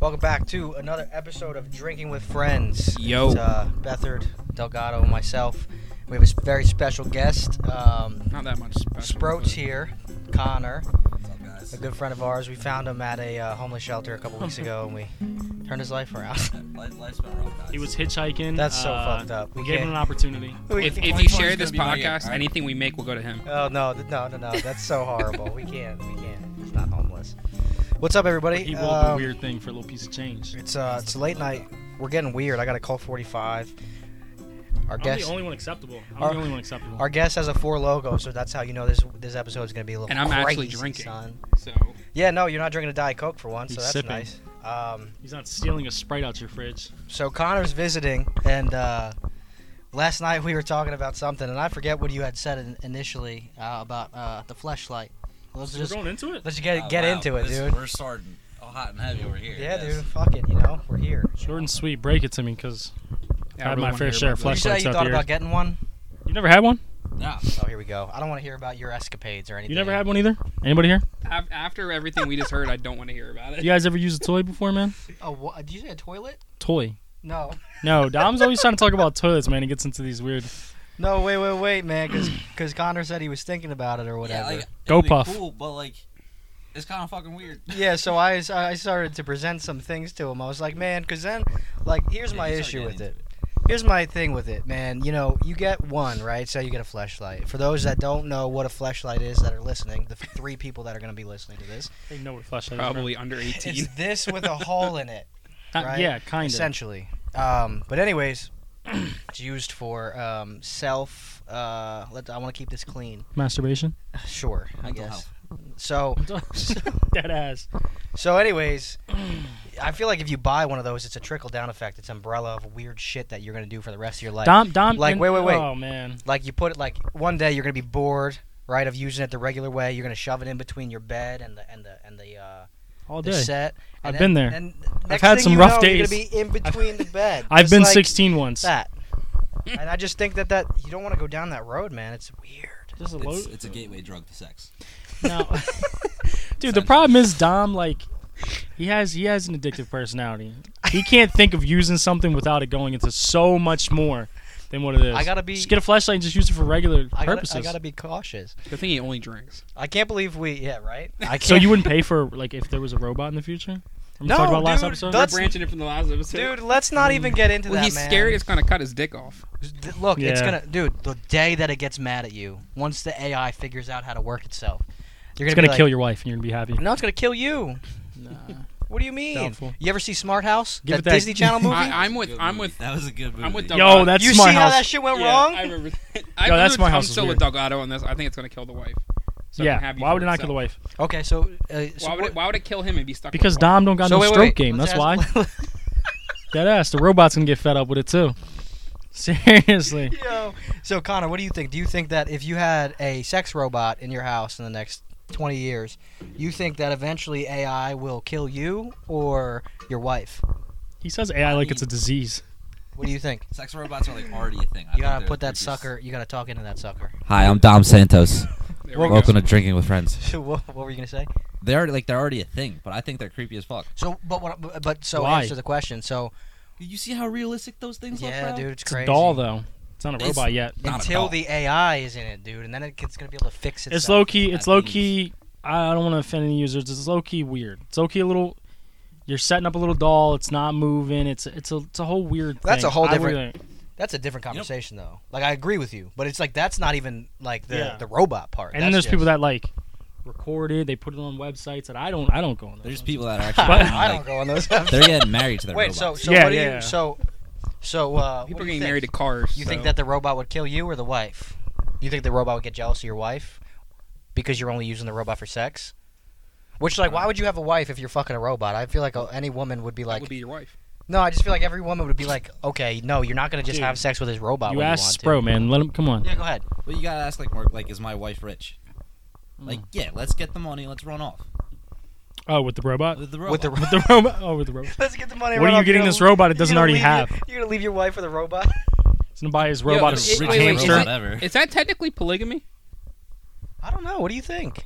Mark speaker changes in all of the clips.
Speaker 1: Welcome back to another episode of Drinking with Friends.
Speaker 2: Yo.
Speaker 1: It's, uh, Bethard, Delgado, and myself. We have a s- very special guest. Um,
Speaker 2: Not that much special.
Speaker 1: Sproats
Speaker 2: but-
Speaker 1: here, Connor,
Speaker 3: What's up, guys?
Speaker 1: a good friend of ours. We found him at a uh, homeless shelter a couple weeks ago, and we turned his life around.
Speaker 3: Life, life's been rough, guys.
Speaker 4: He was hitchhiking.
Speaker 1: That's so
Speaker 4: uh,
Speaker 1: fucked up.
Speaker 4: We
Speaker 1: We
Speaker 4: gave him
Speaker 1: can't-
Speaker 4: an opportunity.
Speaker 2: If,
Speaker 1: We-
Speaker 2: if you share
Speaker 3: gonna
Speaker 2: this
Speaker 3: be my year,
Speaker 2: podcast,
Speaker 3: alright?
Speaker 2: anything we make will go to him.
Speaker 1: Oh no, th- no, no, no! That's so horrible. We can't, we can't. It's not homeless. What's up, everybody?
Speaker 4: He rolled
Speaker 1: Um,
Speaker 4: a weird thing for a little piece of change.
Speaker 1: It's uh, it's late night. We're getting weird. I got a call 45. Our
Speaker 4: I'm
Speaker 1: guest,
Speaker 4: the only one acceptable. I'm
Speaker 1: Our-
Speaker 4: the only one acceptable.
Speaker 1: our guest has a four logo, so that's how you know this this episode is gonna be a little.
Speaker 2: And I'm
Speaker 1: crazy,
Speaker 2: actually drinking.
Speaker 1: son.
Speaker 2: So
Speaker 1: Yeah, no, you're not drinking a diet coke for once, so
Speaker 4: He's
Speaker 1: that's
Speaker 4: sipping.
Speaker 1: nice. Um,
Speaker 4: He's not stealing a sprite out your fridge.
Speaker 1: so Connor's visiting, and uh, last night we were talking about something, and I forget what you had said in, initially uh, about uh, the fleshlight. Let's
Speaker 4: We're
Speaker 1: just
Speaker 4: going Ah, into it.
Speaker 1: let's just get
Speaker 3: Oh,
Speaker 1: get
Speaker 3: wow.
Speaker 1: into it,
Speaker 3: This-
Speaker 1: dude.
Speaker 3: We're starting all hot and heavy over here.
Speaker 1: Yeah,
Speaker 3: yes.
Speaker 1: dude. Fuck it, you know we're here.
Speaker 4: Short and sweet. Break it to me, cause
Speaker 2: yeah, I
Speaker 4: Had my
Speaker 2: wanna
Speaker 4: fair
Speaker 2: hear
Speaker 4: share
Speaker 2: about
Speaker 4: of
Speaker 1: You
Speaker 2: this.
Speaker 1: said
Speaker 4: Fleshlights
Speaker 1: you
Speaker 4: out
Speaker 1: thought
Speaker 4: here.
Speaker 1: about getting one.
Speaker 4: you never had one.
Speaker 3: Nah,
Speaker 1: Oh, here we go. I don't want to hear about your escapades or anything.
Speaker 4: You never had one either. Anybody here?
Speaker 2: Af- After everything we just heard, I don't want to hear about it.
Speaker 4: You guys ever used a toy before, man?
Speaker 1: Oh, what? Did you say a toilet?
Speaker 4: Toy.
Speaker 1: No.
Speaker 4: No, Dom's always trying to talk about toilets, man. He gets into these weird.
Speaker 1: No, wait, wait, wait, man, because Connor said he was thinking about it or whatever.
Speaker 3: Yeah,
Speaker 1: Yeah,
Speaker 3: like, it'd
Speaker 4: Go
Speaker 3: be
Speaker 4: Puff.
Speaker 3: Cool, but like, it's kind of fucking weird.
Speaker 1: so I, s- I started to present some things to him. I was like, man, because then, like, here's
Speaker 3: Yeah,
Speaker 1: my
Speaker 3: you start
Speaker 1: issue
Speaker 3: getting
Speaker 1: with
Speaker 3: into
Speaker 1: it. Here's my thing with it, man. You know, you get one, right? So you get a flashlight. For those that don't know what a flashlight is that are listening, the three people that are going to be listening to this,
Speaker 4: They know what a flashlight
Speaker 2: Probably under
Speaker 1: it's
Speaker 2: 18.
Speaker 1: this with a hole in it.
Speaker 4: is. Probably.
Speaker 1: right?
Speaker 4: Uh, Yeah, kind of.
Speaker 1: essentially. Um, but anyways, it's used for um, self. Uh, let, I want to keep this clean.
Speaker 4: Masturbation.
Speaker 1: Sure, I
Speaker 3: Mental
Speaker 1: guess.
Speaker 3: health.
Speaker 1: So,
Speaker 4: Dead ass.
Speaker 1: so anyways, I feel like if you buy one of those, it's a trickle down effect. It's umbrella of weird shit that you're gonna do for the rest of your life.
Speaker 4: Dom. Dom.
Speaker 1: Like,
Speaker 4: and-
Speaker 1: wait, wait, wait.
Speaker 4: Oh man.
Speaker 1: Like you put it like one day you're gonna be bored, right, of using it the regular way. You're gonna shove it in between your bed and the and the and the uh,
Speaker 4: All
Speaker 1: the
Speaker 4: day.
Speaker 1: set. And
Speaker 4: I've been there.
Speaker 1: And
Speaker 4: I've
Speaker 1: next
Speaker 4: had
Speaker 1: thing
Speaker 4: some
Speaker 1: you
Speaker 4: rough
Speaker 1: know, You're
Speaker 4: days.
Speaker 1: gonna be in between the bed.
Speaker 4: I've
Speaker 1: Just
Speaker 4: been
Speaker 1: like
Speaker 4: 16 once.
Speaker 1: That. and I just think that that you don't want to go down that road, man. It's weird.
Speaker 4: Just a
Speaker 3: It's,
Speaker 4: load.
Speaker 3: it's a gateway drug to sex.
Speaker 4: No. Dude, the problem is Dom like he has he has an addictive personality. He can't think of using something without it going into so much more than what it is.
Speaker 1: I gotta be-
Speaker 4: just get a flashlight and just use it for regular
Speaker 1: I
Speaker 4: purposes.
Speaker 1: gotta, I gotta be cautious.
Speaker 2: Good thing he only drinks.
Speaker 1: I can't believe we. Yeah, right. I can't,
Speaker 4: so you wouldn't pay for like if there was a robot in the future? Remember we
Speaker 1: No,
Speaker 4: talked about last
Speaker 1: dude,
Speaker 4: episode?
Speaker 2: We're
Speaker 1: that's-
Speaker 2: branching it from the last episode.
Speaker 1: dude. Let's not
Speaker 4: Mm.
Speaker 1: even get into
Speaker 2: well,
Speaker 1: that,
Speaker 2: he's
Speaker 1: man.
Speaker 2: scared it's gonna cut his dick off.
Speaker 1: D- Look, it's
Speaker 4: Yeah.
Speaker 1: gonna, dude. The day that it gets mad at you, once the AI figures out how to work itself, you're
Speaker 4: it's
Speaker 1: gonna,
Speaker 4: gonna
Speaker 1: be
Speaker 4: kill
Speaker 1: like,
Speaker 4: your wife and you're gonna be happy.
Speaker 1: No, it's gonna kill you.
Speaker 4: Nah.
Speaker 1: What do you mean?
Speaker 4: Doubtful.
Speaker 1: You ever see Smart House?
Speaker 4: Give
Speaker 1: that,
Speaker 4: it that-
Speaker 1: Disney Channel movie.
Speaker 2: I, I'm with.
Speaker 3: Good
Speaker 2: I'm
Speaker 3: movie.
Speaker 2: with.
Speaker 3: That was a good movie.
Speaker 2: I'm with Doug.
Speaker 4: Yo, that's
Speaker 1: you see
Speaker 4: smart
Speaker 1: how
Speaker 4: house.
Speaker 1: that shit went
Speaker 2: Yeah,
Speaker 1: wrong?
Speaker 2: I remember. That. I'm,
Speaker 4: Yo, that's
Speaker 2: with-
Speaker 4: my
Speaker 2: I'm
Speaker 4: house is
Speaker 2: still
Speaker 4: weird.
Speaker 2: with Delgado on this. I think it's gonna kill the wife. So I'm
Speaker 4: yeah.
Speaker 2: happy
Speaker 4: Why would
Speaker 2: for
Speaker 4: it not kill the
Speaker 2: itself.
Speaker 4: wife?
Speaker 1: okay, so uh, so
Speaker 2: Why would, it,
Speaker 1: what-
Speaker 2: why would it kill him and be stuck?
Speaker 4: Because
Speaker 2: with a wife?
Speaker 4: Dom don't got
Speaker 1: so
Speaker 4: no
Speaker 1: wait, wait,
Speaker 4: stroke
Speaker 1: wait,
Speaker 4: game.
Speaker 1: let's
Speaker 4: That's why.
Speaker 1: ask-
Speaker 4: That ass. The robot's gonna get fed up with it too. Seriously.
Speaker 1: Yo. So Connor, what do you think? Do you think that if you had a sex robot in your house in the next 20 years, you think that eventually AI will kill you or your wife?
Speaker 4: He says AI like it's a disease.
Speaker 1: What do you think?
Speaker 3: Sex robots are like already a thing. I
Speaker 1: You
Speaker 3: think
Speaker 1: gotta
Speaker 3: they're
Speaker 1: put that
Speaker 3: creatures.
Speaker 1: sucker. You gotta talk into that sucker.
Speaker 3: Hi, I'm Dom Santos.
Speaker 2: There we go.
Speaker 3: Welcome to Drinking with Friends.
Speaker 1: So what, what were you gonna say?
Speaker 3: They're already- like they're already a thing, but I think they're creepy as fuck.
Speaker 1: So, but what, but- but so
Speaker 4: Why?
Speaker 1: answer the question. So
Speaker 3: You see how realistic those things look?
Speaker 1: yeah,
Speaker 3: bro?
Speaker 1: dude, it's
Speaker 4: It's
Speaker 1: crazy.
Speaker 4: a doll though. It's not a
Speaker 3: It's-
Speaker 4: robot yet.
Speaker 3: Not a
Speaker 1: Until
Speaker 3: doll.
Speaker 1: the AI is in it, dude, and then it's gonna be able to fix itself.
Speaker 4: It's low key.
Speaker 3: I
Speaker 4: It's low
Speaker 3: think-
Speaker 4: key. I don't want to offend any users. It's low key weird. It's low key a little. You're setting up a little doll. It's not moving. It's it's a it's a whole weird.
Speaker 1: That's
Speaker 4: thing.
Speaker 1: a whole
Speaker 4: I
Speaker 1: different-
Speaker 4: wouldn't-
Speaker 1: That's a different conversation, though. Like I agree with you, but it's like that's not even like the,
Speaker 4: Yeah.
Speaker 1: the robot part.
Speaker 4: and then there's people that like record it. They put it on websites that I don't. I don't go on.
Speaker 3: There's
Speaker 4: those.
Speaker 3: people that are
Speaker 4: But-
Speaker 3: actually
Speaker 1: I
Speaker 3: like,
Speaker 1: don't go on those.
Speaker 3: they're getting married to their
Speaker 1: Wait,
Speaker 3: robots.
Speaker 1: so so
Speaker 4: Yeah,
Speaker 1: what do
Speaker 4: yeah.
Speaker 1: you so so uh,
Speaker 2: People
Speaker 1: what do you
Speaker 2: are getting
Speaker 1: think?
Speaker 2: married to cars.
Speaker 1: You think
Speaker 2: so-
Speaker 1: that the robot would kill you or the wife? You think the robot would get jealous of your wife because you're only using the robot for sex? Which like, why would you have a wife if you're fucking a robot? I feel like uh, any woman would be
Speaker 2: that
Speaker 1: like,
Speaker 2: would be your wife?
Speaker 1: no, I just feel like every woman would be like, okay, no, you're not gonna just
Speaker 4: Dude,
Speaker 1: have sex with this robot.
Speaker 4: You
Speaker 1: when
Speaker 4: asked
Speaker 1: you
Speaker 4: Spro,
Speaker 1: want
Speaker 4: man. Let him come on.
Speaker 1: To. Yeah, go ahead.
Speaker 3: But you gotta ask like more like is my wife rich? Like yeah, let's get the money, let's run off
Speaker 4: Oh, with the robot.
Speaker 3: with the
Speaker 1: With the
Speaker 3: robot.
Speaker 4: With the robot. Oh, with the robot.
Speaker 1: Let's get the money.
Speaker 4: What right are you off. getting You're gonna- this robot it you're doesn't gonna already leave your- have?
Speaker 1: you're gonna leave your wife for the robot?
Speaker 4: He's gonna buy his
Speaker 2: Yo,
Speaker 4: robot a
Speaker 2: it- wait,
Speaker 4: rich
Speaker 2: wait,
Speaker 4: hamster.
Speaker 2: is it-
Speaker 3: Whatever.
Speaker 2: Is that technically polygamy?
Speaker 1: I don't know. What do you think?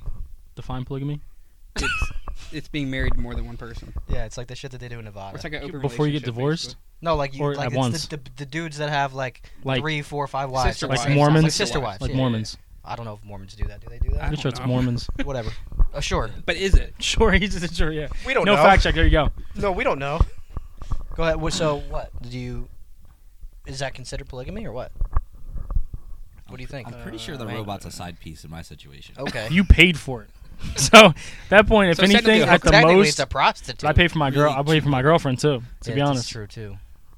Speaker 4: Define polygamy.
Speaker 2: it's being married to more than one person.
Speaker 1: Yeah, it's like the shit that they do in
Speaker 2: Or
Speaker 1: Nevada.
Speaker 2: It's like an open
Speaker 4: Before you get
Speaker 2: relationship,
Speaker 4: divorced?
Speaker 1: no, like you,
Speaker 4: or
Speaker 1: like
Speaker 4: at
Speaker 1: it's
Speaker 4: once.
Speaker 1: The, the, the dudes that have like,
Speaker 4: Like-
Speaker 1: three, four, five wives.
Speaker 2: Sister
Speaker 1: or
Speaker 4: Like
Speaker 1: something.
Speaker 4: Mormons?
Speaker 1: like sister wives,
Speaker 4: Like
Speaker 1: yeah, yeah, yeah.
Speaker 4: Mormons.
Speaker 1: I don't know if Mormons do that. Do they do
Speaker 2: I
Speaker 4: I'm
Speaker 1: that?
Speaker 2: don't
Speaker 4: sure it's
Speaker 2: know.
Speaker 4: Mormons.
Speaker 1: Whatever. Uh, sure.
Speaker 2: Basically. But is it?
Speaker 4: sure, he's sure. Yeah.
Speaker 1: We don't
Speaker 4: no
Speaker 1: know.
Speaker 4: fact check. There you go.
Speaker 1: No, we don't know. Go ahead. What- So what do you? Is that considered polygamy or what? What do you think? Oh,
Speaker 3: I'm pretty sure the
Speaker 4: Uh,
Speaker 3: robot's a side piece in my situation.
Speaker 1: Okay.
Speaker 4: You paid for it. So at that point, if
Speaker 2: So technically,
Speaker 4: anything,
Speaker 2: how
Speaker 1: Well,
Speaker 4: at the
Speaker 1: technically,
Speaker 4: most,
Speaker 1: it's a prostitute.
Speaker 4: I pay for my girl.
Speaker 3: Really
Speaker 4: I pay for my girlfriend too. To
Speaker 1: Yeah,
Speaker 4: be
Speaker 1: that's
Speaker 4: honest,
Speaker 1: true too.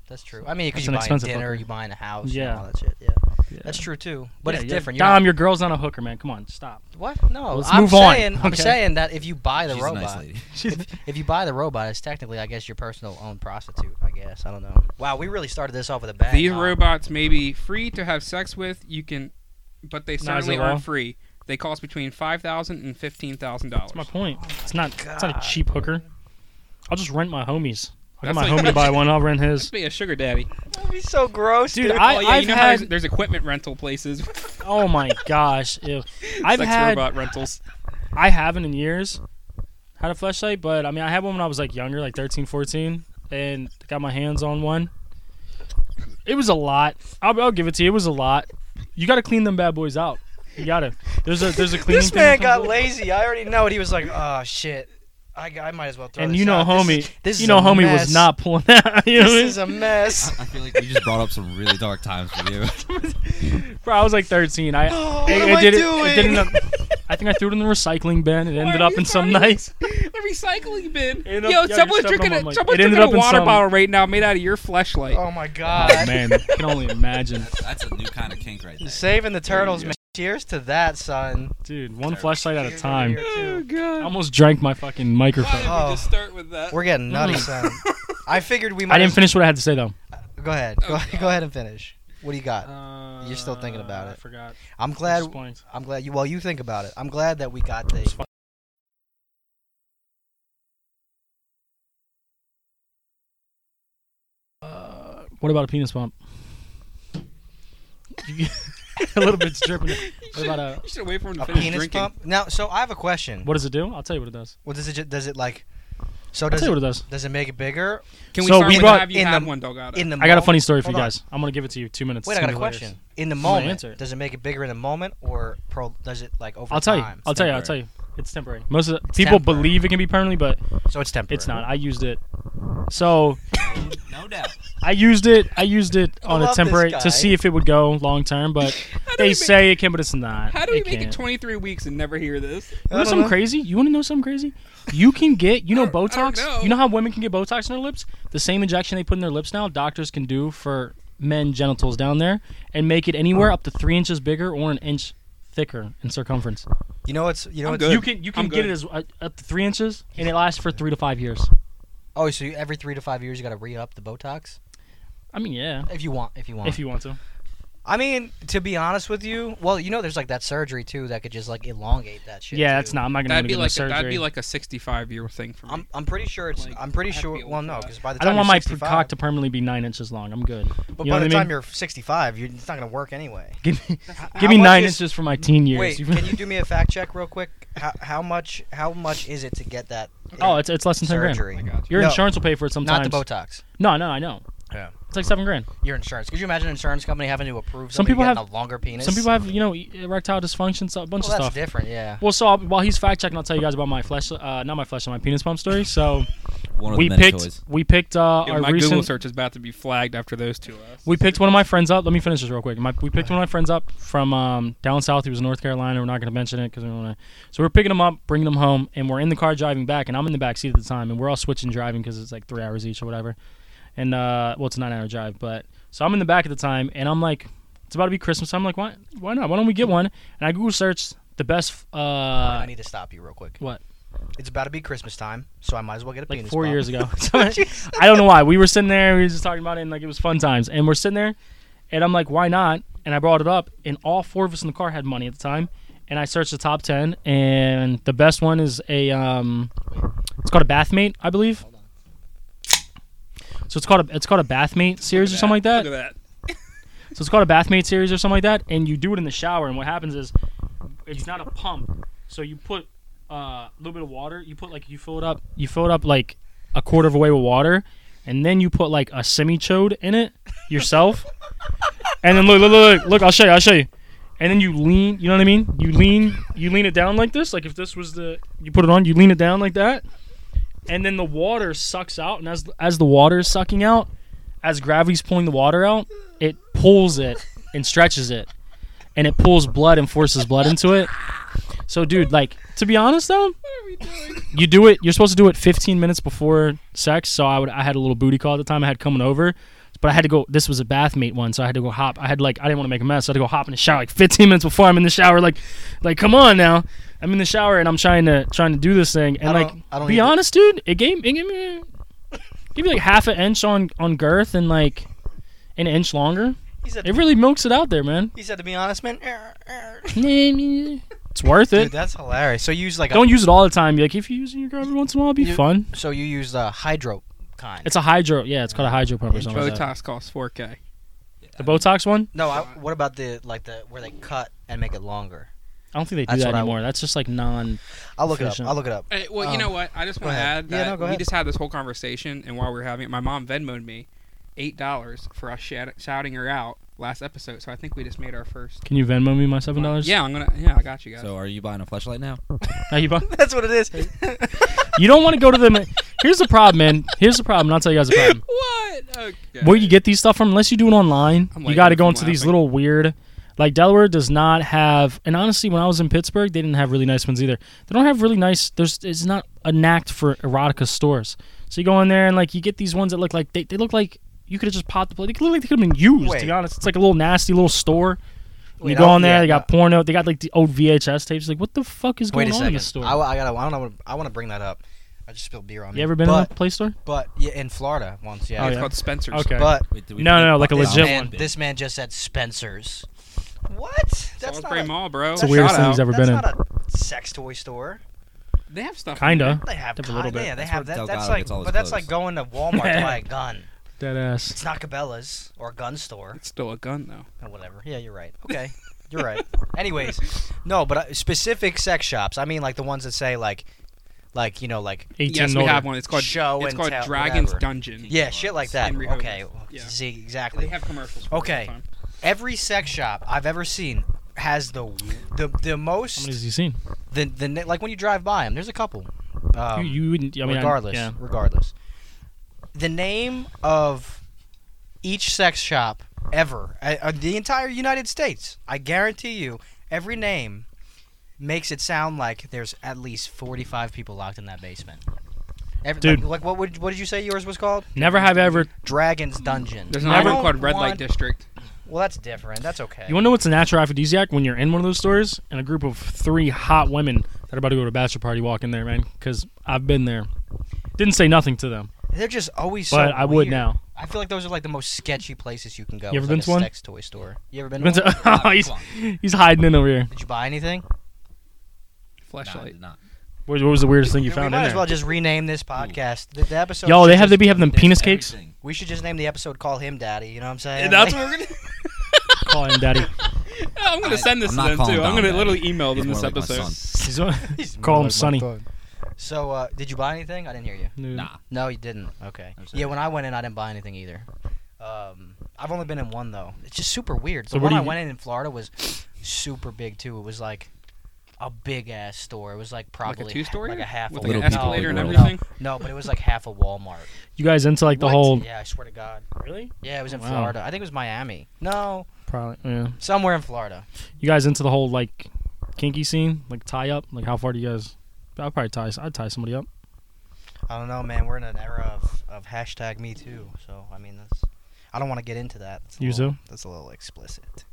Speaker 1: That's true. I mean, because
Speaker 4: That's
Speaker 1: you
Speaker 4: an
Speaker 1: buy
Speaker 4: expensive
Speaker 1: dinner,
Speaker 4: hooker.
Speaker 1: you buy in a house, yeah,
Speaker 4: Yeah.
Speaker 1: and all that shit. Yeah.
Speaker 4: Yeah.
Speaker 1: that's true too. But
Speaker 4: Yeah,
Speaker 1: it's
Speaker 4: yeah.
Speaker 1: different. You're
Speaker 4: Dom,
Speaker 1: not-
Speaker 4: your girl's not a hooker, man. Come on, stop.
Speaker 1: what? No,
Speaker 4: Let's
Speaker 1: I'm
Speaker 4: move on,
Speaker 1: saying, I'm
Speaker 4: okay?
Speaker 1: saying that if you buy the
Speaker 3: She's
Speaker 1: robot,
Speaker 3: a nice lady.
Speaker 4: She's
Speaker 1: if you buy the robot, it's technically, I guess, your personal owned prostitute. I guess I don't know. Wow, we really started this off with a bang.
Speaker 2: These
Speaker 1: huh?
Speaker 2: robots may be free to have sex with. You can, but they
Speaker 4: Not as
Speaker 2: certainly
Speaker 4: a law.
Speaker 2: aren't free. They cost between five thousand and fifteen thousand dollars.
Speaker 4: That's my point. It's not. It's not
Speaker 1: God.
Speaker 4: a cheap hooker. I'll just rent my homies. I got
Speaker 2: That's
Speaker 4: my
Speaker 2: like-
Speaker 4: homie to buy one. I'll rent his.
Speaker 2: Must be a sugar daddy,
Speaker 1: That'd be so gross,
Speaker 4: Dude, I-
Speaker 2: oh, yeah,
Speaker 4: I've
Speaker 2: you know how
Speaker 4: had-
Speaker 2: there's, there's equipment rental places.
Speaker 4: Oh my gosh! Ew. I've
Speaker 2: sex
Speaker 4: had.
Speaker 2: robot rentals.
Speaker 4: I haven't in years had a flashlight, but I mean, I had one when I was like younger, like 13, 14, and got my hands on one. It was a lot. I'll, I'll give it to you. It was a lot. You got to clean them bad boys out. You got to. There's a there's a cleaning.
Speaker 1: this
Speaker 4: thing that
Speaker 1: man
Speaker 4: comes
Speaker 1: got
Speaker 4: with it.
Speaker 1: lazy. I already know it. He was like, "Oh shit, I, I might as well throw."
Speaker 4: And
Speaker 1: this
Speaker 4: you know,
Speaker 1: out.
Speaker 4: homie,
Speaker 1: this is, this
Speaker 4: you
Speaker 1: is
Speaker 4: know,
Speaker 1: a
Speaker 4: homie
Speaker 1: mess.
Speaker 4: was not pulling out. You know what
Speaker 1: This
Speaker 4: I mean?
Speaker 1: is a mess.
Speaker 3: I feel like you just brought up some really dark times for you.
Speaker 4: Bro, I was like 13. I,
Speaker 1: Oh,
Speaker 4: I-
Speaker 1: what
Speaker 4: I,
Speaker 1: am I
Speaker 4: did it.
Speaker 1: doing?
Speaker 4: It didn't. I think I threw it in the recycling bin. It
Speaker 2: Why
Speaker 4: ended
Speaker 2: are
Speaker 4: up
Speaker 2: you
Speaker 4: in some
Speaker 2: talking
Speaker 4: nice.
Speaker 2: about The recycling bin.
Speaker 4: Ended up- yo,
Speaker 2: Yo,
Speaker 4: you're
Speaker 2: someone's
Speaker 4: stepping
Speaker 2: drinking
Speaker 4: on
Speaker 2: a,
Speaker 4: my-
Speaker 2: someone's
Speaker 4: It ended
Speaker 2: drinking
Speaker 4: up
Speaker 2: a
Speaker 4: in
Speaker 2: water
Speaker 4: some-
Speaker 2: bottle right now made out of your flashlight.
Speaker 1: Oh my
Speaker 4: Oh,
Speaker 1: god,
Speaker 4: man, I can only imagine,
Speaker 3: That's a new kind of kink right there.
Speaker 1: saving the turtles,
Speaker 3: go.
Speaker 1: man. Cheers to that, son.
Speaker 4: dude. One flashlight at a time.
Speaker 2: Oh, God.
Speaker 4: I almost drank my fucking
Speaker 2: Why did
Speaker 4: microphone.
Speaker 1: Oh.
Speaker 2: we just start with that?
Speaker 1: We're getting nutty, son. I figured we might.
Speaker 4: Mm. I didn't
Speaker 1: as-
Speaker 4: finish what I had to say though.
Speaker 1: Go ahead. Go,
Speaker 2: Oh, God.
Speaker 1: go ahead and finish. What do you got?
Speaker 4: Uh,
Speaker 1: You're still thinking about
Speaker 4: I
Speaker 1: it.
Speaker 4: forgot.
Speaker 1: I'm
Speaker 4: Glad.
Speaker 1: glad. I'm glad you. Well, you think about it. I'm glad that we got the.
Speaker 4: It's fine. Uh, what about a penis pump? a little bit's dripping. What about a?
Speaker 2: you should wait for him to
Speaker 1: A
Speaker 2: finish
Speaker 1: penis
Speaker 2: drinking.
Speaker 1: pump. Now, so I have a question.
Speaker 4: What does it do? I'll tell you what it does.
Speaker 1: What does it? ju- Does it like? So
Speaker 4: I'll
Speaker 1: does
Speaker 4: tell you
Speaker 1: it,
Speaker 4: what it does.
Speaker 1: does it make it bigger
Speaker 2: Can we
Speaker 4: So
Speaker 2: start
Speaker 4: we
Speaker 2: with
Speaker 4: brought
Speaker 2: have you
Speaker 1: in
Speaker 2: had
Speaker 1: the-
Speaker 2: one Delgado?
Speaker 1: in the?
Speaker 4: I got a
Speaker 1: moment?
Speaker 4: funny story for
Speaker 1: Hold
Speaker 4: you
Speaker 1: on.
Speaker 4: guys. I'm gonna give it to you. Two minutes.
Speaker 1: Wait, I
Speaker 4: two
Speaker 1: got a
Speaker 4: minutes
Speaker 1: question.
Speaker 4: later.
Speaker 1: In the
Speaker 4: I'm gonna
Speaker 1: moment,
Speaker 4: answer it.
Speaker 1: does it make it bigger in the moment, or pro, does it like over
Speaker 4: I'll tell you.
Speaker 1: time?
Speaker 4: I'll tell you. I'll tell
Speaker 3: temporary.
Speaker 4: you. It's temporary. Most of the, people
Speaker 1: temporary.
Speaker 4: believe it can be permanently, but
Speaker 1: So it's temporary.
Speaker 4: it's not. I used it. So
Speaker 3: No doubt.
Speaker 4: I used it. I used it
Speaker 1: I
Speaker 4: on
Speaker 1: love
Speaker 4: a
Speaker 1: this
Speaker 4: temporary
Speaker 1: guy.
Speaker 4: to see if it would go long term, but
Speaker 2: How do we
Speaker 4: they
Speaker 2: make-
Speaker 4: say it can, but it's not.
Speaker 2: How do we
Speaker 4: it
Speaker 2: make it
Speaker 4: can't.
Speaker 2: 23 weeks and never hear this?
Speaker 4: You know
Speaker 1: don't
Speaker 4: something
Speaker 1: know.
Speaker 4: crazy? You want to know something crazy? You can get, you know,
Speaker 2: I don't- I don't
Speaker 4: Botox.
Speaker 2: know.
Speaker 4: You know how women can get Botox in their lips? The same injection they put in their lips now, doctors can do for men genitals down there and make it anywhere up to three inches bigger or an inch thicker in circumference.
Speaker 1: You know it's. You know
Speaker 2: I'm
Speaker 1: it's.
Speaker 2: good.
Speaker 4: You can you can
Speaker 2: I'm
Speaker 4: get
Speaker 2: good.
Speaker 4: it as uh, up to three inches and it lasts for three to five years.
Speaker 1: Oh, so you, every three to five years you got to re up the Botox
Speaker 4: I mean, yeah,
Speaker 1: if you want. If you want.
Speaker 4: if you want to.
Speaker 1: I mean, to be honest with you, well, you know, there's like that surgery too that could just like elongate that shit.
Speaker 4: Yeah,
Speaker 1: too.
Speaker 4: that's not. I'm not gonna
Speaker 2: That'd
Speaker 4: go
Speaker 2: be
Speaker 4: get
Speaker 2: like
Speaker 4: surgery.
Speaker 2: that'd be like a 65 year thing for me.
Speaker 1: I'm, I'm pretty sure it's.
Speaker 2: Like,
Speaker 1: I'm pretty
Speaker 2: I have to
Speaker 1: sure.
Speaker 2: be
Speaker 1: Well,
Speaker 2: old
Speaker 1: no,
Speaker 2: for that.
Speaker 1: because by the
Speaker 4: I
Speaker 1: time
Speaker 4: don't want
Speaker 1: you're
Speaker 4: my
Speaker 1: 65,
Speaker 4: cock to permanently be nine inches long. I'm good.
Speaker 1: But
Speaker 4: you know
Speaker 1: by
Speaker 4: what
Speaker 1: the
Speaker 4: I
Speaker 1: time
Speaker 4: mean?
Speaker 1: you're 65, you're, it's not gonna work anyway.
Speaker 4: Give me,
Speaker 1: How
Speaker 4: give me
Speaker 1: much
Speaker 4: nine
Speaker 1: is-
Speaker 4: inches for my teen years.
Speaker 1: Wait, can you do me a fact check real quick? How, how much? How much is it to get that?
Speaker 4: oh, it's it's less than ten grand.
Speaker 1: surgery.
Speaker 2: I got you.
Speaker 4: Your
Speaker 1: No.
Speaker 4: insurance will pay for it
Speaker 1: not
Speaker 4: sometimes.
Speaker 1: the Botox.
Speaker 4: No, no, I know.
Speaker 1: Yeah.
Speaker 4: It's like seven grand.
Speaker 1: Your insurance. Could you imagine an insurance company having to approve
Speaker 4: Some
Speaker 1: somebody
Speaker 4: people
Speaker 1: getting
Speaker 4: have-
Speaker 1: a longer penis?
Speaker 4: Some people have, you know, e- erectile dysfunction, so a bunch
Speaker 1: Well,
Speaker 4: of
Speaker 1: that's
Speaker 4: stuff.
Speaker 1: different. Yeah.
Speaker 4: well, so I'll, while he's fact checking, I'll tell you guys about my flesh, uh, not my flesh, my penis pump story. So
Speaker 3: One of
Speaker 4: we
Speaker 3: the many
Speaker 4: picked,
Speaker 3: toys.
Speaker 4: we picked uh,
Speaker 2: Yo,
Speaker 4: our
Speaker 2: my
Speaker 4: recent,
Speaker 2: Google search is about to be flagged after those two. Us.
Speaker 4: we picked one of my friends up. Let me finish this real quick. My, we picked one of my friends up from um, down south. He was in North Carolina. We're not going to mention it because we don't want to. So we're picking him up, bringing him home, and we're in the car driving back. And I'm in the back seat at the time, and we're all switching driving because it's like three hours each or whatever. And uh, well, it's a nine-hour drive, but so I'm in the back at the time, and I'm like, it's about to be Christmas. I'm like, why? Why not? Why don't we get one? And I Google searched the best.
Speaker 1: I
Speaker 4: Uh,
Speaker 1: need to stop you real quick.
Speaker 4: what?
Speaker 1: It's about to be Christmas time, so I might as well get a
Speaker 4: like
Speaker 1: penis.
Speaker 4: four
Speaker 1: pump.
Speaker 4: years ago. So I I don't know why. We were sitting there, we were just talking about it, and like it was fun times. And we're sitting there, and I'm like, why not? And I brought it up, and all four of us in the car had money at the time. And I searched the top ten, and the best one is a um, it's called a Bathmate, I believe. So it's called a it's called a Bathmate series or something like that.
Speaker 2: Look at
Speaker 4: So it's called a Bathmate series or something like that, and you do it in the shower. And what happens is, it's not a pump. So you put a a little bit of water. You put like you fill it up. You fill it up like a quarter of a way with water, and then you put like a semi-chode in it yourself. and then look, look, look, look, look. I'll show you. I'll show you. And then you lean. You know what I mean? You lean. You lean it down like this. Like if this was the you put it on. You lean it down like that. And then the water sucks out, and as as the water is sucking out, as gravity's pulling the water out, it pulls it and stretches it, and it pulls blood and forces blood into it. So, dude, like to be honest though, you do it. You're supposed to do it 15 minutes before sex. So I would. I had a little booty call at the time. I had coming over, but I had to go. This was a bathmate one, so I had to go hop. I had like I didn't want to make a mess. So I had to go hop in the shower like 15 minutes before I'm in the shower. Like, like come on now. I'm in the shower and I'm trying to trying to do this thing. And
Speaker 1: I
Speaker 4: like,
Speaker 1: don't- I don't
Speaker 4: be
Speaker 1: either.
Speaker 4: honest, dude. It gave it gave me give me like half an inch on on girth and like an inch longer.
Speaker 1: He said,
Speaker 4: It really milks it out there, man.
Speaker 1: he said to be honest, man. "Er, er."
Speaker 4: It's worth
Speaker 1: Dude,
Speaker 4: it.
Speaker 1: that's hilarious. So you use like
Speaker 4: Don't
Speaker 1: a,
Speaker 4: use it all the time. Like if you use it in your garbage once in a while, it'd be
Speaker 1: You-
Speaker 4: fun.
Speaker 1: so you use the hydro kind.
Speaker 4: It's a hydro. Yeah, it's called a hydro pump or something. like that.
Speaker 2: Botox costs 4K.
Speaker 4: The Botox one?
Speaker 1: no, I, what about the like the where they cut and make it longer?
Speaker 4: I don't think they do
Speaker 1: That's
Speaker 4: that
Speaker 1: what I-
Speaker 4: anymore. That's just like non.
Speaker 1: I'll look it
Speaker 4: Efficient.
Speaker 1: up. I'll look it up.
Speaker 2: Hey, well, you
Speaker 4: Oh.
Speaker 1: Um,
Speaker 2: know what? I just
Speaker 1: go
Speaker 2: want to
Speaker 1: ahead.
Speaker 2: add
Speaker 1: Yeah,
Speaker 2: that
Speaker 1: no, go
Speaker 2: we
Speaker 1: ahead.
Speaker 2: just had this whole conversation, and while we were having it, my mom Venmoed me eight dollars for us shout- shouting her out last episode. So I think we just made our first.
Speaker 4: Can you Venmo me my seven dollars?
Speaker 2: Yeah, I'm gonna. Yeah, I got you guys.
Speaker 3: So are you buying a flashlight now?
Speaker 4: you, bu-
Speaker 1: That's what it is.
Speaker 4: you don't want to go to them. Here's the problem, man. Here's the problem. and I'll tell you guys the problem.
Speaker 2: what? Okay.
Speaker 4: Where you get these stuff from, unless you do it online,
Speaker 2: I'm
Speaker 4: you got to
Speaker 2: like,
Speaker 4: go
Speaker 2: I'm
Speaker 4: into these
Speaker 2: laughing.
Speaker 4: little weird. Like Delaware does not have, and honestly, when I was in Pittsburgh, they didn't have really nice ones either. They don't have really nice. There's it's not a knack for erotica stores. So you go in there and like you get these ones that look like they, they look like you could have just popped the plate. They look like they could have been used. To
Speaker 1: Wait.
Speaker 4: be honest, it's like a little nasty little store.
Speaker 1: Wait,
Speaker 4: you go
Speaker 1: I'll-
Speaker 4: in there,
Speaker 1: yeah,
Speaker 4: they got porno, they got like the old VHS tapes. Like, what the fuck is
Speaker 1: Wait
Speaker 4: going
Speaker 1: a
Speaker 4: on in
Speaker 1: second.
Speaker 4: this store?
Speaker 1: I, I gotta. I don't know. I want to bring that up. I just spilled beer on me.
Speaker 4: you ever been
Speaker 1: but,
Speaker 4: in a play store?
Speaker 1: But yeah, in Florida once. Yeah.
Speaker 4: Oh,
Speaker 2: It's
Speaker 4: yeah.
Speaker 2: called Spencer's.
Speaker 4: Okay.
Speaker 1: But
Speaker 3: Wait, did we
Speaker 4: No,
Speaker 3: forget
Speaker 4: no, no,
Speaker 3: about
Speaker 4: like a
Speaker 3: this?
Speaker 1: this
Speaker 4: legit
Speaker 1: man,
Speaker 4: one.
Speaker 1: This man just said Spencer's. What? That's not.
Speaker 2: Salisbury
Speaker 1: A,
Speaker 2: Mall, bro.
Speaker 4: It's the weirdest
Speaker 2: Shout
Speaker 4: thing
Speaker 2: out.
Speaker 4: he's ever
Speaker 1: that's
Speaker 4: been in.
Speaker 1: not a sex toy store.
Speaker 2: They have stuff. in
Speaker 4: Kinda.
Speaker 1: They have.
Speaker 4: Except a
Speaker 1: kind-
Speaker 4: little bit.
Speaker 1: Yeah, they
Speaker 3: That's
Speaker 1: have
Speaker 3: where
Speaker 1: that. That's
Speaker 3: Delgado
Speaker 1: like.
Speaker 3: gets all his
Speaker 1: But that's
Speaker 3: clothes.
Speaker 1: like going to Walmart to buy a gun.
Speaker 4: Dead ass.
Speaker 1: It's not Cabela's or gun store
Speaker 2: there. It's still a gun though.
Speaker 1: or whatever. Yeah, you're right. Okay, you're right. Anyways, no, but uh, specific sex shops. I mean, like the ones that say like, like you know, like
Speaker 4: Eighteen
Speaker 2: yes,
Speaker 4: and
Speaker 2: we
Speaker 4: older.
Speaker 2: have one. It's called
Speaker 1: Show
Speaker 2: It's
Speaker 1: and
Speaker 2: called
Speaker 1: tell,
Speaker 2: Dragon's
Speaker 1: whatever.
Speaker 2: Dungeon.
Speaker 1: yeah, shit like that.
Speaker 2: In Rehoboth.
Speaker 1: Okay,
Speaker 2: Yeah.
Speaker 1: see
Speaker 2: They
Speaker 1: exactly.
Speaker 2: have commercials. for it all the
Speaker 1: Okay.
Speaker 2: time.
Speaker 1: Every sex shop I've ever seen has the the the
Speaker 4: How
Speaker 1: most
Speaker 4: many has you seen?
Speaker 1: the the ne- like when you drive by them. There's a couple. Um,
Speaker 4: you, you wouldn't. I mean, I-
Speaker 1: regardless,
Speaker 4: yeah.
Speaker 1: regardless, the name of each sex shop ever, uh, uh, the entire United States, I guarantee you, every name makes it sound like there's at least 45 people locked in that basement. Every,
Speaker 4: Dude.
Speaker 1: like, like what would what did you say yours was called?
Speaker 4: Never have ever.
Speaker 1: Dragon's Dungeon.
Speaker 2: There's
Speaker 1: I
Speaker 2: another one
Speaker 1: don't
Speaker 2: called Red Light
Speaker 1: want-
Speaker 2: District.
Speaker 1: Well, that's different. That's okay.
Speaker 4: You want to know what's a natural aphrodisiac when you're in one of those stores and a group of three hot women that are about to go to a bachelor party walk in there, man? Because I've been there. Didn't say nothing to them,
Speaker 1: They're just always. so
Speaker 4: but I would
Speaker 1: weird.
Speaker 4: now.
Speaker 1: I feel like those are like the most sketchy places you can go.
Speaker 4: You ever
Speaker 1: It's like
Speaker 4: been to
Speaker 1: a
Speaker 4: one?
Speaker 1: Sex toy store. You ever been?
Speaker 4: Been
Speaker 1: To one?
Speaker 4: to- he's, he's hiding in over here.
Speaker 1: Did you buy anything?
Speaker 3: Nah, I
Speaker 2: Flashlight.
Speaker 3: did not.
Speaker 4: What, what was the weirdest thing you
Speaker 1: Yeah,
Speaker 4: found
Speaker 1: we
Speaker 4: in
Speaker 1: might
Speaker 4: there?
Speaker 1: as well just rename this podcast. The, the episode.
Speaker 4: Yo,
Speaker 1: should
Speaker 4: they have
Speaker 1: just-
Speaker 4: they be having them penis cakes.
Speaker 3: Everything.
Speaker 1: We should just name the episode "Call Him Daddy." You know what I'm saying? Like-
Speaker 2: we're gonna.
Speaker 4: Call him daddy.
Speaker 2: I'm gonna
Speaker 3: I-
Speaker 2: send this
Speaker 3: I'm
Speaker 2: to
Speaker 3: not
Speaker 2: them
Speaker 3: calling
Speaker 2: too. I'm
Speaker 3: Dom
Speaker 2: gonna
Speaker 3: that.
Speaker 2: literally email them
Speaker 3: He's
Speaker 2: this
Speaker 3: more like my
Speaker 2: episode.
Speaker 4: He's on- Call him Sonny.
Speaker 1: so, uh, did you buy anything? I didn't hear you.
Speaker 3: Nah.
Speaker 1: No, you didn't. Okay.
Speaker 3: I'm sorry.
Speaker 1: Yeah, when I went in, I didn't buy anything either. Um, I've only been in one though. It's just super weird. the
Speaker 4: So what
Speaker 1: one
Speaker 4: do
Speaker 1: I
Speaker 4: you-
Speaker 1: went in in Florida was super big too. It was like a big ass store. It was like
Speaker 2: Like
Speaker 1: probably
Speaker 2: a two-story,
Speaker 1: like a half
Speaker 2: with
Speaker 1: a
Speaker 2: like an
Speaker 3: Little people,
Speaker 2: escalator and
Speaker 3: big
Speaker 1: no,
Speaker 3: world.
Speaker 2: everything.
Speaker 1: No, but it was like half a Walmart.
Speaker 4: You guys into like the
Speaker 2: What?
Speaker 4: whole?
Speaker 1: Yeah, I swear to God.
Speaker 4: Really?
Speaker 1: Yeah, it was in
Speaker 4: Wow.
Speaker 1: Florida. I think it was Miami. No,
Speaker 4: Probably. Yeah.
Speaker 1: somewhere in Florida.
Speaker 4: You guys into the whole like kinky scene, like tie up? Like how far do you guys? I'd probably tie. I'd tie somebody up.
Speaker 1: I don't know, man. We're in an era of, of hashtag Me Too, so I mean, that's I don't want to get into that. It's a
Speaker 4: You
Speaker 1: little-
Speaker 4: too?
Speaker 1: That's a little explicit.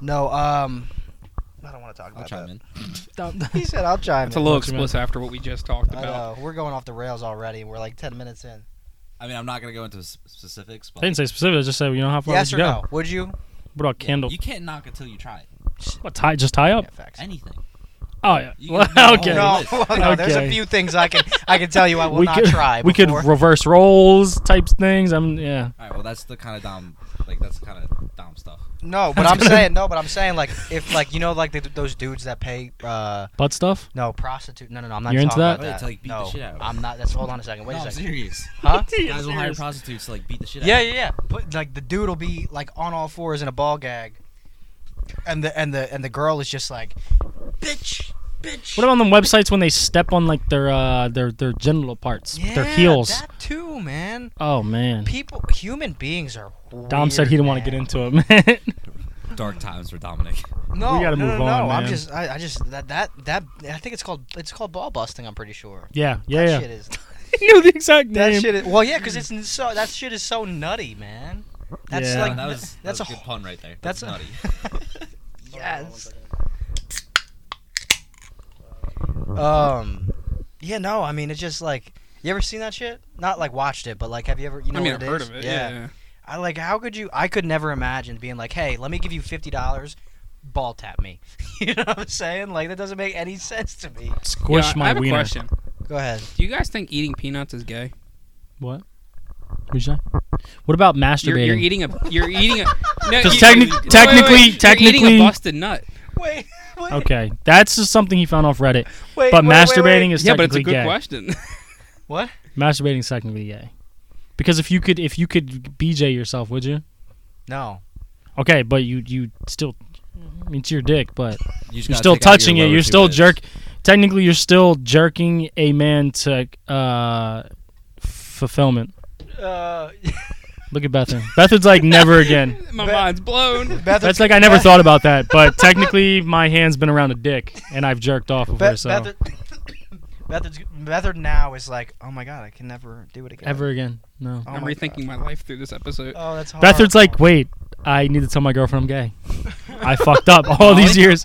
Speaker 1: No, um, I don't want to talk
Speaker 3: I'll
Speaker 1: about
Speaker 3: chime
Speaker 1: that.
Speaker 3: in.
Speaker 1: He said, "I'll chime
Speaker 2: It's a
Speaker 1: in."
Speaker 2: little
Speaker 4: What you mean?
Speaker 2: explicit after what we just talked
Speaker 1: I
Speaker 2: about.
Speaker 1: know we're going off the rails already. We're like ten minutes in.
Speaker 3: I mean, I'm not gonna go into s- specifics, but
Speaker 4: I didn't say specific. I just said you know how far
Speaker 1: yes
Speaker 4: would
Speaker 1: or
Speaker 4: you go.
Speaker 1: no? Would you?
Speaker 4: What about candle?
Speaker 3: You can't knock until you try it.
Speaker 4: What tie? Just tie up?
Speaker 1: Yeah, facts.
Speaker 3: Anything.
Speaker 4: Oh, Oh yeah.
Speaker 3: You
Speaker 4: Well,
Speaker 3: can do the
Speaker 4: okay.
Speaker 1: No, well, no, there's a
Speaker 4: Okay.
Speaker 1: few things I can I can tell you I will
Speaker 4: we
Speaker 1: not
Speaker 4: could
Speaker 1: try.
Speaker 4: we could
Speaker 1: before-
Speaker 4: reverse roles types things. I'm yeah.
Speaker 3: All right. Well, that's the kind of dumb. Like that's the kind of dumb stuff.
Speaker 1: no, but I'm saying no, but I'm saying like if like you know like the, those dudes that pay uh
Speaker 4: Butt stuff.
Speaker 1: no prostitute no no no I'm not
Speaker 4: You're into
Speaker 1: talking
Speaker 4: that?
Speaker 1: about
Speaker 3: Wait,
Speaker 1: that
Speaker 3: till, like, beat the
Speaker 1: no
Speaker 3: shit out of
Speaker 1: I'm not that's hold on a second wait
Speaker 3: no,
Speaker 1: a
Speaker 3: I'm
Speaker 1: second
Speaker 3: serious.
Speaker 1: huh
Speaker 3: Guys will hire prostitutes to like beat the shit
Speaker 1: yeah
Speaker 3: out.
Speaker 1: yeah yeah but like the dude will be like on all fours in a ball gag and the and the and the girl is just like bitch bitch
Speaker 4: What about on the websites when they step on like their uh their their genital parts,
Speaker 1: yeah,
Speaker 4: their heels?
Speaker 1: that too man
Speaker 4: Oh man.
Speaker 1: people human beings are
Speaker 4: Dom said he didn't want to get into it, man.
Speaker 3: of Dark times for Dominic.
Speaker 1: No,
Speaker 4: We gotta
Speaker 1: no,
Speaker 4: move
Speaker 1: no, no.
Speaker 4: on,
Speaker 1: I'm
Speaker 4: man.
Speaker 1: just, I, I just that that that I think it's called it's called ball busting. I'm pretty sure.
Speaker 4: yeah, yeah,
Speaker 1: that
Speaker 4: yeah.
Speaker 1: Shit is,
Speaker 4: he knew the exact
Speaker 1: that
Speaker 4: name.
Speaker 1: shit is well, yeah, because it's n- so that shit is so nutty, man. That's
Speaker 4: Yeah.
Speaker 1: like
Speaker 3: that was that
Speaker 1: that's
Speaker 3: was a
Speaker 1: a
Speaker 3: good pun right there.
Speaker 1: that's
Speaker 3: That's,
Speaker 1: a-
Speaker 3: nutty.
Speaker 1: yes. Um, yeah, no, I mean it's just like you ever seen that shit? Not like watched it, but like have you ever you know
Speaker 2: I mean,
Speaker 1: what
Speaker 2: I've
Speaker 1: it
Speaker 2: heard
Speaker 1: is?
Speaker 2: of it. Yeah. yeah.
Speaker 1: I like how could you? I could never imagine being like, hey, let me give you fifty dollars, ball tap me. you know what I'm saying? Like that doesn't make any sense to me.
Speaker 4: Squish
Speaker 2: Yeah, I-
Speaker 4: my
Speaker 2: I have
Speaker 4: wiener.
Speaker 2: a question.
Speaker 1: Go ahead.
Speaker 2: Do you guys think eating peanuts is gay?
Speaker 4: What'd you say? What about
Speaker 2: You're,
Speaker 4: masturbating?
Speaker 2: you're eating a. You're eating a. No,
Speaker 4: Because
Speaker 2: you-
Speaker 4: techni-
Speaker 2: wait, wait, wait,
Speaker 4: technically-
Speaker 2: you're
Speaker 4: technically-
Speaker 2: eating a busted nut.
Speaker 1: Wait, wait,
Speaker 4: okay, that's just something he found off Reddit.
Speaker 1: wait,
Speaker 4: But
Speaker 1: wait, wait,
Speaker 4: masturbating
Speaker 1: wait.
Speaker 4: is
Speaker 2: yeah, but it's
Speaker 4: technically
Speaker 2: a good
Speaker 4: gay.
Speaker 2: question.
Speaker 1: What?
Speaker 4: Masturbating is technically gay. Because if you could if you could BJ yourself, would you?
Speaker 1: No.
Speaker 4: Okay, but you you still I mean, it's your dick, but
Speaker 3: You just
Speaker 4: you're
Speaker 3: gotta
Speaker 4: still
Speaker 3: pick out your
Speaker 4: touching it.
Speaker 3: lower
Speaker 4: You're
Speaker 3: two
Speaker 4: still
Speaker 3: lids.
Speaker 4: jerk. Technically, you're still jerking a man to uh, fulfillment.
Speaker 1: Uh,
Speaker 4: Look at Bethan. Bethan's like never again.
Speaker 2: My
Speaker 1: But- Oh
Speaker 2: mind's blown.
Speaker 1: Beth,
Speaker 4: That's like I never thought about that, but technically my hand's been around a dick and I've jerked off before.
Speaker 1: Beth,
Speaker 4: So
Speaker 1: Beth, Bethard's- Bethard now is like, oh my god, I can never do it again.
Speaker 4: ever again, no.
Speaker 3: Uh-huh.
Speaker 1: Oh
Speaker 2: I'm
Speaker 1: my
Speaker 2: rethinking my life through this episode.
Speaker 1: God. Oh, that's hard.
Speaker 4: Bethard's like, wait, I need to tell my girlfriend I'm gay. I fucked up all these years.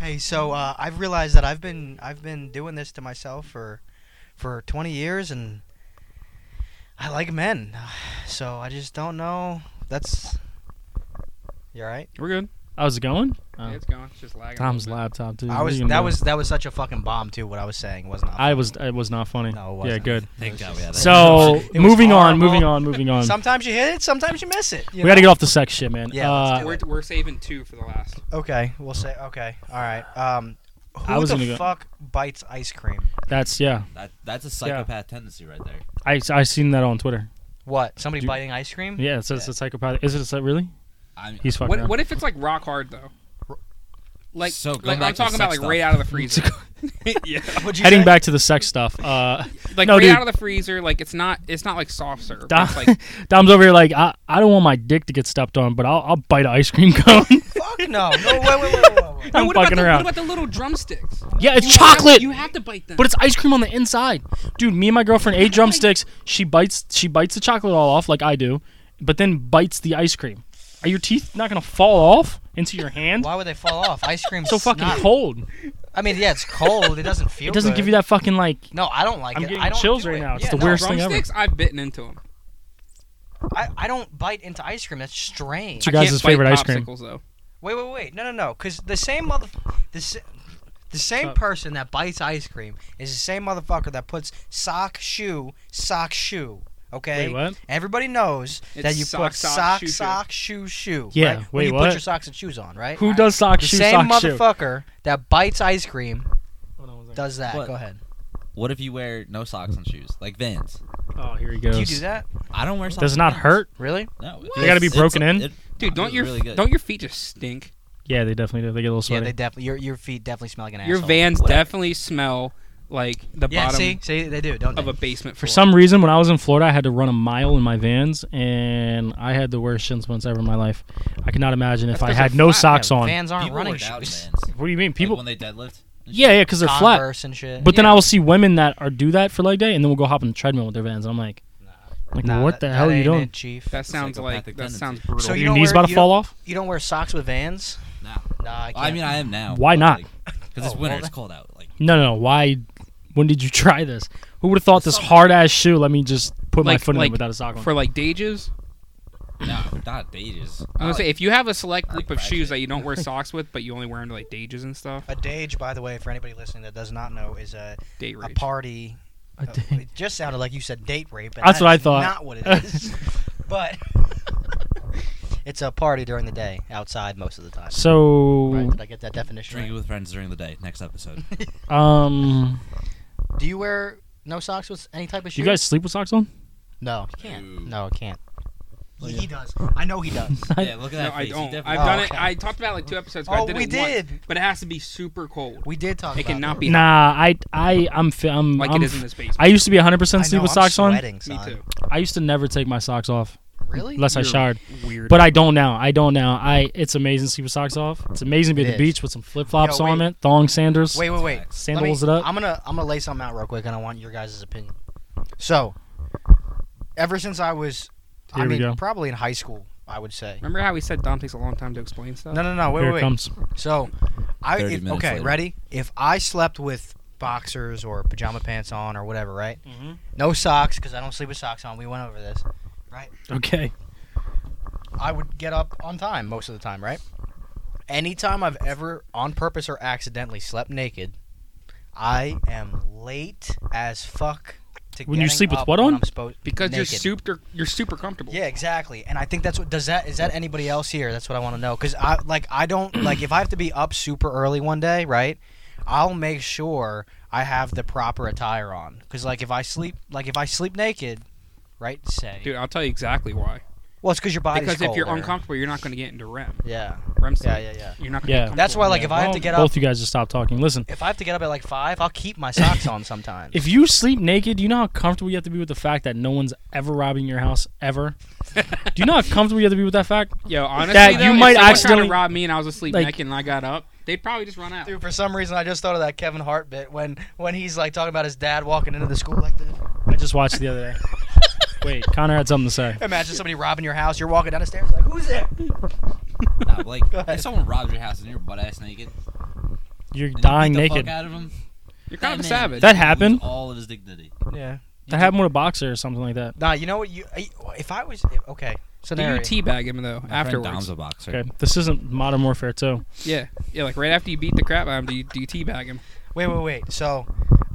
Speaker 1: Hey, so uh, I've realized that I've been I've been doing this to myself for for 20 years, and I like men, so I just don't know. That's you all right?
Speaker 2: We're good.
Speaker 4: How's it going? Oh.
Speaker 2: Yeah, it's gone. It's just lagging. a
Speaker 4: Tom's
Speaker 2: little
Speaker 4: laptop, dude. What
Speaker 1: I
Speaker 4: are
Speaker 1: was
Speaker 4: you gonna
Speaker 1: that
Speaker 4: do?
Speaker 1: was that was such a fucking bomb too. What I was saying was not.
Speaker 4: I was. It was not funny.
Speaker 1: No, it
Speaker 4: Yeah,
Speaker 1: wasn't.
Speaker 4: good.
Speaker 3: Thank God we had that.
Speaker 4: So
Speaker 1: It was
Speaker 4: moving on,
Speaker 1: horrible.
Speaker 4: moving on, moving on.
Speaker 1: Sometimes you hit it, sometimes you miss it.
Speaker 4: um, We got to get off the sex shit, man.
Speaker 1: Yeah,
Speaker 4: Uh,
Speaker 1: let's
Speaker 2: bit.
Speaker 1: do
Speaker 2: We're, we're saving two for the last.
Speaker 1: Okay, we'll say okay. All right. Um, who
Speaker 4: I was
Speaker 1: the
Speaker 4: gonna go-
Speaker 1: fuck bites ice cream?
Speaker 4: that's yeah.
Speaker 3: That, that's a psychopath tendency right there.
Speaker 4: I I seen that on Twitter.
Speaker 1: What? Somebody
Speaker 4: Do-
Speaker 1: biting ice cream?
Speaker 4: Yeah, it says it's a psychopath. Is it a psy- really?
Speaker 3: I'm,
Speaker 4: He's fucking.
Speaker 2: What,
Speaker 4: around.
Speaker 2: what if it's like rock hard though? Like,
Speaker 3: So,
Speaker 2: like
Speaker 3: going back
Speaker 2: I'm
Speaker 3: to
Speaker 2: talking about like
Speaker 3: sex
Speaker 2: right
Speaker 3: stuff.
Speaker 2: out of the freezer. yeah,
Speaker 1: What'd you
Speaker 4: Heading
Speaker 1: say?
Speaker 4: back to the sex stuff. Uh,
Speaker 2: like
Speaker 4: No,
Speaker 2: right
Speaker 4: dude.
Speaker 2: out of the freezer. Like it's not it's not like soft serve.
Speaker 4: Dom,
Speaker 2: It's like
Speaker 4: Dom's over here like I, I don't want my dick to get stepped on, but I'll, I'll bite an ice cream cone.
Speaker 1: Fuck no! No wait wait wait wait wait. wait.
Speaker 4: I'm
Speaker 2: what about
Speaker 4: fucking
Speaker 2: the,
Speaker 4: around.
Speaker 2: What about the little drumsticks?
Speaker 4: yeah, it's
Speaker 2: You have-
Speaker 4: chocolate,
Speaker 2: you have to bite them.
Speaker 4: but it's ice cream on the inside. Dude, me and my girlfriend ate drumsticks. She bites she bites the chocolate all off like I do, but then bites the ice cream. Are your teeth not gonna fall off into your hand?
Speaker 1: Why would they fall off? Ice cream's
Speaker 4: So fucking
Speaker 1: not-
Speaker 4: cold.
Speaker 1: I mean, yeah, it's cold. It doesn't feel.
Speaker 4: It doesn't give you that fucking like.
Speaker 1: No, I don't like
Speaker 4: I'm
Speaker 1: it.
Speaker 4: getting
Speaker 1: I don't
Speaker 4: chills
Speaker 1: do
Speaker 4: right
Speaker 1: it.
Speaker 4: now. It's
Speaker 1: Yeah,
Speaker 4: the
Speaker 1: no,
Speaker 4: worst thing ever.
Speaker 2: drumsticks. I've bitten into them.
Speaker 1: I, I don't bite into ice cream. That's strange.
Speaker 4: It's your guys' favorite ice cream.
Speaker 2: Though.
Speaker 1: Wait wait wait. No no no. Because the same mother, the, sa- the same
Speaker 4: Stop.
Speaker 1: person that bites ice cream is the same motherfucker that puts sock shoe sock shoe. Okay.
Speaker 4: Wait, what?
Speaker 1: Everybody knows
Speaker 2: It's
Speaker 1: that you
Speaker 2: sock,
Speaker 1: put
Speaker 2: sock,
Speaker 1: sock,
Speaker 2: shoe, shoe.
Speaker 1: sock, shoe, shoe.
Speaker 4: Yeah,
Speaker 1: right? When
Speaker 4: wait,
Speaker 1: you
Speaker 4: what?
Speaker 1: put your socks and shoes on, right?
Speaker 4: Who does sock
Speaker 1: the
Speaker 4: shoe
Speaker 1: same
Speaker 4: sock shoe?
Speaker 1: motherfucker that bites ice cream does that.
Speaker 3: What?
Speaker 1: Go ahead.
Speaker 3: What if you wear no socks and shoes, like Vans?
Speaker 4: Oh, here he goes.
Speaker 1: Do you do that?
Speaker 3: I don't wear socks.
Speaker 4: Does it
Speaker 3: and
Speaker 4: not
Speaker 3: Vans.
Speaker 4: hurt?
Speaker 1: Really?
Speaker 3: No. it-
Speaker 4: They gotta be
Speaker 3: it's-
Speaker 4: broken
Speaker 3: it's-
Speaker 4: in?
Speaker 3: it-
Speaker 2: Dude,
Speaker 3: it
Speaker 2: don't
Speaker 3: was
Speaker 2: your
Speaker 3: really good.
Speaker 2: don't your feet just stink?
Speaker 4: Yeah, they definitely do. They get a little
Speaker 1: Yeah,
Speaker 4: sweaty.
Speaker 1: they definitely. Your your feet definitely smell like an
Speaker 2: Your
Speaker 1: asshole.
Speaker 2: vans
Speaker 1: Whatever.
Speaker 2: definitely smell like the
Speaker 1: Yeah.
Speaker 2: bottom
Speaker 1: See, see, they do, don't
Speaker 2: of
Speaker 1: they?
Speaker 2: a basement
Speaker 4: For
Speaker 2: floor.
Speaker 4: some reason, when I was in Florida, I had to run a mile in my vans, and I had the worst shin splints ever in my life. I cannot imagine if
Speaker 2: That's
Speaker 4: I
Speaker 2: 'cause
Speaker 4: had
Speaker 2: they're
Speaker 4: no
Speaker 2: flat,
Speaker 4: socks
Speaker 1: Yeah,
Speaker 4: on.
Speaker 1: Vans aren't
Speaker 3: People
Speaker 1: running
Speaker 3: work out in
Speaker 1: shoes.
Speaker 3: Vans. Like,
Speaker 4: What do you mean, people?
Speaker 3: when they deadlift.
Speaker 4: yeah, yeah, because they're flat.
Speaker 1: Converse and shit.
Speaker 4: But then
Speaker 2: Yeah.
Speaker 4: I will see women that are do that for leg day, and then we'll go hop on the treadmill with their vans. And I'm like, like
Speaker 1: Nah,
Speaker 4: what
Speaker 1: that-
Speaker 4: the hell
Speaker 1: that
Speaker 4: are you
Speaker 1: ain't
Speaker 4: doing?
Speaker 1: It, chief.
Speaker 2: that sounds like
Speaker 3: Psychopathic
Speaker 2: that sounds
Speaker 3: tendencies.
Speaker 2: brutal.
Speaker 1: So
Speaker 4: Are
Speaker 1: Oh, you
Speaker 4: your
Speaker 1: don't
Speaker 4: knees
Speaker 1: wear-
Speaker 4: about to
Speaker 1: you
Speaker 4: fall
Speaker 1: don't-
Speaker 4: off?
Speaker 1: You don't wear socks with Vans?
Speaker 3: Nah.
Speaker 1: Nah, I can't. Oh,
Speaker 3: I mean, I am now.
Speaker 4: Why not?
Speaker 3: Because it's winter. It's cold out. Like
Speaker 4: No, no, no. Why? When did you try this? Who would have thought this
Speaker 3: Something.
Speaker 4: hard ass shoe? Let me just put my
Speaker 2: Like-
Speaker 4: foot in
Speaker 2: like
Speaker 4: it without a sock on.
Speaker 2: for like dages,
Speaker 3: No, not Dages.
Speaker 2: I'm gonna say if you have a select group of
Speaker 3: Uh, like
Speaker 2: shoes
Speaker 3: ratchet.
Speaker 2: that you don't wear socks with, but you only wear them to like dages and stuff,
Speaker 1: A dage, by the way, for anybody listening that does not know, is a,
Speaker 2: date
Speaker 1: a
Speaker 2: rage.
Speaker 1: party.
Speaker 4: A
Speaker 1: uh,
Speaker 4: date-
Speaker 1: it just sounded like you said date rape. And
Speaker 4: That's
Speaker 1: that
Speaker 4: what I
Speaker 1: is
Speaker 4: thought.
Speaker 1: Not what it is, but it's a party during the day outside most of the time. Right?
Speaker 4: So,
Speaker 1: Did I get that definition
Speaker 3: Drinking
Speaker 1: right?
Speaker 3: with friends during the day. Next episode.
Speaker 4: um,
Speaker 1: Do you wear no socks with any type of
Speaker 4: do
Speaker 1: shoe?
Speaker 4: you guys sleep with socks on?
Speaker 1: No, I can't.
Speaker 3: Ooh.
Speaker 1: No, I can't.
Speaker 4: Oh,
Speaker 1: He,
Speaker 4: yeah.
Speaker 1: he does. I know he does.
Speaker 3: yeah, look
Speaker 2: No,
Speaker 3: at that.
Speaker 2: I
Speaker 3: face. He
Speaker 2: don't.
Speaker 3: definitely-
Speaker 2: I've
Speaker 1: Oh,
Speaker 2: done it.
Speaker 1: okay.
Speaker 2: I talked about it like two episodes ago.
Speaker 1: oh,
Speaker 2: I did
Speaker 1: we
Speaker 2: it once,
Speaker 1: did.
Speaker 2: but it has to be super cold.
Speaker 1: We did talk.
Speaker 2: It
Speaker 1: about
Speaker 2: cannot
Speaker 1: that.
Speaker 2: be hot,
Speaker 4: Nah, I, I, I'm, fi- I'm,
Speaker 2: like
Speaker 4: I'm
Speaker 2: it is in this basement.
Speaker 4: I used to be 100%
Speaker 1: I
Speaker 4: sleep
Speaker 1: know,
Speaker 4: with
Speaker 1: I'm
Speaker 4: socks on.
Speaker 1: sweating,
Speaker 2: Me
Speaker 1: son.
Speaker 2: too.
Speaker 4: I used to never take my socks off
Speaker 1: Really?
Speaker 4: unless I
Speaker 2: You're
Speaker 4: showered.
Speaker 2: Weird.
Speaker 4: But I don't now. I don't now. I it's amazing to sleep with socks off. It's amazing to be
Speaker 1: It
Speaker 4: at the
Speaker 1: is.
Speaker 4: beach with some flip flops
Speaker 1: Yo, wait.
Speaker 4: on it, thong sanders,
Speaker 1: Wait, wait, wait. Let me-
Speaker 4: sandals it up.
Speaker 1: I'm gonna I'm gonna lay something out real quick, and I want your guys' opinion. So, ever since I was, I
Speaker 4: Here we
Speaker 1: mean,
Speaker 4: go.
Speaker 1: probably in high school, I would say.
Speaker 2: remember how we said Dom takes a long time to explain stuff.
Speaker 1: No, no, no. Wait,
Speaker 4: Here
Speaker 1: wait, wait.
Speaker 4: it comes.
Speaker 1: So, I
Speaker 3: 30
Speaker 1: if,
Speaker 3: minutes
Speaker 1: okay,
Speaker 3: later.
Speaker 1: ready? If I slept with boxers or pajama pants on or whatever, right?
Speaker 4: Mm-hmm.
Speaker 1: No socks because I don't sleep with socks on. We went over this.
Speaker 4: Okay.
Speaker 1: I would get up on time most of the time, right? Anytime I've ever on purpose or accidentally slept naked, I am late as fuck to
Speaker 4: When you
Speaker 1: getting
Speaker 4: sleep with
Speaker 1: up
Speaker 4: what
Speaker 1: when
Speaker 4: on?
Speaker 1: I'm supposed
Speaker 2: Because you're
Speaker 1: Naked.
Speaker 2: super, you're super comfortable.
Speaker 1: Yeah, exactly. And I think that's what does that is that anybody else here? That's what I want to know cuz I like I don't like if I have to be up super early one day, right? I'll make sure I have the proper attire on cuz like if I sleep like if I sleep naked, right? Say.
Speaker 2: dude, I'll tell you exactly why.
Speaker 1: well, it's cuz your body's
Speaker 2: Because if you're
Speaker 1: colder.
Speaker 2: uncomfortable, you're not going to get into REM.
Speaker 1: Yeah.
Speaker 2: REM sleep.
Speaker 1: Yeah, yeah, yeah.
Speaker 2: You're not going to.
Speaker 4: Yeah.
Speaker 2: Be
Speaker 1: That's why, like,
Speaker 2: comfortable
Speaker 1: if I
Speaker 2: in
Speaker 1: have
Speaker 2: REM.
Speaker 1: to get
Speaker 4: both
Speaker 1: up-
Speaker 4: you guys just stop talking. Listen,
Speaker 1: If I have to get up at like 5, I'll keep my socks on sometimes.
Speaker 4: if you sleep naked, you know how comfortable you have to be with the fact that no one's ever robbing your house ever. Do you know how comfortable you have to be with that fact?
Speaker 2: Yo, honestly,
Speaker 4: That you
Speaker 2: though, if
Speaker 4: might
Speaker 2: someone tried
Speaker 4: accidentally-
Speaker 2: to rob me, and I was asleep
Speaker 4: like-
Speaker 2: naked, and I got up. They'd probably just run out.
Speaker 1: Dude, for some reason, I just thought of that Kevin Hart bit when when he's like talking about his dad walking into the school like this.
Speaker 4: I just watched it the other day. Wait, Connor had something to say.
Speaker 1: Imagine somebody robbing your house. You're walking down the stairs like, who's there?
Speaker 3: Nah, but
Speaker 1: Go
Speaker 3: like
Speaker 1: ahead.
Speaker 3: if someone robs your house and you're butt ass naked, and
Speaker 4: You're
Speaker 3: you
Speaker 4: dying
Speaker 3: beat the
Speaker 4: naked.
Speaker 3: Fuck out of him,
Speaker 2: You're kind
Speaker 3: that
Speaker 2: of a
Speaker 3: man
Speaker 2: savage.
Speaker 4: That
Speaker 3: loses
Speaker 4: happened?
Speaker 3: All of his dignity.
Speaker 1: Yeah.
Speaker 4: That happened with a boxer or something like that.
Speaker 1: Nah, you know what? You I- if I was if- okay.
Speaker 2: Do you
Speaker 1: Scenario.
Speaker 2: teabag him though
Speaker 3: My friend Dom's
Speaker 2: afterwards?
Speaker 3: a boxer.
Speaker 4: Okay, this isn't Modern Warfare 2.
Speaker 2: Yeah, yeah. Like right after you beat the crap out of him, do you, do you teabag him?
Speaker 1: Wait, wait, wait. So,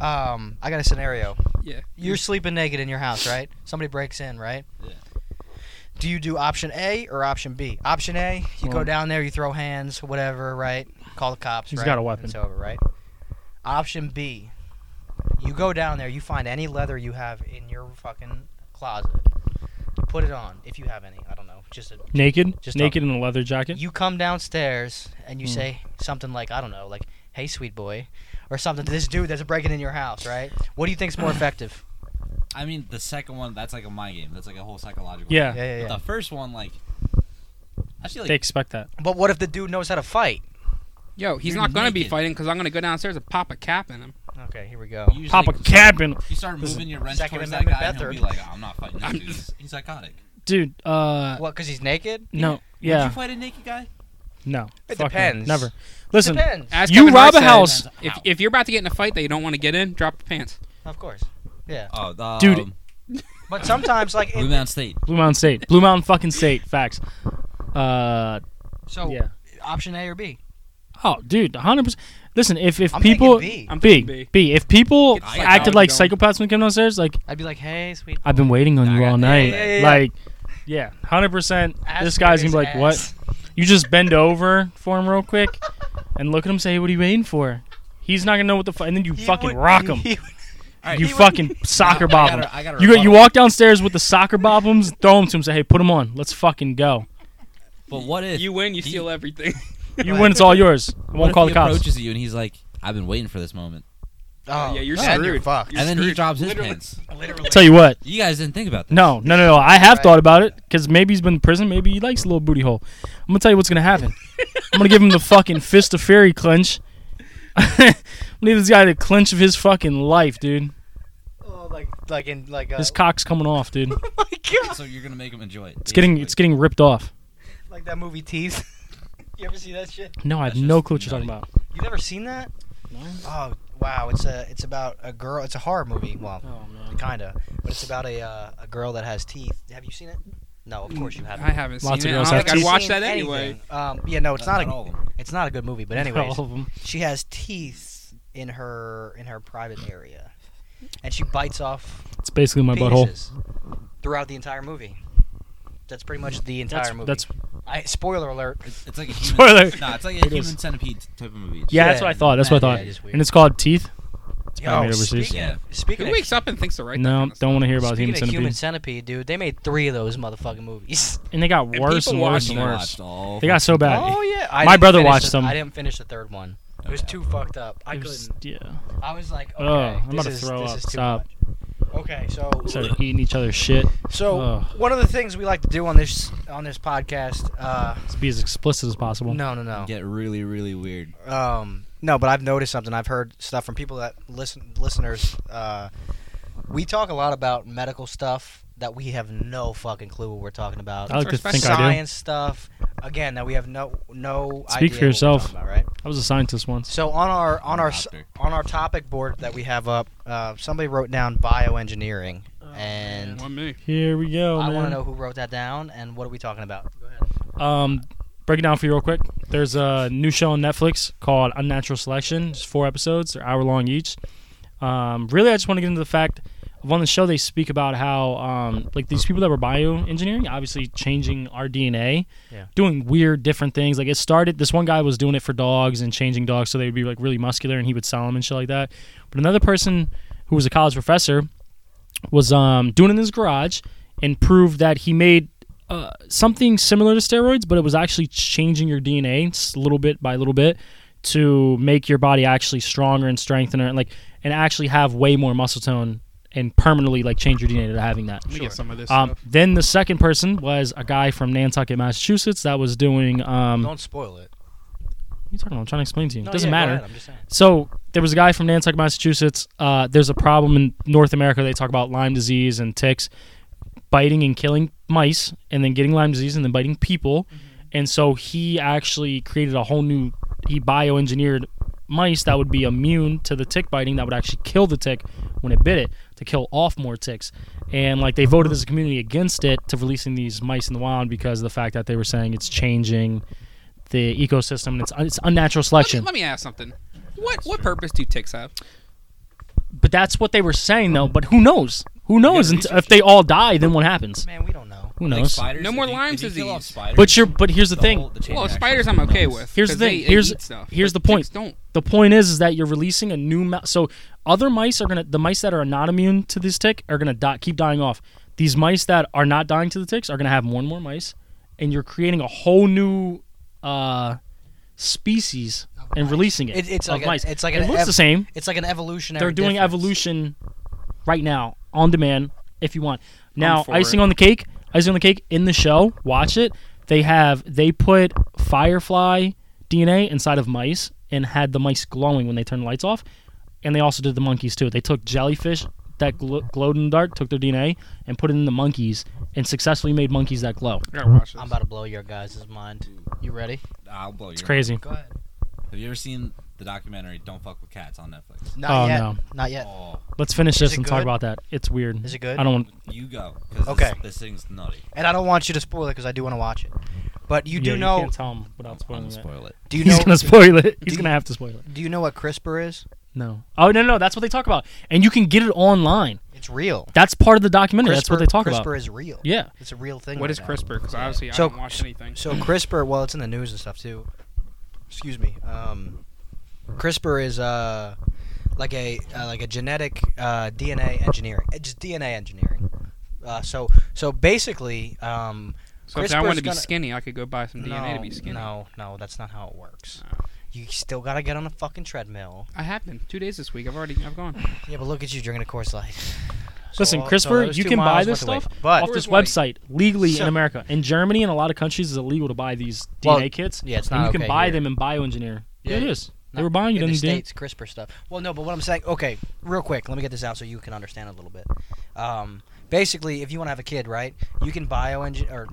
Speaker 1: um, I got a scenario.
Speaker 2: Yeah.
Speaker 1: You're sleeping naked in your house, right? Somebody breaks in, right?
Speaker 3: Yeah.
Speaker 1: Do you do option A or option B? Option A, you go
Speaker 4: Well-
Speaker 1: down there, you throw hands, whatever, right? Call the cops.
Speaker 4: He's
Speaker 1: right?
Speaker 4: got a weapon.
Speaker 1: It's over, right? Option B, you go down there, you find any leather you have in your fucking closet, you put it on if you have any. I don't know, just a,
Speaker 4: Naked?
Speaker 1: Just
Speaker 4: naked in a leather jacket?
Speaker 1: you come downstairs and you
Speaker 4: Hmm.
Speaker 1: say something like I don't know, like "Hey, sweet boy," or something to this dude that's breaking in your house, right? What do you think's more effective?
Speaker 3: I mean, the second one, that's like a my game. That's like a whole psychological.
Speaker 1: Yeah, yeah,
Speaker 4: Yeah.
Speaker 3: Game. But
Speaker 1: yeah.
Speaker 3: the first one, like, actually,
Speaker 4: They
Speaker 3: like,
Speaker 4: expect that.
Speaker 1: But what if the dude knows how to fight?
Speaker 2: Yo, he's
Speaker 3: You're
Speaker 2: not gonna be
Speaker 3: naked.
Speaker 2: fighting because I'm gonna go downstairs and pop a cap in him.
Speaker 1: Okay, here we go.
Speaker 3: you just,
Speaker 4: Papa
Speaker 3: like,
Speaker 4: Cabin.
Speaker 3: You start moving your wrench
Speaker 1: Second
Speaker 3: towards
Speaker 1: Amendment
Speaker 3: that guy, and he'll
Speaker 1: Bethard.
Speaker 3: be like, oh, "I'm not fighting this
Speaker 2: I'm
Speaker 3: dude. He's, he's psychotic."
Speaker 4: Dude, uh,
Speaker 1: What? Because he's naked.
Speaker 4: no.
Speaker 3: Would
Speaker 4: Yeah,
Speaker 3: you fight a naked guy?
Speaker 4: no.
Speaker 1: It
Speaker 4: Fuck no,
Speaker 1: depends.
Speaker 4: Never. Listen,
Speaker 1: Depends.
Speaker 2: As
Speaker 4: You
Speaker 2: Kevin
Speaker 4: rob
Speaker 2: Hart
Speaker 4: a
Speaker 2: said,
Speaker 4: house.
Speaker 2: If, if you're about to get in a fight that you don't want to get in, drop your pants.
Speaker 1: Of course. Yeah.
Speaker 3: Oh, the,
Speaker 4: Dude,
Speaker 3: um,
Speaker 1: But sometimes, like,
Speaker 3: Blue
Speaker 1: it,
Speaker 3: Mountain State.
Speaker 4: Blue Mountain State. Blue Mountain fucking State. Facts. Uh,
Speaker 1: so
Speaker 4: yeah.
Speaker 1: option A or B.
Speaker 4: Oh, dude, 100%. Listen, if, if
Speaker 1: I'm
Speaker 4: people.
Speaker 1: thinking B.
Speaker 2: I'm
Speaker 4: B,
Speaker 2: thinking B.
Speaker 4: B. If people
Speaker 3: Get the fuck
Speaker 4: acted
Speaker 3: out.
Speaker 4: like
Speaker 2: Don't.
Speaker 4: psychopaths when they came downstairs, like,
Speaker 1: I'd be like, hey, sweet.
Speaker 4: I've been waiting on
Speaker 3: Nah,
Speaker 4: you
Speaker 3: I
Speaker 4: all
Speaker 3: got- yeah,
Speaker 4: night.
Speaker 1: yeah, yeah.
Speaker 4: Like, yeah, 100%.
Speaker 1: Ass
Speaker 4: this guy's
Speaker 1: beat
Speaker 4: going to be like,
Speaker 1: his
Speaker 4: what?
Speaker 1: ass.
Speaker 4: You just bend over for him real quick and look at him say, what are you waiting for? He's not going to know what the fuck. And then you
Speaker 1: He would-
Speaker 4: fucking rock him.
Speaker 1: he would-
Speaker 3: Alright,
Speaker 4: you
Speaker 1: he would-
Speaker 4: fucking soccer
Speaker 3: I
Speaker 4: bob
Speaker 3: gotta-
Speaker 4: him.
Speaker 3: I gotta
Speaker 4: You go,
Speaker 3: rebuttal.
Speaker 4: you walk downstairs with the soccer bob 'ems, throw them to him, say, hey, put them on. Let's fucking go.
Speaker 3: But what if
Speaker 2: You win, you
Speaker 3: he-
Speaker 2: steal everything.
Speaker 4: You win, it's all yours. I
Speaker 3: what
Speaker 4: won't
Speaker 3: if
Speaker 4: call
Speaker 3: he
Speaker 4: the cops.
Speaker 3: approaches you and he's like, "I've been waiting for this moment,"
Speaker 1: Oh,
Speaker 2: yeah, you're
Speaker 1: then
Speaker 2: screwed.
Speaker 1: You're fucked.
Speaker 2: You're
Speaker 3: and then he
Speaker 2: screwed.
Speaker 3: drops his
Speaker 2: Literally.
Speaker 3: pants.
Speaker 1: Literally.
Speaker 4: Tell you what.
Speaker 3: You guys didn't think about that.
Speaker 4: No, no, no, no. I have
Speaker 1: Right.
Speaker 4: thought about it because maybe he's been in prison. Maybe he likes a little booty hole. I'm gonna tell you what's gonna happen. I'm gonna give him the fucking fist of fairy clinch. I'm gonna give this guy the clinch of his fucking life, dude.
Speaker 1: Oh, like, like in like. Uh,
Speaker 4: His cock's coming off, dude.
Speaker 1: oh my god!
Speaker 3: So you're gonna make him enjoy it.
Speaker 4: It's getting it's getting ripped off.
Speaker 1: Like that movie Teeth. you ever see that shit?
Speaker 4: No, I have
Speaker 3: That's
Speaker 4: no
Speaker 3: just
Speaker 4: clue what you're talking
Speaker 3: nutty.
Speaker 4: about.
Speaker 1: You never seen that?
Speaker 4: No.
Speaker 1: Oh wow! It's a it's about a girl. It's a horror movie. Well,
Speaker 4: Oh man.
Speaker 1: kinda, but it's about a uh, a girl that has teeth. Have you seen it? No, of course you haven't.
Speaker 2: Mm, I haven't
Speaker 4: Lots
Speaker 2: seen
Speaker 4: of
Speaker 2: it.
Speaker 4: girls
Speaker 2: I
Speaker 4: have
Speaker 2: don't think I'd
Speaker 4: teeth.
Speaker 2: watch that
Speaker 1: Seen
Speaker 2: anyway.
Speaker 1: anything. Um, yeah, no, it's not,
Speaker 3: all
Speaker 1: a
Speaker 3: of them.
Speaker 1: it's not a good movie. But
Speaker 4: All
Speaker 1: anyways,
Speaker 4: of 'em.
Speaker 1: she has teeth in her in her private area, and she bites off
Speaker 4: It's basically my butthole.
Speaker 1: penises throughout the entire movie. That's pretty much the entire
Speaker 4: That's,
Speaker 1: movie.
Speaker 4: that's
Speaker 1: I, spoiler alert.
Speaker 3: It's, it's like a
Speaker 4: Spoiler.
Speaker 3: human, nah, it's like a
Speaker 4: It
Speaker 3: human
Speaker 4: is.
Speaker 3: centipede type of movie.
Speaker 4: yeah,
Speaker 1: Yeah.
Speaker 4: that's what I thought. That's what I
Speaker 1: Yeah,
Speaker 4: thought.
Speaker 1: it is weird.
Speaker 4: and it's called Teeth.
Speaker 1: Yo,
Speaker 4: made overseas.
Speaker 1: speaking
Speaker 3: Yeah.
Speaker 1: speaking
Speaker 2: Who
Speaker 1: of,
Speaker 2: wakes up and thinks to write that?
Speaker 4: No,
Speaker 2: kind of
Speaker 4: don't want to hear about
Speaker 1: speaking
Speaker 4: human
Speaker 1: of
Speaker 4: centipede.
Speaker 1: human centipede, dude, they made three of those motherfucking movies.
Speaker 4: and they got
Speaker 2: And
Speaker 4: worse
Speaker 2: people
Speaker 4: and worse
Speaker 2: watch
Speaker 4: and
Speaker 2: them.
Speaker 4: worse.
Speaker 3: all
Speaker 4: They got so bad.
Speaker 1: Oh yeah, I
Speaker 4: My
Speaker 1: didn't
Speaker 4: brother
Speaker 1: finish
Speaker 4: watched
Speaker 1: the-
Speaker 4: them.
Speaker 1: I didn't finish the third one. It was too fucked up. I
Speaker 4: It was-
Speaker 1: couldn't.
Speaker 4: yeah.
Speaker 1: I was like, okay,
Speaker 4: Ugh, I'm
Speaker 1: this
Speaker 4: about to
Speaker 1: is,
Speaker 4: throw
Speaker 1: this
Speaker 4: up.
Speaker 1: is too
Speaker 4: Stop.
Speaker 1: much. Okay, so
Speaker 4: Started eating each other's shit.
Speaker 1: so
Speaker 4: Ugh.
Speaker 1: one of the things we like to do on this on this podcast, uh,
Speaker 4: Let's be as explicit as possible.
Speaker 1: no, no, no,
Speaker 3: get really, really weird.
Speaker 1: um, no, but I've noticed something. I've heard stuff from people that listen listeners. Uh, we talk a lot about medical stuff that we have no fucking clue what we're talking about.
Speaker 4: I like to
Speaker 2: Respect
Speaker 4: think I do.
Speaker 1: Science stuff again that we have no no
Speaker 4: Speak
Speaker 1: idea
Speaker 4: for
Speaker 1: what we're
Speaker 4: yourself.
Speaker 1: talking about, right?
Speaker 4: I was a scientist once.
Speaker 1: So on our on our s-
Speaker 3: Doctor.
Speaker 1: on our topic board that we have up, uh, somebody wrote down bioengineering, and
Speaker 2: One me.
Speaker 4: Here we go.
Speaker 1: I want to
Speaker 4: Oh, man.
Speaker 1: know who wrote that down and what are we talking about.
Speaker 4: Um, break it down for you real quick. There's a new show on Netflix called Unnatural Selection. It's four episodes. They're hour long each. Um, really, I just want to get into the fact of on the show they speak about how um, like these people that were bioengineering, obviously changing our DNA,
Speaker 1: Yeah.
Speaker 4: doing weird different things. Like it started. This one guy was doing it for dogs and changing dogs so they would be like really muscular and he would sell them and shit like that. But another person who was a college professor was um, doing it in his garage and proved that he made uh, something similar to steroids, but it was actually changing your DNA s- little bit by little bit to make your body actually stronger and strengthener and like and actually have way more muscle tone and permanently like change your DNA to having that.
Speaker 2: Let me get some of this
Speaker 4: Um,
Speaker 2: stuff.
Speaker 4: then the second person was a guy from Nantucket, Massachusetts, that was doing. Um, what
Speaker 1: Don't spoil it.
Speaker 4: are you talking about? I'm trying to explain to you.
Speaker 1: No,
Speaker 4: it doesn't
Speaker 1: yeah, go
Speaker 4: matter.
Speaker 1: ahead, I'm just saying.
Speaker 4: So there was a guy from Nantucket, Massachusetts. Uh, there's a problem in North America. They talk about Lyme disease and ticks biting and killing mice, and then getting Lyme disease and then biting people. And so he actually created a whole new. He bioengineered mice that would be immune to the tick biting that would actually kill the tick when it bit it to kill off more ticks. And like they voted as a community against it to releasing these mice in the wild because of the fact that they were saying it's changing the ecosystem and it's it's unnatural
Speaker 2: Let me,
Speaker 4: selection.
Speaker 2: let me ask something. What what purpose do ticks have?
Speaker 4: But that's what they were saying,
Speaker 1: Hmm.
Speaker 4: though. But who knows? Who knows?
Speaker 3: gotta
Speaker 4: Unt-
Speaker 3: research
Speaker 4: if they all die, then what happens?
Speaker 1: Man, we don't know.
Speaker 4: Who
Speaker 3: Like
Speaker 4: knows?
Speaker 3: spiders,
Speaker 2: No
Speaker 3: if
Speaker 2: more
Speaker 3: you- if
Speaker 2: Lymes
Speaker 3: you kill
Speaker 2: disease.
Speaker 3: off spiders,
Speaker 4: But you're. But here's the,
Speaker 3: the
Speaker 4: thing.
Speaker 3: whole- the chain
Speaker 2: Well,
Speaker 3: reaction
Speaker 2: spiders
Speaker 3: is
Speaker 2: I'm okay
Speaker 3: nuts.
Speaker 2: with.
Speaker 4: Here's the
Speaker 2: 'cause they-
Speaker 4: thing.
Speaker 2: they
Speaker 4: Here's-
Speaker 2: eat stuff.
Speaker 4: here's the
Speaker 2: But
Speaker 4: point.
Speaker 2: ticks Don't.
Speaker 4: the point is, is that you're releasing a new. Ma- so other mice are gonna. The mice that are not immune to this tick are gonna die, keep dying off. These mice that are not dying to the ticks are gonna have more and more mice, and you're creating a whole new uh, species and releasing it.
Speaker 1: It- it's
Speaker 4: of
Speaker 1: like a-
Speaker 4: mice.
Speaker 1: it's like
Speaker 4: it
Speaker 1: an
Speaker 4: looks
Speaker 1: ev-
Speaker 4: the same.
Speaker 1: It's like an evolutionary.
Speaker 4: They're doing
Speaker 1: difference.
Speaker 4: evolution right now on demand if you want. Now,
Speaker 2: for
Speaker 4: icing
Speaker 2: it.
Speaker 4: on the cake, icing on the cake in the show, watch it. They have they put firefly DNA inside of mice and had the mice glowing when they turned the lights off. And they also did the monkeys too. They took jellyfish that gl- glowed in the dark, took their DNA and put it in the monkeys and successfully made monkeys that glow.
Speaker 2: I gotta watch this.
Speaker 1: I'm about to blow your guys' mind. You ready?
Speaker 3: I'll blow
Speaker 4: It's
Speaker 3: your
Speaker 4: crazy.
Speaker 1: Go ahead.
Speaker 3: mind. Have you ever seen the documentary "Don't Fuck with Cats" on Netflix?
Speaker 1: Not
Speaker 4: Oh,
Speaker 1: yet.
Speaker 4: no.
Speaker 1: Not yet.
Speaker 3: Oh,
Speaker 4: Let's finish
Speaker 1: Is
Speaker 4: this
Speaker 1: it
Speaker 4: and talk
Speaker 1: good?
Speaker 4: about that. It's weird.
Speaker 1: Is it good?
Speaker 4: I don't want
Speaker 3: you go. 'cause
Speaker 1: Okay.
Speaker 3: This, this thing's nutty.
Speaker 1: And I don't want you to spoil it because I do want to watch it. But you do
Speaker 4: Yeah,
Speaker 1: know?
Speaker 4: can't tell 'em without spoiling it.
Speaker 3: spoil it.
Speaker 1: do you
Speaker 4: He's
Speaker 1: know?
Speaker 4: gonna spoil it. He's
Speaker 1: you-
Speaker 4: gonna have to spoil it.
Speaker 1: do you know what CRISPR is?
Speaker 4: No. Oh no, no, that's what they talk about, and you can get it online.
Speaker 1: It's real.
Speaker 4: That's part of the documentary.
Speaker 1: CRISPR,
Speaker 4: that's what they talk
Speaker 1: CRISPR
Speaker 4: about.
Speaker 1: is real.
Speaker 4: Yeah.
Speaker 1: It's a real thing.
Speaker 2: What
Speaker 1: right
Speaker 2: is
Speaker 1: now.
Speaker 2: CRISPR? Because obviously
Speaker 1: So-
Speaker 2: I don't watch anything.
Speaker 1: So CRISPR, well, it's in the news and stuff too. Excuse me. Um, CRISPR is uh, like a uh, like a genetic uh, DNA engineering. It's just DNA engineering. Uh, so so basically, um,
Speaker 2: So if I wanted to be
Speaker 1: CRISPR's
Speaker 2: skinny, I could go buy some DNA
Speaker 1: no,
Speaker 2: to be skinny.
Speaker 1: no, no, that's not how it works.
Speaker 2: Oh.
Speaker 1: You still gotta get on a fucking treadmill.
Speaker 2: I have been two days this week. I've already I've gone.
Speaker 1: Yeah, but look at you drinking a course light.
Speaker 4: Listen, CRISPR, you can buy this stuff
Speaker 1: but
Speaker 4: off this
Speaker 2: Where's
Speaker 4: website legally
Speaker 1: So-
Speaker 4: in America. In Germany and a lot of countries, it's illegal to buy these
Speaker 1: Well,
Speaker 4: DNA kits.
Speaker 1: yeah, it's
Speaker 4: and
Speaker 1: not
Speaker 4: you can
Speaker 1: okay
Speaker 4: buy
Speaker 1: here.
Speaker 4: them in bioengineer. Yeah,
Speaker 1: Yeah,
Speaker 4: it is. They
Speaker 1: not
Speaker 4: were buying it
Speaker 1: in
Speaker 4: in
Speaker 1: the
Speaker 4: the day.
Speaker 1: states CRISPR stuff. Well, no, but what I'm saying, okay, real quick, let me get this out so you can understand a little bit. Um, basically, if you want to have a kid, right, you can bioengineer or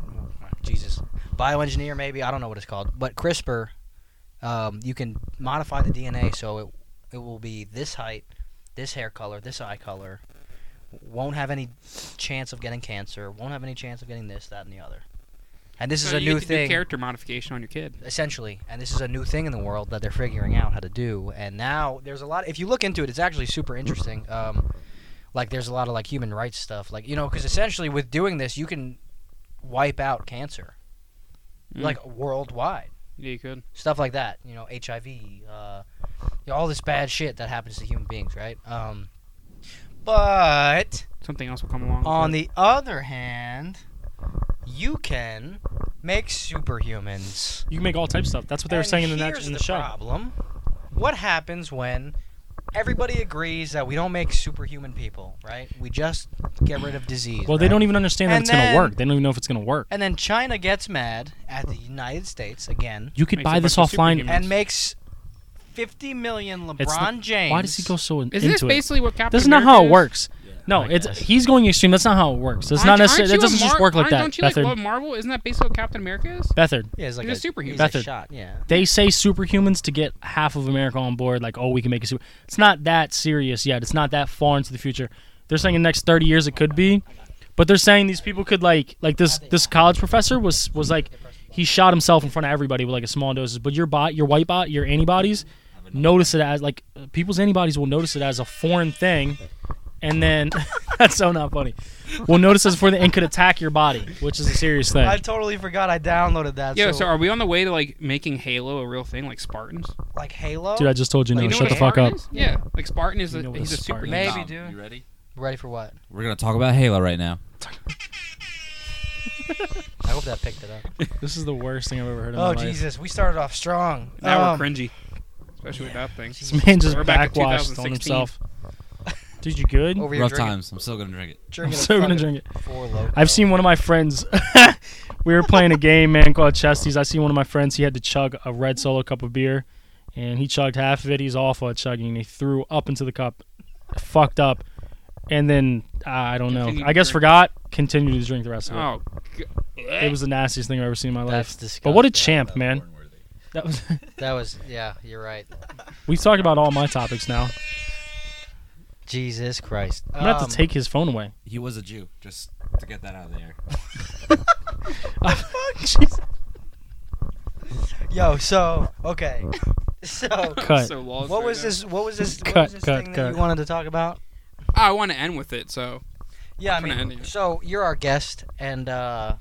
Speaker 1: Jesus, bioengineer maybe I don't know what it's called, but CRISPR, um, you can modify the DNA so it it will be this height, this hair color, this eye color, won't have any chance of getting cancer, won't have any chance of getting this, that, and the other. And this is
Speaker 2: So
Speaker 1: a new
Speaker 2: you get to do
Speaker 1: thing,
Speaker 2: character modification on your kid.
Speaker 1: essentially. And this is a new thing in the world that they're figuring out how to do. And now there's a lot. If you look into it, it's actually super interesting. Um, like there's a lot of like human rights stuff, like you know, because essentially with doing this, you can wipe out cancer,
Speaker 2: Mm.
Speaker 1: like worldwide.
Speaker 2: Yeah, you could.
Speaker 1: Stuff like that, you know, HIV, uh, you know, all this bad shit that happens to human beings, right? Um, but
Speaker 2: Something else will come along. with
Speaker 1: on
Speaker 2: it.
Speaker 1: the other hand, you can make superhumans.
Speaker 4: You can make all types of stuff. That's what they were
Speaker 1: And
Speaker 4: saying in the, nat-
Speaker 1: here's
Speaker 4: in the,
Speaker 1: the
Speaker 4: show.
Speaker 1: problem. What happens when everybody agrees that we don't make superhuman people, right? We just get rid of disease.
Speaker 4: Well, they
Speaker 1: right?
Speaker 4: don't e-, even understand that
Speaker 1: And
Speaker 4: it's going
Speaker 1: then-
Speaker 4: to work. They don't even know if it's going to work.
Speaker 1: And then China gets mad at the United States again
Speaker 4: You could
Speaker 2: Makes
Speaker 4: buy
Speaker 2: a
Speaker 4: this
Speaker 2: bunch of
Speaker 4: offline.
Speaker 2: superhumans.
Speaker 1: and makes 50 million LeBron
Speaker 4: It's not-
Speaker 1: James.
Speaker 4: Why does he go so in-
Speaker 2: Isn't this
Speaker 4: into it?
Speaker 2: basically what Captain
Speaker 4: This is not
Speaker 2: America
Speaker 4: how it works.
Speaker 3: Yeah.
Speaker 4: No,
Speaker 1: I
Speaker 4: it's
Speaker 1: guess.
Speaker 4: he's going extreme. That's not how it works. It's
Speaker 2: Aren't-
Speaker 4: not
Speaker 2: aren't
Speaker 4: necessarily.
Speaker 2: you
Speaker 4: That
Speaker 2: a
Speaker 4: doesn't just
Speaker 2: Mar-
Speaker 4: work like
Speaker 2: aren't-
Speaker 4: that.
Speaker 2: Don't you like
Speaker 4: Bethard.
Speaker 2: love Marvel? Isn't that basically what Captain America is?
Speaker 4: Bethard.
Speaker 1: Yeah, he's like
Speaker 2: He's a
Speaker 1: a,
Speaker 2: superhero.
Speaker 1: he's
Speaker 4: Method.
Speaker 1: a shot, yeah.
Speaker 4: They say superhumans to get half of America on board. Like, oh, we can make a super. It's not that serious yet. It's not that far into the future. They're saying in the next thirty years it could be, but they're saying these people could like like this this college professor was was like he shot himself in front of everybody with like a small doses. But your bot, your white bot, your antibodies notice it as like uh, people's antibodies will notice it as a foreign thing. And then that's so not funny. Will notice as for the and could attack your body, which is a serious thing.
Speaker 1: I totally forgot I downloaded that.
Speaker 2: Yeah,
Speaker 1: so,
Speaker 2: so are we on the way to like making Halo a real thing, like Spartans?
Speaker 1: like Halo.
Speaker 4: Dude, I just told you no.
Speaker 1: Like,
Speaker 2: You know what
Speaker 4: shut the
Speaker 2: a
Speaker 4: fuck
Speaker 2: Spartan
Speaker 4: up.
Speaker 2: is? Yeah, like Spartan is a,
Speaker 4: You know what
Speaker 2: he's
Speaker 4: a
Speaker 2: a
Speaker 4: Spartan
Speaker 2: super.
Speaker 1: is.
Speaker 2: Maybe.
Speaker 1: Maybe, dude.
Speaker 3: You ready?
Speaker 1: Ready for what?
Speaker 3: We're gonna talk about Halo right now.
Speaker 1: I hope that picked it up.
Speaker 4: This is the worst thing I've ever heard in my
Speaker 1: Oh
Speaker 4: life.
Speaker 1: Jesus, we started off strong.
Speaker 2: Now
Speaker 1: Um,
Speaker 2: we're cringy, especially with that thing.
Speaker 4: This man just
Speaker 2: We're back to
Speaker 4: backwashed on
Speaker 2: 2016.
Speaker 4: himself. Dude, you good?
Speaker 1: over here
Speaker 3: Rough
Speaker 1: drinking,
Speaker 3: times. I'm still gonna drink it.
Speaker 4: I'm
Speaker 1: drinking a
Speaker 4: so gonna
Speaker 1: fucking
Speaker 4: drink it.
Speaker 1: Four Loko.
Speaker 4: I've seen one of my friends. we were playing a game, man, called Chesties. I seen one of my friends. He had to chug a red solo cup of beer, and he chugged half of it. He's awful at chugging. He threw up into the cup, fucked up, and then uh, I don't know.
Speaker 2: Continued
Speaker 4: I guess
Speaker 2: to drink.
Speaker 4: forgot. Continued to drink the rest of it.
Speaker 2: Oh,
Speaker 4: It was the nastiest thing I've ever seen in my
Speaker 1: That's
Speaker 4: life.
Speaker 1: disgusting.
Speaker 4: But what a champ, man. That was.
Speaker 1: That was yeah. You're right.
Speaker 4: We've talked about all my topics now.
Speaker 1: Jesus Christ.
Speaker 4: I'm gonna have
Speaker 1: Um,
Speaker 4: to take his phone away.
Speaker 3: He was a Jew, just to get that out of the air.
Speaker 4: Jesus.
Speaker 1: Yo, so okay, so
Speaker 4: Cut.
Speaker 2: so lost
Speaker 1: what
Speaker 2: right
Speaker 1: was
Speaker 2: now.
Speaker 1: this? What was this? what
Speaker 4: Cut,
Speaker 1: was this
Speaker 4: cut,
Speaker 1: thing
Speaker 4: cut.
Speaker 1: that you wanted to talk about?
Speaker 2: Ah, I want to end with it. So
Speaker 1: Yeah, I
Speaker 2: I'm gonna
Speaker 1: mean,
Speaker 2: end it.
Speaker 1: so you're our guest, and uh,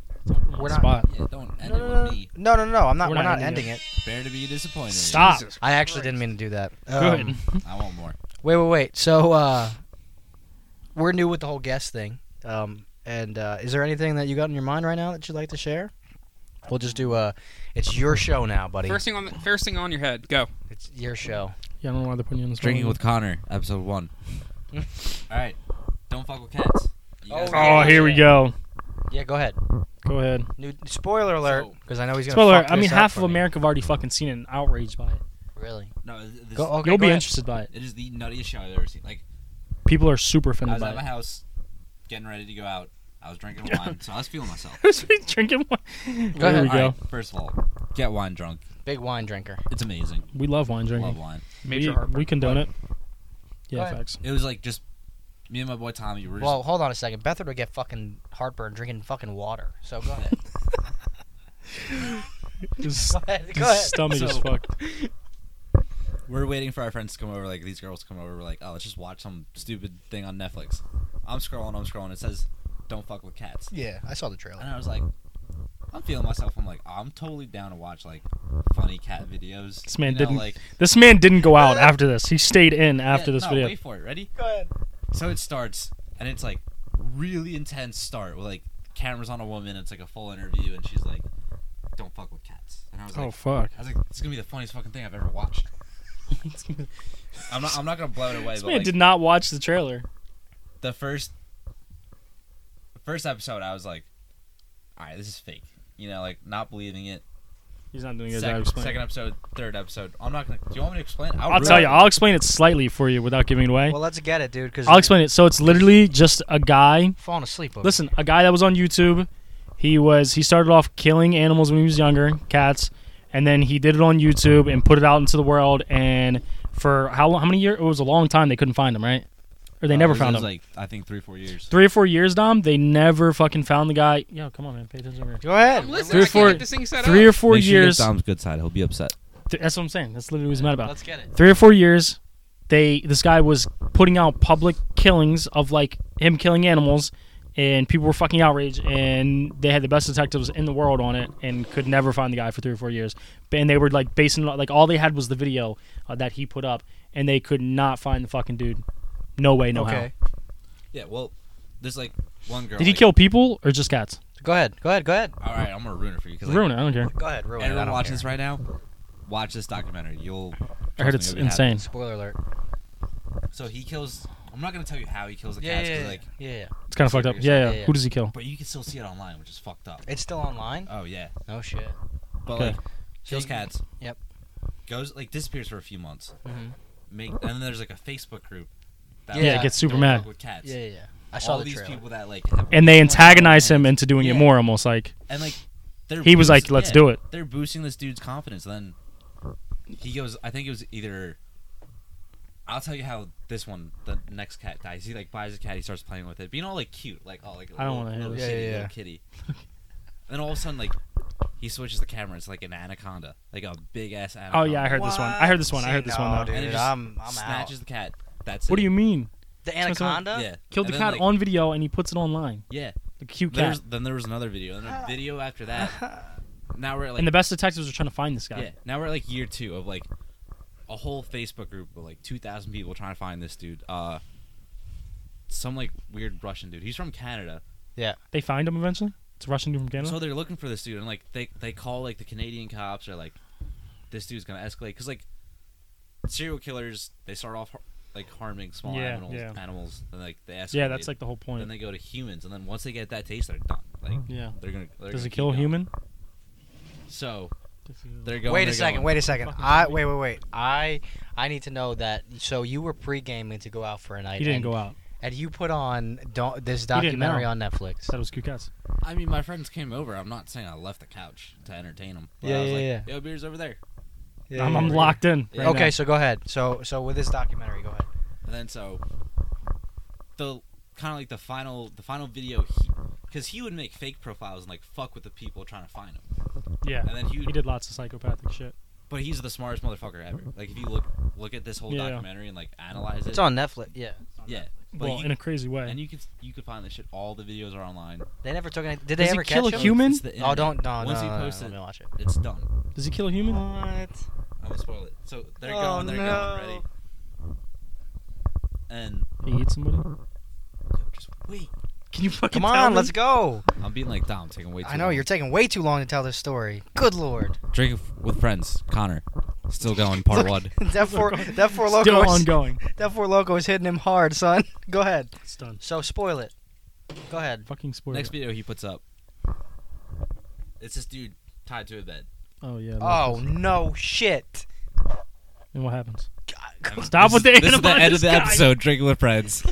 Speaker 1: we're not.
Speaker 4: Spot.
Speaker 3: Yeah, don't end
Speaker 1: No,
Speaker 3: it with
Speaker 1: no, no,
Speaker 3: me.
Speaker 1: no, no, no. I'm not.
Speaker 4: We're
Speaker 1: We're,
Speaker 4: not
Speaker 1: not ending
Speaker 4: ending it.
Speaker 1: it.
Speaker 3: Bear to be disappointed.
Speaker 4: Stop.
Speaker 2: Jesus
Speaker 1: I actually
Speaker 2: Christ.
Speaker 1: didn't mean to do that.
Speaker 4: Good.
Speaker 1: Um,
Speaker 3: I want more.
Speaker 1: Wait, wait, wait. So uh, we're new with the whole guest thing. Um, and uh, is there anything that you got in your mind right now that you'd like to share? We'll just do uh It's your show now, buddy.
Speaker 2: First thing on the, first thing on your head. Go.
Speaker 1: It's your show.
Speaker 4: yeah, I don't know why they're putting you on this.
Speaker 3: Drinking
Speaker 4: phone.
Speaker 3: with Connor, episode one. All right, don't fuck with cats. You
Speaker 1: Oh,
Speaker 4: Oh,
Speaker 3: guys-
Speaker 4: here we go.
Speaker 1: Yeah, go ahead.
Speaker 4: Go ahead.
Speaker 1: New spoiler alert,
Speaker 3: So-
Speaker 1: because I know he's gonna.
Speaker 4: Spoiler:
Speaker 1: fuck
Speaker 4: I mean,
Speaker 1: this up
Speaker 4: half
Speaker 1: for
Speaker 4: of
Speaker 1: me.
Speaker 4: America have already fucking seen it and outraged by it.
Speaker 1: Really?
Speaker 3: No, th- this,
Speaker 1: Go. Okay,
Speaker 4: You'll
Speaker 1: go
Speaker 4: be
Speaker 1: ahead.
Speaker 4: interested by it.
Speaker 3: it is the nuttiest show I've ever seen. Like
Speaker 4: People are super
Speaker 3: I
Speaker 4: offended
Speaker 3: was
Speaker 4: by
Speaker 3: at my
Speaker 4: it.
Speaker 3: house, getting ready to go out. I was drinking wine, so I was feeling myself.
Speaker 4: Just be drinking wine.
Speaker 1: Go
Speaker 4: There
Speaker 1: ahead.
Speaker 4: we go.
Speaker 3: Alright, first of all, get wine drunk.
Speaker 1: Big wine drinker.
Speaker 3: It's amazing.
Speaker 4: We love wine
Speaker 3: Love
Speaker 4: drinking.
Speaker 3: wine.
Speaker 2: Major
Speaker 4: we, we condone it. Yeah,
Speaker 1: ahead.
Speaker 4: facts.
Speaker 3: It was like just me and my boy Tommy were just
Speaker 1: Well, hold on a second. Bethard would get fucking heartburn drinking fucking water. So go ahead.
Speaker 4: His,
Speaker 1: go ahead.
Speaker 4: his
Speaker 1: Go ahead.
Speaker 4: stomach is
Speaker 3: So-
Speaker 4: fucked.
Speaker 3: we're waiting for our friends to come over. Like these girls come over. We're like, oh, let's just watch some stupid thing on Netflix. I'm scrolling. I'm scrolling. It says, "Don't fuck with cats."
Speaker 1: Yeah, I saw the trailer.
Speaker 3: And I was like, I'm feeling myself. I'm like, I'm totally down to watch like funny cat videos.
Speaker 4: This man
Speaker 3: You know,
Speaker 4: didn't.
Speaker 3: like
Speaker 4: this man didn't go out after this. He stayed in after
Speaker 3: Yeah,
Speaker 4: this
Speaker 3: no,
Speaker 4: video.
Speaker 3: Wait for it. Ready?
Speaker 1: Go ahead.
Speaker 3: So it starts, and it's like really intense start with like cameras on a woman. It's like a full interview, and she's like, "Don't fuck with cats." And I was
Speaker 4: oh
Speaker 3: like,
Speaker 4: fuck!
Speaker 3: I was like, "This is gonna be the funniest fucking thing I've ever watched."
Speaker 4: this man
Speaker 3: I'm not. I'm not gonna blow it away. but like,
Speaker 4: did not watch the trailer.
Speaker 3: the first first episode I was like, alright, this is fake. You know, like not believing it.
Speaker 4: He's not doing a good job
Speaker 3: Second,
Speaker 4: explaining.
Speaker 3: second episode, third episode. I'm not gonna do you want me to explain?
Speaker 4: I'll tell you. I'll explain it slightly for you without giving it away.
Speaker 1: Well, let's get it, dude. Because
Speaker 4: I'll explain it. So it's literally just a guy
Speaker 1: Falling asleep. Over
Speaker 4: Listen, a guy that was on YouTube, he was he started off killing animals when he was younger, cats, and then he did it on YouTube and put it out into the world. And for how long? How many years? It was a long time. They couldn't find him, right? or they never
Speaker 3: Uh, it was-
Speaker 4: found
Speaker 3: it was
Speaker 4: him.
Speaker 3: Like I think three, four years.
Speaker 4: Three or four years, Dom. They never fucking found the guy. Yo, come on, man, pay attention. Over here.
Speaker 1: Go ahead.
Speaker 2: I'm listening.
Speaker 4: Three or
Speaker 2: I can't
Speaker 4: four-
Speaker 2: get this thing set
Speaker 4: Three
Speaker 2: up.
Speaker 4: or four
Speaker 3: Make sure you get
Speaker 4: years.
Speaker 3: Dom's good side. He'll be upset.
Speaker 4: th- that's what I'm saying. That's literally what he's mad about.
Speaker 1: Let's get it.
Speaker 4: Three or four years, they this guy was putting out public killings of like him killing animals, and people were fucking outraged. And they had the best detectives in the world on it, and could never find the guy for three or four years. And they were like basing like all they had was the video uh, that he put up, and they could not find the fucking dude. No way, no
Speaker 1: Okay.
Speaker 4: how.
Speaker 3: Yeah. Well, there's like one girl.
Speaker 4: Did he
Speaker 3: like-
Speaker 4: kill people or just cats?
Speaker 1: Go ahead. Go ahead. Go ahead.
Speaker 3: All right, I'm gonna ruin it for you. 'cause, like,
Speaker 4: Ruin it. I don't care.
Speaker 1: Go ahead. Ruin it. I
Speaker 3: Everyone
Speaker 1: don't
Speaker 3: watching
Speaker 1: care.
Speaker 3: this right now, watch this documentary. You'll.
Speaker 4: I heard
Speaker 3: trust
Speaker 4: it's
Speaker 3: me, you'll be happy.
Speaker 4: insane.
Speaker 1: Spoiler alert.
Speaker 3: So he kills. I'm not gonna tell you how he kills the
Speaker 1: Yeah,
Speaker 3: cats.
Speaker 1: yeah,
Speaker 3: 'cause,
Speaker 1: yeah,
Speaker 3: like,
Speaker 1: yeah, yeah.
Speaker 4: It's kind of fucked up. Yeah, yeah.
Speaker 1: Yeah, yeah.
Speaker 4: Who does he kill?
Speaker 3: but you can still see it online, which is fucked up.
Speaker 1: It's still online.
Speaker 3: Oh yeah.
Speaker 1: No shit.
Speaker 3: But
Speaker 4: Okay.
Speaker 3: like, kills
Speaker 1: you-
Speaker 3: cats.
Speaker 1: Yep.
Speaker 3: Goes like disappears for a few months.
Speaker 1: Mhm.
Speaker 3: Make and then there's like a Facebook group. That
Speaker 1: Yeah,
Speaker 4: Yeah,
Speaker 1: it
Speaker 4: it
Speaker 3: like,
Speaker 4: gets super
Speaker 3: don't
Speaker 4: mad.
Speaker 3: fuck With cats.
Speaker 1: Yeah, yeah. yeah. I
Speaker 3: All
Speaker 1: saw the
Speaker 3: these
Speaker 1: trailer.
Speaker 3: people that like. have-
Speaker 4: And they antagonize him into doing it
Speaker 3: Yeah.
Speaker 4: more, almost like
Speaker 3: And like, they're
Speaker 4: he was like,
Speaker 3: boost-
Speaker 4: "Let's
Speaker 3: yeah,
Speaker 4: do it."
Speaker 3: They're boosting this dude's confidence. Then he goes. I think it was either. I'll tell you how this one, the next cat dies. He like buys a cat. He starts playing with it, being all like cute, like oh like a
Speaker 4: I don't
Speaker 3: little-
Speaker 4: wanna hear
Speaker 3: little
Speaker 1: this.
Speaker 3: kitty,
Speaker 1: Yeah, yeah,
Speaker 3: little
Speaker 1: yeah.
Speaker 3: kitty. then all of a sudden, like he switches the camera. It's like an anaconda, like a big ass anaconda.
Speaker 4: Oh yeah, I heard this one. I heard this one. I
Speaker 1: See,
Speaker 4: heard this
Speaker 1: no,
Speaker 4: one. Though.
Speaker 1: Dude,
Speaker 3: And it just
Speaker 1: I'm, I'm out.
Speaker 3: snatches the cat. That's
Speaker 4: What
Speaker 3: it.
Speaker 4: do you mean?
Speaker 1: The
Speaker 4: It's not
Speaker 1: anaconda.
Speaker 3: Yeah,
Speaker 4: Killed the
Speaker 3: And
Speaker 4: cat
Speaker 3: then, like,
Speaker 4: on video and he puts it online.
Speaker 3: Yeah,
Speaker 4: The cute cat.
Speaker 3: there's, then there was another video, and a video after that. Now we're at, like
Speaker 4: and the best detectives are trying to find this guy.
Speaker 3: Yeah. Now we're at like year two of like a whole Facebook group with like two thousand people trying to find this dude. Uh, some like weird Russian dude. He's from Canada,
Speaker 4: They find him eventually. It's a Russian dude from Canada.
Speaker 3: so they're looking for this dude, and like they they call like the Canadian cops or like this dude's gonna escalate because like serial killers they start off har- like harming small
Speaker 4: Yeah,
Speaker 3: animals,
Speaker 4: yeah.
Speaker 3: animals, and like they escalate.
Speaker 4: yeah, that's like the whole point.
Speaker 3: Then they go to humans, and then once they get that taste, they're done. Like
Speaker 4: yeah.
Speaker 3: they're gonna. They're
Speaker 4: Does
Speaker 3: gonna
Speaker 4: it
Speaker 3: keep
Speaker 4: kill a
Speaker 3: going.
Speaker 4: human?
Speaker 3: So they're going.
Speaker 1: Wait a
Speaker 3: they're
Speaker 1: second.
Speaker 3: going.
Speaker 1: Wait a second.
Speaker 4: Fucking
Speaker 1: I
Speaker 4: zombie.
Speaker 1: wait, wait, wait. I I need to know that. So you were pre-gaming to go out for a night.
Speaker 4: He didn't
Speaker 1: and,
Speaker 4: go out.
Speaker 1: And you put on do- this
Speaker 4: didn't
Speaker 1: documentary
Speaker 4: know.
Speaker 1: on Netflix.
Speaker 4: Said it was cute cats.
Speaker 3: I mean, my friends came over. I'm not saying I left the couch to entertain them. But
Speaker 1: Yeah,
Speaker 3: I was
Speaker 1: yeah,
Speaker 3: like, Yo, beer's over there.
Speaker 4: I'm, I'm locked in.
Speaker 3: Yeah.
Speaker 4: right
Speaker 1: okay,
Speaker 4: now.
Speaker 1: so go ahead. So so with this documentary, go ahead.
Speaker 3: And then so the kind of like the final the final video because he, would make fake profiles and like fuck with the people trying to find him.
Speaker 4: Yeah.
Speaker 3: And then he
Speaker 4: He
Speaker 3: would,
Speaker 4: did lots of psychopathic shit.
Speaker 3: but he's the smartest motherfucker ever. Like if you look look at this whole
Speaker 4: Yeah.
Speaker 3: documentary and like analyze it.
Speaker 1: It's on Netflix. Yeah,
Speaker 3: Yeah. But
Speaker 4: Well,
Speaker 3: you-
Speaker 4: in a crazy way.
Speaker 3: and you could you could find this shit. All the videos are online.
Speaker 1: they never took any. Did they
Speaker 4: Does he
Speaker 1: ever
Speaker 4: kill a
Speaker 1: catch him?
Speaker 4: human?
Speaker 3: It's the
Speaker 1: Oh,
Speaker 3: internet.
Speaker 1: don't no
Speaker 3: Once
Speaker 1: no,
Speaker 3: he
Speaker 1: no, no,
Speaker 3: posts
Speaker 1: Let
Speaker 3: it-
Speaker 1: me watch it.
Speaker 3: It's done.
Speaker 4: Does he kill a human?
Speaker 1: What?
Speaker 3: I will spoil it. So they're
Speaker 1: Oh,
Speaker 3: going. They're
Speaker 1: no.
Speaker 3: going. Ready. And
Speaker 4: He eats somebody.
Speaker 3: yo, just wait.
Speaker 4: Can you fucking
Speaker 1: Come
Speaker 4: tell
Speaker 1: on,
Speaker 4: me?
Speaker 1: let's go.
Speaker 3: I'm being like Dom, taking way too
Speaker 1: I know
Speaker 3: long.
Speaker 1: you're taking way too long to tell this story. Good lord.
Speaker 3: Drink with friends. Connor, still going. Part one.
Speaker 1: that four that four
Speaker 4: Still
Speaker 1: loco is,
Speaker 4: ongoing.
Speaker 1: that four loco is hitting him hard, son. Go ahead.
Speaker 4: It's done.
Speaker 1: So spoil it. Go ahead.
Speaker 4: Fucking spoiler.
Speaker 3: Next video he puts up. It's this dude tied to a bed.
Speaker 4: oh yeah.
Speaker 1: Oh
Speaker 4: look.
Speaker 1: no shit.
Speaker 4: And what happens?
Speaker 1: God,
Speaker 4: Stop with the
Speaker 3: Oh, This is the
Speaker 4: animal-
Speaker 3: end of the
Speaker 4: guy.
Speaker 3: episode. Drinking with friends.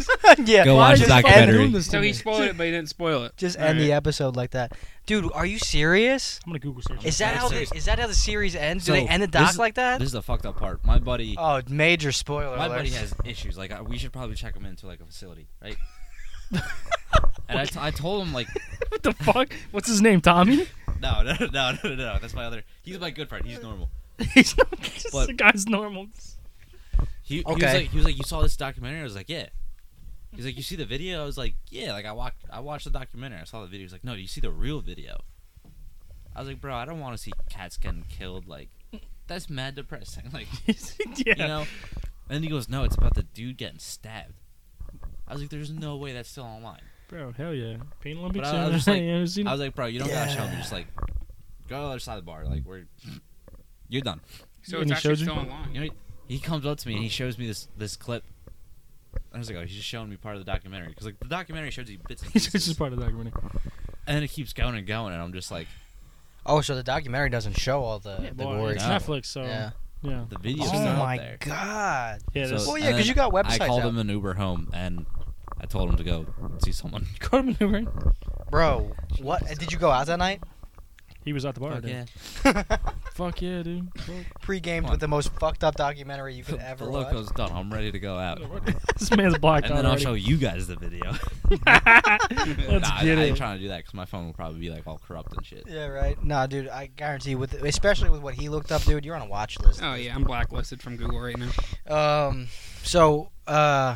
Speaker 1: yeah.
Speaker 3: Go
Speaker 4: Why
Speaker 3: watch
Speaker 1: just
Speaker 4: is this
Speaker 3: the
Speaker 4: fucker
Speaker 3: documentary.
Speaker 4: doing this to
Speaker 2: So
Speaker 4: me?
Speaker 2: he spoiled it, but he didn't spoil it.
Speaker 1: Just end the episode like that. Dude, are you serious?
Speaker 4: I'm gonna Google search.
Speaker 1: Is
Speaker 4: it.
Speaker 1: that
Speaker 3: No,
Speaker 1: how the,
Speaker 3: seriously.
Speaker 1: is that how the series ends? Do
Speaker 3: So,
Speaker 1: they end the
Speaker 3: this
Speaker 1: doc
Speaker 3: is-
Speaker 1: like that?
Speaker 3: This is the fucked up part. My buddy,
Speaker 1: oh, major spoiler
Speaker 3: my
Speaker 1: alert.
Speaker 3: buddy has issues. Like I, we should probably check him into like a facility, right? and I, t- I told him like,
Speaker 4: What the fuck? What's his name? Tommy?
Speaker 3: no, no, no, no, no, no. That's my other. He's my good friend. He's normal.
Speaker 4: He's not just
Speaker 3: What?
Speaker 4: the guy's normal.
Speaker 3: He, he was
Speaker 1: Okay.
Speaker 3: like, he was like, you saw this documentary? I was like, yeah. He's like, you see the video? I was like, yeah. Like I watched, I watched the documentary. I saw the video. He's like, no, do you see the real video? I was like, bro, I don't want to see cats getting killed. Like, that's mad depressing. Like,
Speaker 4: yeah.
Speaker 3: you know. And then he goes, no, it's about the dude getting stabbed. I was like, there's no way that's still online.
Speaker 4: Bro, hell yeah. Pain Olympics.
Speaker 3: But I- I
Speaker 4: yeah.
Speaker 3: was just like-
Speaker 4: You ever seen
Speaker 3: I
Speaker 4: it?
Speaker 3: was like, bro, you don't gotta show me. Just like, go to the other side of the bar. Like, we're, you're done.
Speaker 2: So
Speaker 4: And
Speaker 2: it's
Speaker 4: he
Speaker 2: actually
Speaker 4: showed you?
Speaker 2: still online.
Speaker 3: You know, he comes up to me and he shows me this this clip. I was like, oh, he's just showing me part of the documentary because like the documentary shows you bits and
Speaker 4: it's
Speaker 3: pieces,
Speaker 4: just part of the documentary.
Speaker 3: and then it keeps going and going, and I'm just like,
Speaker 1: Oh, so the documentary doesn't show all the,
Speaker 4: yeah,
Speaker 1: the
Speaker 4: well,
Speaker 1: glory.
Speaker 4: it's
Speaker 3: No.
Speaker 4: Netflix, so
Speaker 1: Yeah.
Speaker 4: yeah. Yeah,
Speaker 3: the video's
Speaker 1: Oh
Speaker 3: still out
Speaker 1: my
Speaker 3: there.
Speaker 1: god.
Speaker 4: yeah
Speaker 3: So-
Speaker 4: this
Speaker 1: Well, yeah,
Speaker 3: and
Speaker 1: 'cause
Speaker 3: then
Speaker 1: you got websites
Speaker 3: I called
Speaker 1: out.
Speaker 3: him an Uber home, and I told him to go see someone.
Speaker 4: Carmen Newman.
Speaker 1: Bro, what did you go out that night?
Speaker 4: He was at the bar.
Speaker 3: Fuck
Speaker 4: dude.
Speaker 3: yeah.
Speaker 4: Fuck yeah, dude.
Speaker 1: pre-gamed
Speaker 3: Come
Speaker 1: with the most fucked up documentary you could ever
Speaker 3: the
Speaker 1: watch.
Speaker 3: loco's done. I'm ready to go out.
Speaker 4: this man's blacked
Speaker 3: and
Speaker 4: out
Speaker 3: then I'll
Speaker 4: already.
Speaker 3: show you guys the video.
Speaker 4: Let's
Speaker 3: nah,
Speaker 4: get
Speaker 3: I, I
Speaker 4: it.
Speaker 3: ain't trying to do that because my phone will probably be like all corrupt and shit.
Speaker 1: Yeah, right. Nah, dude, I guarantee with especially with what he looked up, dude, you're on a watch list.
Speaker 2: Oh yeah, I'm blacklisted from Google right now.
Speaker 1: Um, so, uh,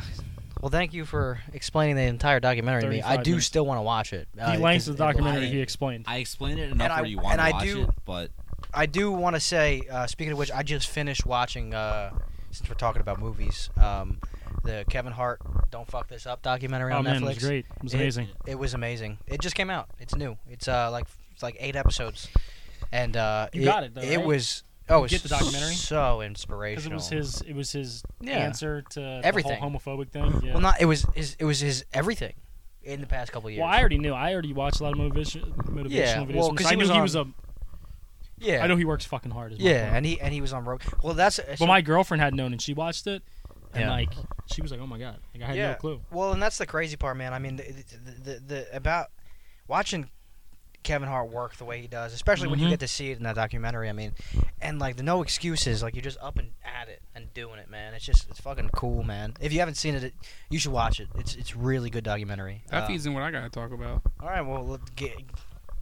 Speaker 1: well, thank you for explaining the entire documentary to me. I
Speaker 4: 35
Speaker 1: do
Speaker 4: minutes.
Speaker 1: still want to watch it. Uh,
Speaker 4: He likes the
Speaker 1: because
Speaker 4: documentary
Speaker 1: it-
Speaker 4: he explained.
Speaker 3: I explained it enough
Speaker 1: I-
Speaker 3: where you want
Speaker 1: and I
Speaker 3: to watch
Speaker 1: do-
Speaker 3: it, but
Speaker 1: I do want to say, uh, speaking of which, I just finished watching. Uh, since we're talking about movies, um, the Kevin Hart "Don't Fuck This Up" documentary
Speaker 4: Oh
Speaker 1: on
Speaker 4: man,
Speaker 1: Netflix.
Speaker 4: it was great. It was amazing.
Speaker 1: It was amazing. It just came out. It's new. It's uh like it's like eight episodes, and uh,
Speaker 4: You got it, though,
Speaker 1: It
Speaker 4: right?
Speaker 1: was oh,
Speaker 4: get
Speaker 1: it's
Speaker 4: the documentary?
Speaker 1: so
Speaker 4: Because
Speaker 1: inspirational.
Speaker 4: it was his, it was his
Speaker 1: Yeah.
Speaker 4: answer to
Speaker 1: Everything.
Speaker 4: the whole homophobic thing. Yeah.
Speaker 1: Well, not it was his. It was his everything in the past couple years.
Speaker 4: Well, I already knew. I already watched a lot of motivation, motivational
Speaker 1: Yeah,
Speaker 4: videos.
Speaker 1: well,
Speaker 4: from
Speaker 1: 'cause
Speaker 4: this. I
Speaker 1: he
Speaker 4: knew
Speaker 1: was
Speaker 4: he was a. I
Speaker 1: yeah,
Speaker 4: know he works fucking hard. As well.
Speaker 1: yeah, and he and he was on Rogue. Well, that's uh,
Speaker 4: But my girlfriend had known, and she watched it, and
Speaker 1: Yeah.
Speaker 4: like she was like, "Oh my god!" Like I had
Speaker 1: Yeah.
Speaker 4: no clue.
Speaker 1: well, and that's the crazy part, man. I mean, the the, the, the about watching. Kevin Hart work the way he does, especially when you
Speaker 4: Mhm.
Speaker 1: get to see it in that documentary. I mean, and like the no excuses, like you're just up and at it and doing it, man. It's just it's fucking cool, man. If you haven't seen it, it you should watch it. It's it's really good documentary.
Speaker 2: That
Speaker 1: Uh,
Speaker 2: feeds in what I gotta talk about.
Speaker 1: all right, well, let get,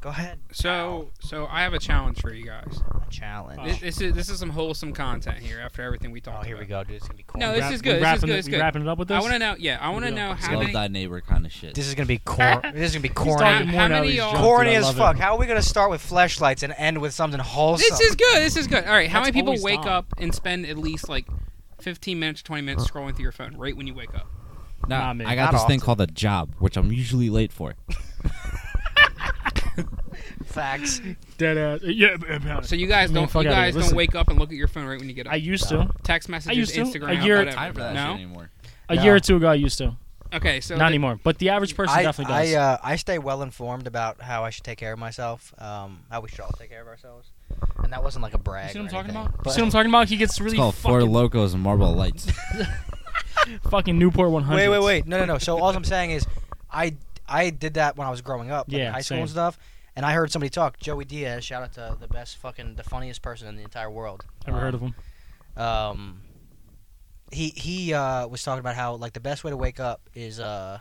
Speaker 1: go ahead.
Speaker 2: So, so I have a challenge for you guys.
Speaker 1: Ow. A challenge.
Speaker 4: Oh.
Speaker 2: This, this is this is some wholesome content here. After everything we talked
Speaker 1: Oh,
Speaker 2: about.
Speaker 1: here we go, dude. It's gonna be corny.
Speaker 2: No, this
Speaker 4: Wrap-
Speaker 2: is good.
Speaker 4: we
Speaker 2: This is
Speaker 4: wrapping
Speaker 2: good.
Speaker 4: it-
Speaker 2: This is
Speaker 4: we
Speaker 2: good.
Speaker 4: wrapping it up with this.
Speaker 2: I want to know. Yeah, I want to
Speaker 4: We
Speaker 2: know
Speaker 4: don't
Speaker 2: how
Speaker 3: love
Speaker 2: many.
Speaker 3: thy neighbor kind of shit.
Speaker 1: This is gonna be cor- This is gonna be
Speaker 4: He's talking
Speaker 1: corny.
Speaker 4: more
Speaker 2: How
Speaker 4: now.
Speaker 2: many
Speaker 4: He's
Speaker 2: y'all-
Speaker 4: drunk,
Speaker 1: Corny
Speaker 4: dude, I
Speaker 1: as
Speaker 4: love it.
Speaker 1: fuck. How are we gonna start with flashlights and end with something wholesome?
Speaker 2: This is good. This is good. All right. How
Speaker 4: That's
Speaker 2: many people
Speaker 4: always
Speaker 2: wake
Speaker 4: Dom.
Speaker 2: up and spend at least like 15 minutes, 20 minutes scrolling through your phone right when you wake up?
Speaker 4: Nah,
Speaker 3: Nah,
Speaker 4: man,
Speaker 3: I
Speaker 1: not
Speaker 3: got this thing
Speaker 1: often.
Speaker 3: called a job, which I'm usually late for.
Speaker 1: facts.
Speaker 4: Dead ass. Yeah. but- but-
Speaker 2: So you guys
Speaker 4: Man,
Speaker 2: don't.
Speaker 4: fuck
Speaker 2: You
Speaker 4: outta here.
Speaker 2: guys don't
Speaker 4: Listen.
Speaker 2: wake up and look at your phone right when you get up.
Speaker 4: I used to.
Speaker 2: Text messages,
Speaker 4: used to.
Speaker 2: Instagram.
Speaker 4: A year-
Speaker 2: whatever.
Speaker 3: Time for that
Speaker 2: no?
Speaker 3: shit anymore.
Speaker 4: A
Speaker 1: No.
Speaker 4: year or two ago, I used to.
Speaker 2: Okay. So
Speaker 4: Not
Speaker 2: the-
Speaker 4: anymore. But the average person
Speaker 1: I
Speaker 4: definitely
Speaker 1: I,
Speaker 4: does.
Speaker 1: uh, I stay well informed about how I should take care of myself. Um, how we should all take care of ourselves. And that wasn't like a brag.
Speaker 4: you see
Speaker 1: or
Speaker 4: what I'm talking
Speaker 1: anything,
Speaker 4: about? You
Speaker 1: but-
Speaker 4: see what I'm talking about? He gets
Speaker 3: It's
Speaker 4: really
Speaker 3: called Four
Speaker 4: fucking,
Speaker 3: Locos and Marble Lights.
Speaker 4: fucking Newport 100.
Speaker 1: Wait, wait, wait. No, no, no. So all I'm saying is, I I did that when I was growing up, like
Speaker 4: Yeah,
Speaker 1: in high school and
Speaker 4: same.
Speaker 1: stuff. And I heard somebody talk. Joey Diaz, shout out to the best fucking, the funniest person in the entire world.
Speaker 4: Ever heard of him?
Speaker 1: Um, he he uh, was talking about how like the best way to wake up is uh,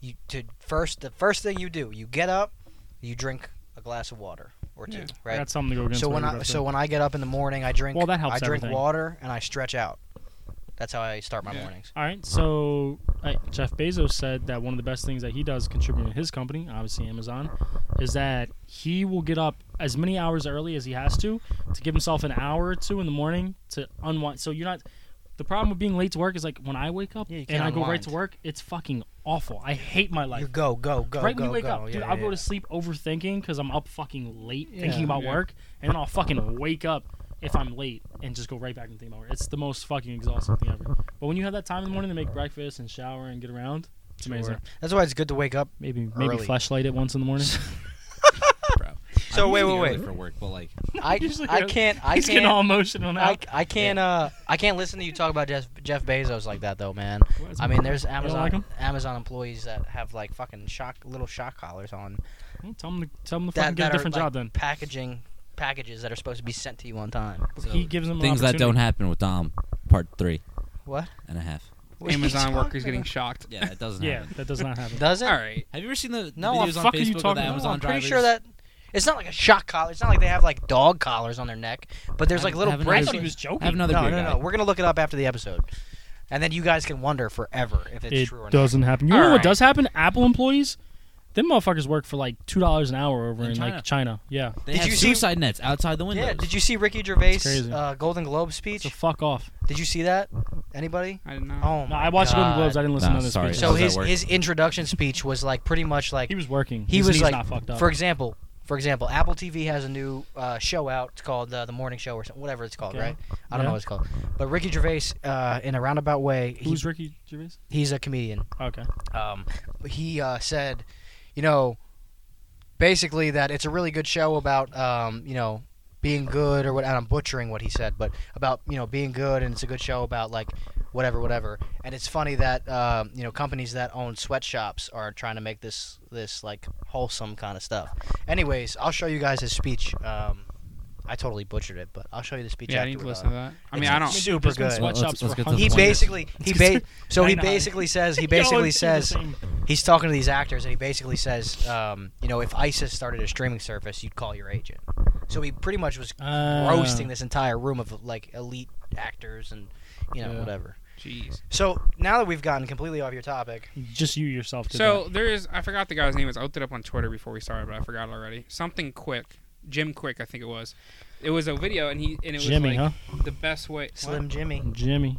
Speaker 1: you to first the first thing you do you get up, you drink a glass of water or two,
Speaker 2: Yeah.
Speaker 4: I
Speaker 1: right?
Speaker 4: got something to go against.
Speaker 1: So
Speaker 4: what
Speaker 1: when
Speaker 4: you're
Speaker 1: I
Speaker 4: about to
Speaker 1: so
Speaker 4: say.
Speaker 1: when I get up in the morning, I drink
Speaker 4: Well, that helps
Speaker 1: I drink
Speaker 4: everything.
Speaker 1: water and I stretch out. That's how I start my
Speaker 2: Yeah.
Speaker 1: mornings.
Speaker 4: all right, so uh, Jeff Bezos said that one of the best things that he does contributing to his company, obviously Amazon, is that he will get up as many hours early as he has to to give himself an hour or two in the morning to unwind. So you're not. The problem with being late to work is like when I wake up
Speaker 1: Yeah, you
Speaker 4: and
Speaker 1: can't
Speaker 4: I go right
Speaker 1: unwind.
Speaker 4: to work, it's fucking awful. I hate my life.
Speaker 1: You go go go
Speaker 4: right
Speaker 1: go
Speaker 4: when you wake
Speaker 1: go.
Speaker 4: up, dude,
Speaker 1: Yeah,
Speaker 4: I'll
Speaker 1: yeah,
Speaker 4: go
Speaker 1: yeah.
Speaker 4: to sleep overthinking because I'm up fucking late thinking
Speaker 1: Yeah.
Speaker 4: about
Speaker 2: Yeah.
Speaker 4: work, and then I'll fucking wake up if I'm late and just go right back and think about work. It's the most fucking exhausting thing ever. But when you have that time in the morning to make breakfast and shower and get around, it's amazing.
Speaker 1: Sure. That's why it's good to wake up.
Speaker 4: Maybe maybe
Speaker 1: Early.
Speaker 4: flashlight it once in the morning.
Speaker 3: Bro.
Speaker 1: So
Speaker 3: I'm
Speaker 1: wait,
Speaker 3: usually
Speaker 1: wait,
Speaker 3: early
Speaker 1: wait.
Speaker 3: For work, but like
Speaker 1: I
Speaker 4: Usually
Speaker 1: I
Speaker 4: I'm-
Speaker 1: can't I
Speaker 4: He's
Speaker 1: can't
Speaker 4: getting all emotional now.
Speaker 1: I, I can't uh I can't listen to you talk about Jeff Jeff Bezos like that though, man.
Speaker 4: What is
Speaker 1: I
Speaker 4: it?
Speaker 1: mean, there's
Speaker 4: don't
Speaker 1: Amazon
Speaker 4: like 'em?
Speaker 1: Amazon employees that have like fucking shock little shock collars on
Speaker 4: Well, tell him to tell him to
Speaker 1: that,
Speaker 4: fucking get
Speaker 1: that
Speaker 4: a different
Speaker 1: are, like,
Speaker 4: job then.
Speaker 1: packaging packages that are supposed to be sent to you on time.
Speaker 3: so
Speaker 4: he gives him an
Speaker 3: things that don't
Speaker 4: opportunity.
Speaker 3: happen with Dom, part three
Speaker 1: What?
Speaker 3: and a half.
Speaker 1: What are you
Speaker 2: Amazon
Speaker 1: talking
Speaker 2: workers getting
Speaker 1: about?
Speaker 2: shocked.
Speaker 3: Yeah, that doesn't
Speaker 4: Yeah,
Speaker 3: happen.
Speaker 4: that does not happen.
Speaker 1: Does it?
Speaker 2: All right.
Speaker 3: Have you ever seen the, the
Speaker 1: No,
Speaker 3: videos
Speaker 4: the
Speaker 3: on
Speaker 4: fuck are
Speaker 3: Facebook
Speaker 4: you
Speaker 3: of
Speaker 4: talking
Speaker 3: the
Speaker 4: about?
Speaker 1: No,
Speaker 3: Amazon
Speaker 1: I'm pretty
Speaker 3: drivers?
Speaker 1: sure that it's not like a shock collar. It's not like they have like dog collars on their neck, but there's like
Speaker 3: Have-
Speaker 1: little
Speaker 3: have
Speaker 4: I
Speaker 3: another-
Speaker 1: bracelets.
Speaker 4: thought he was joking.
Speaker 3: I have another
Speaker 1: No,
Speaker 3: beer
Speaker 1: no,
Speaker 3: guy.
Speaker 1: no. We're gonna look it up after the episode, and then you guys can wonder forever if it's
Speaker 4: it
Speaker 1: true or not.
Speaker 4: doesn't happen. You know what
Speaker 2: Alright.
Speaker 4: does happen? Apple employees, them motherfuckers work for like two dollars an hour over in,
Speaker 3: In
Speaker 4: like China. Yeah,
Speaker 3: They
Speaker 1: Did
Speaker 3: have
Speaker 1: you see-
Speaker 3: suicide nets outside the windows.
Speaker 1: Yeah. Did you see Ricky Gervais'
Speaker 4: crazy.
Speaker 1: uh, Golden Globe speech?
Speaker 4: so fuck off.
Speaker 1: Did you see that? Anybody?
Speaker 2: I didn't know.
Speaker 1: Oh
Speaker 4: No,
Speaker 1: my
Speaker 4: I watched Golden
Speaker 1: God.
Speaker 4: Globes. I didn't listen
Speaker 3: Nah,
Speaker 4: to this.
Speaker 3: sorry.
Speaker 1: So
Speaker 3: How does that
Speaker 1: his
Speaker 3: work?
Speaker 1: his introduction speech was like pretty much like
Speaker 4: He was working.
Speaker 1: he
Speaker 4: His
Speaker 1: was
Speaker 4: knee's
Speaker 1: like
Speaker 4: not fucked up.
Speaker 1: for example for example Apple TV has a new uh, show out. It's called uh, the Morning Show or something, whatever it's called,
Speaker 4: Okay.
Speaker 1: right? I don't
Speaker 4: Yeah.
Speaker 1: know what it's called. But Ricky Gervais, uh, in a roundabout way, he,
Speaker 4: Who's Ricky Gervais?
Speaker 1: he's a comedian.
Speaker 4: Okay.
Speaker 1: Um, he uh, said, you know, basically that it's a really good show about um, you know being good or what. And I'm butchering what he said, but about you know being good, and it's a good show about like whatever, whatever. And it's funny that um, you know companies that own sweatshops are trying to make this this like wholesome kind of stuff. Anyways, I'll show you guys his speech. Um, I totally butchered it, but I'll show you the speech.
Speaker 2: Yeah, I
Speaker 1: afterward.
Speaker 2: need to listen to that. I mean, I
Speaker 1: It's
Speaker 2: don't.
Speaker 1: super good.
Speaker 4: Sweatshops
Speaker 3: Let's- let's
Speaker 4: for
Speaker 3: get to
Speaker 4: hundreds.
Speaker 1: He
Speaker 3: That's
Speaker 1: basically he ba- so he
Speaker 4: I know.
Speaker 1: basically says he basically says he's talking to these actors and he basically says um, you know if ISIS started a streaming service you'd call your agent. So he pretty much was
Speaker 4: Ah.
Speaker 1: roasting this entire room of like elite actors and you know
Speaker 4: Yeah.
Speaker 1: whatever.
Speaker 2: Jeez.
Speaker 1: So now that we've gotten completely off your topic,
Speaker 4: Just you yourself. Did
Speaker 2: So there is. I forgot the guy's name. Was I looked it up on Twitter before we started, but I forgot already. Something quick. Jim Quick, I think it was. It was a video, and he and it
Speaker 4: that.
Speaker 2: was
Speaker 4: Jimmy,
Speaker 2: like
Speaker 4: huh?
Speaker 2: the best way.
Speaker 1: Slim Jimmy,
Speaker 4: Jimmy. Jimmy.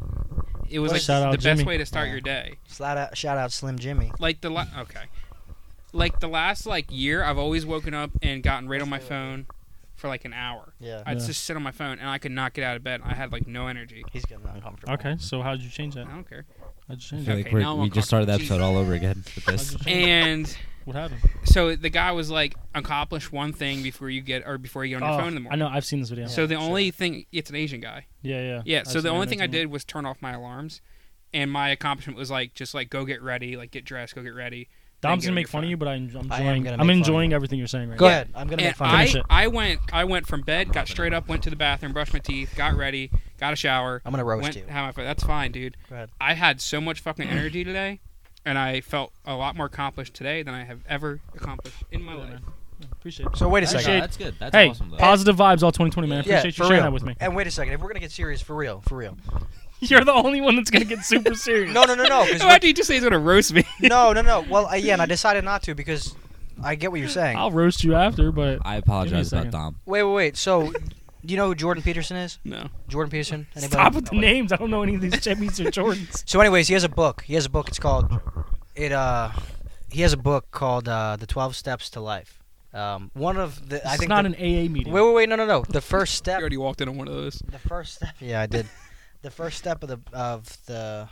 Speaker 2: It was
Speaker 1: What?
Speaker 2: like
Speaker 4: Shout out
Speaker 2: the best
Speaker 4: Jimmy.
Speaker 2: way to start
Speaker 1: Yeah.
Speaker 2: your day.
Speaker 1: shout out, shout out Slim Jimmy.
Speaker 2: Like the la- okay. Like the last like year, I've always woken up and gotten right on my phone for like an hour.
Speaker 1: Yeah,
Speaker 2: I'd
Speaker 4: Yeah.
Speaker 2: just sit on my phone and I could not get out of bed. I had like no energy.
Speaker 1: he's getting uncomfortable.
Speaker 4: Okay, so how'd you change
Speaker 2: I
Speaker 4: that?
Speaker 2: don't care.
Speaker 4: How'd you change
Speaker 3: I feel
Speaker 4: that?
Speaker 2: Okay,
Speaker 3: like we're-
Speaker 2: now I'm
Speaker 3: we just started the episode all over again with
Speaker 4: How'd
Speaker 3: this.
Speaker 4: you change
Speaker 2: And
Speaker 4: it? what happened?
Speaker 2: so the guy was like, accomplish one thing before you get or before you get on your
Speaker 4: Oh,
Speaker 2: phone in the
Speaker 4: I
Speaker 2: morning.
Speaker 4: know. I've seen this video.
Speaker 2: So the
Speaker 1: sure.
Speaker 2: only thing it's an Asian guy.
Speaker 4: yeah, yeah.
Speaker 2: Yeah.
Speaker 4: I've
Speaker 2: So the
Speaker 4: seen
Speaker 2: only
Speaker 4: that
Speaker 2: thing I
Speaker 4: too.
Speaker 2: did was turn off my alarms, and my accomplishment was like just like go get ready, like get dressed, go get ready. then
Speaker 4: Dom's
Speaker 2: get
Speaker 4: gonna
Speaker 2: on
Speaker 4: make
Speaker 2: your
Speaker 4: fun of
Speaker 2: phone.
Speaker 4: you, but I'm, I'm
Speaker 1: I am
Speaker 4: enjoying.
Speaker 1: gonna
Speaker 4: I'm
Speaker 1: make fun of
Speaker 4: enjoying everything you're saying right
Speaker 1: Go
Speaker 4: now.
Speaker 1: ahead. I'm gonna
Speaker 2: And
Speaker 1: make fun.
Speaker 2: I,
Speaker 4: Finish it.
Speaker 2: I went I went from bed, got straight up, went to the bathroom, brushed my teeth, got ready, got a shower,
Speaker 1: I'm gonna roast
Speaker 2: went
Speaker 1: you.
Speaker 2: had my phone. That's fine, dude.
Speaker 1: Go ahead.
Speaker 2: I had so much fucking energy today, and I felt a lot more accomplished today than I have ever accomplished in my
Speaker 4: Yeah,
Speaker 2: life.
Speaker 4: man. Appreciate it.
Speaker 1: So wait a
Speaker 3: That's-
Speaker 1: second.
Speaker 4: Appreciate-
Speaker 3: that's good. That's
Speaker 4: Hey,
Speaker 3: awesome though.
Speaker 4: positive vibes all 2020, man. I
Speaker 1: Yeah,
Speaker 4: appreciate
Speaker 1: for
Speaker 4: you
Speaker 1: real.
Speaker 4: sharing that with me.
Speaker 1: And wait a second. If we're gonna get serious, for real, for real.
Speaker 4: You're the only one that's gonna get super serious.
Speaker 1: No, no, no, no. 'cause
Speaker 2: Oh,
Speaker 1: we're-
Speaker 2: why do you just say he's gonna roast me?
Speaker 1: no, no, no. Well, uh, yeah, and I decided not to because I get what you're saying.
Speaker 4: I'll roast you after, but
Speaker 3: I apologize
Speaker 4: Give me a
Speaker 3: about Dom.
Speaker 1: Wait, wait, wait. So, do you know who Jordan Peterson is?
Speaker 2: no.
Speaker 1: Jordan Peterson? Anybody?
Speaker 4: stop with the
Speaker 1: No, wait.
Speaker 4: names. I don't know any of these Jimmys or Jordans.
Speaker 1: So, anyways, he has a book. He has a book. It's called it. Uh, he has a book called uh, "The Twelve Steps to Life." Um, one of the I
Speaker 4: It's
Speaker 1: think
Speaker 4: not
Speaker 1: the-
Speaker 4: an AA meeting.
Speaker 1: Wait, wait, wait. No, no, no. The first
Speaker 2: You
Speaker 1: step.
Speaker 2: already walked in on one of those.
Speaker 1: The first step. Yeah, I did. the first step of the of the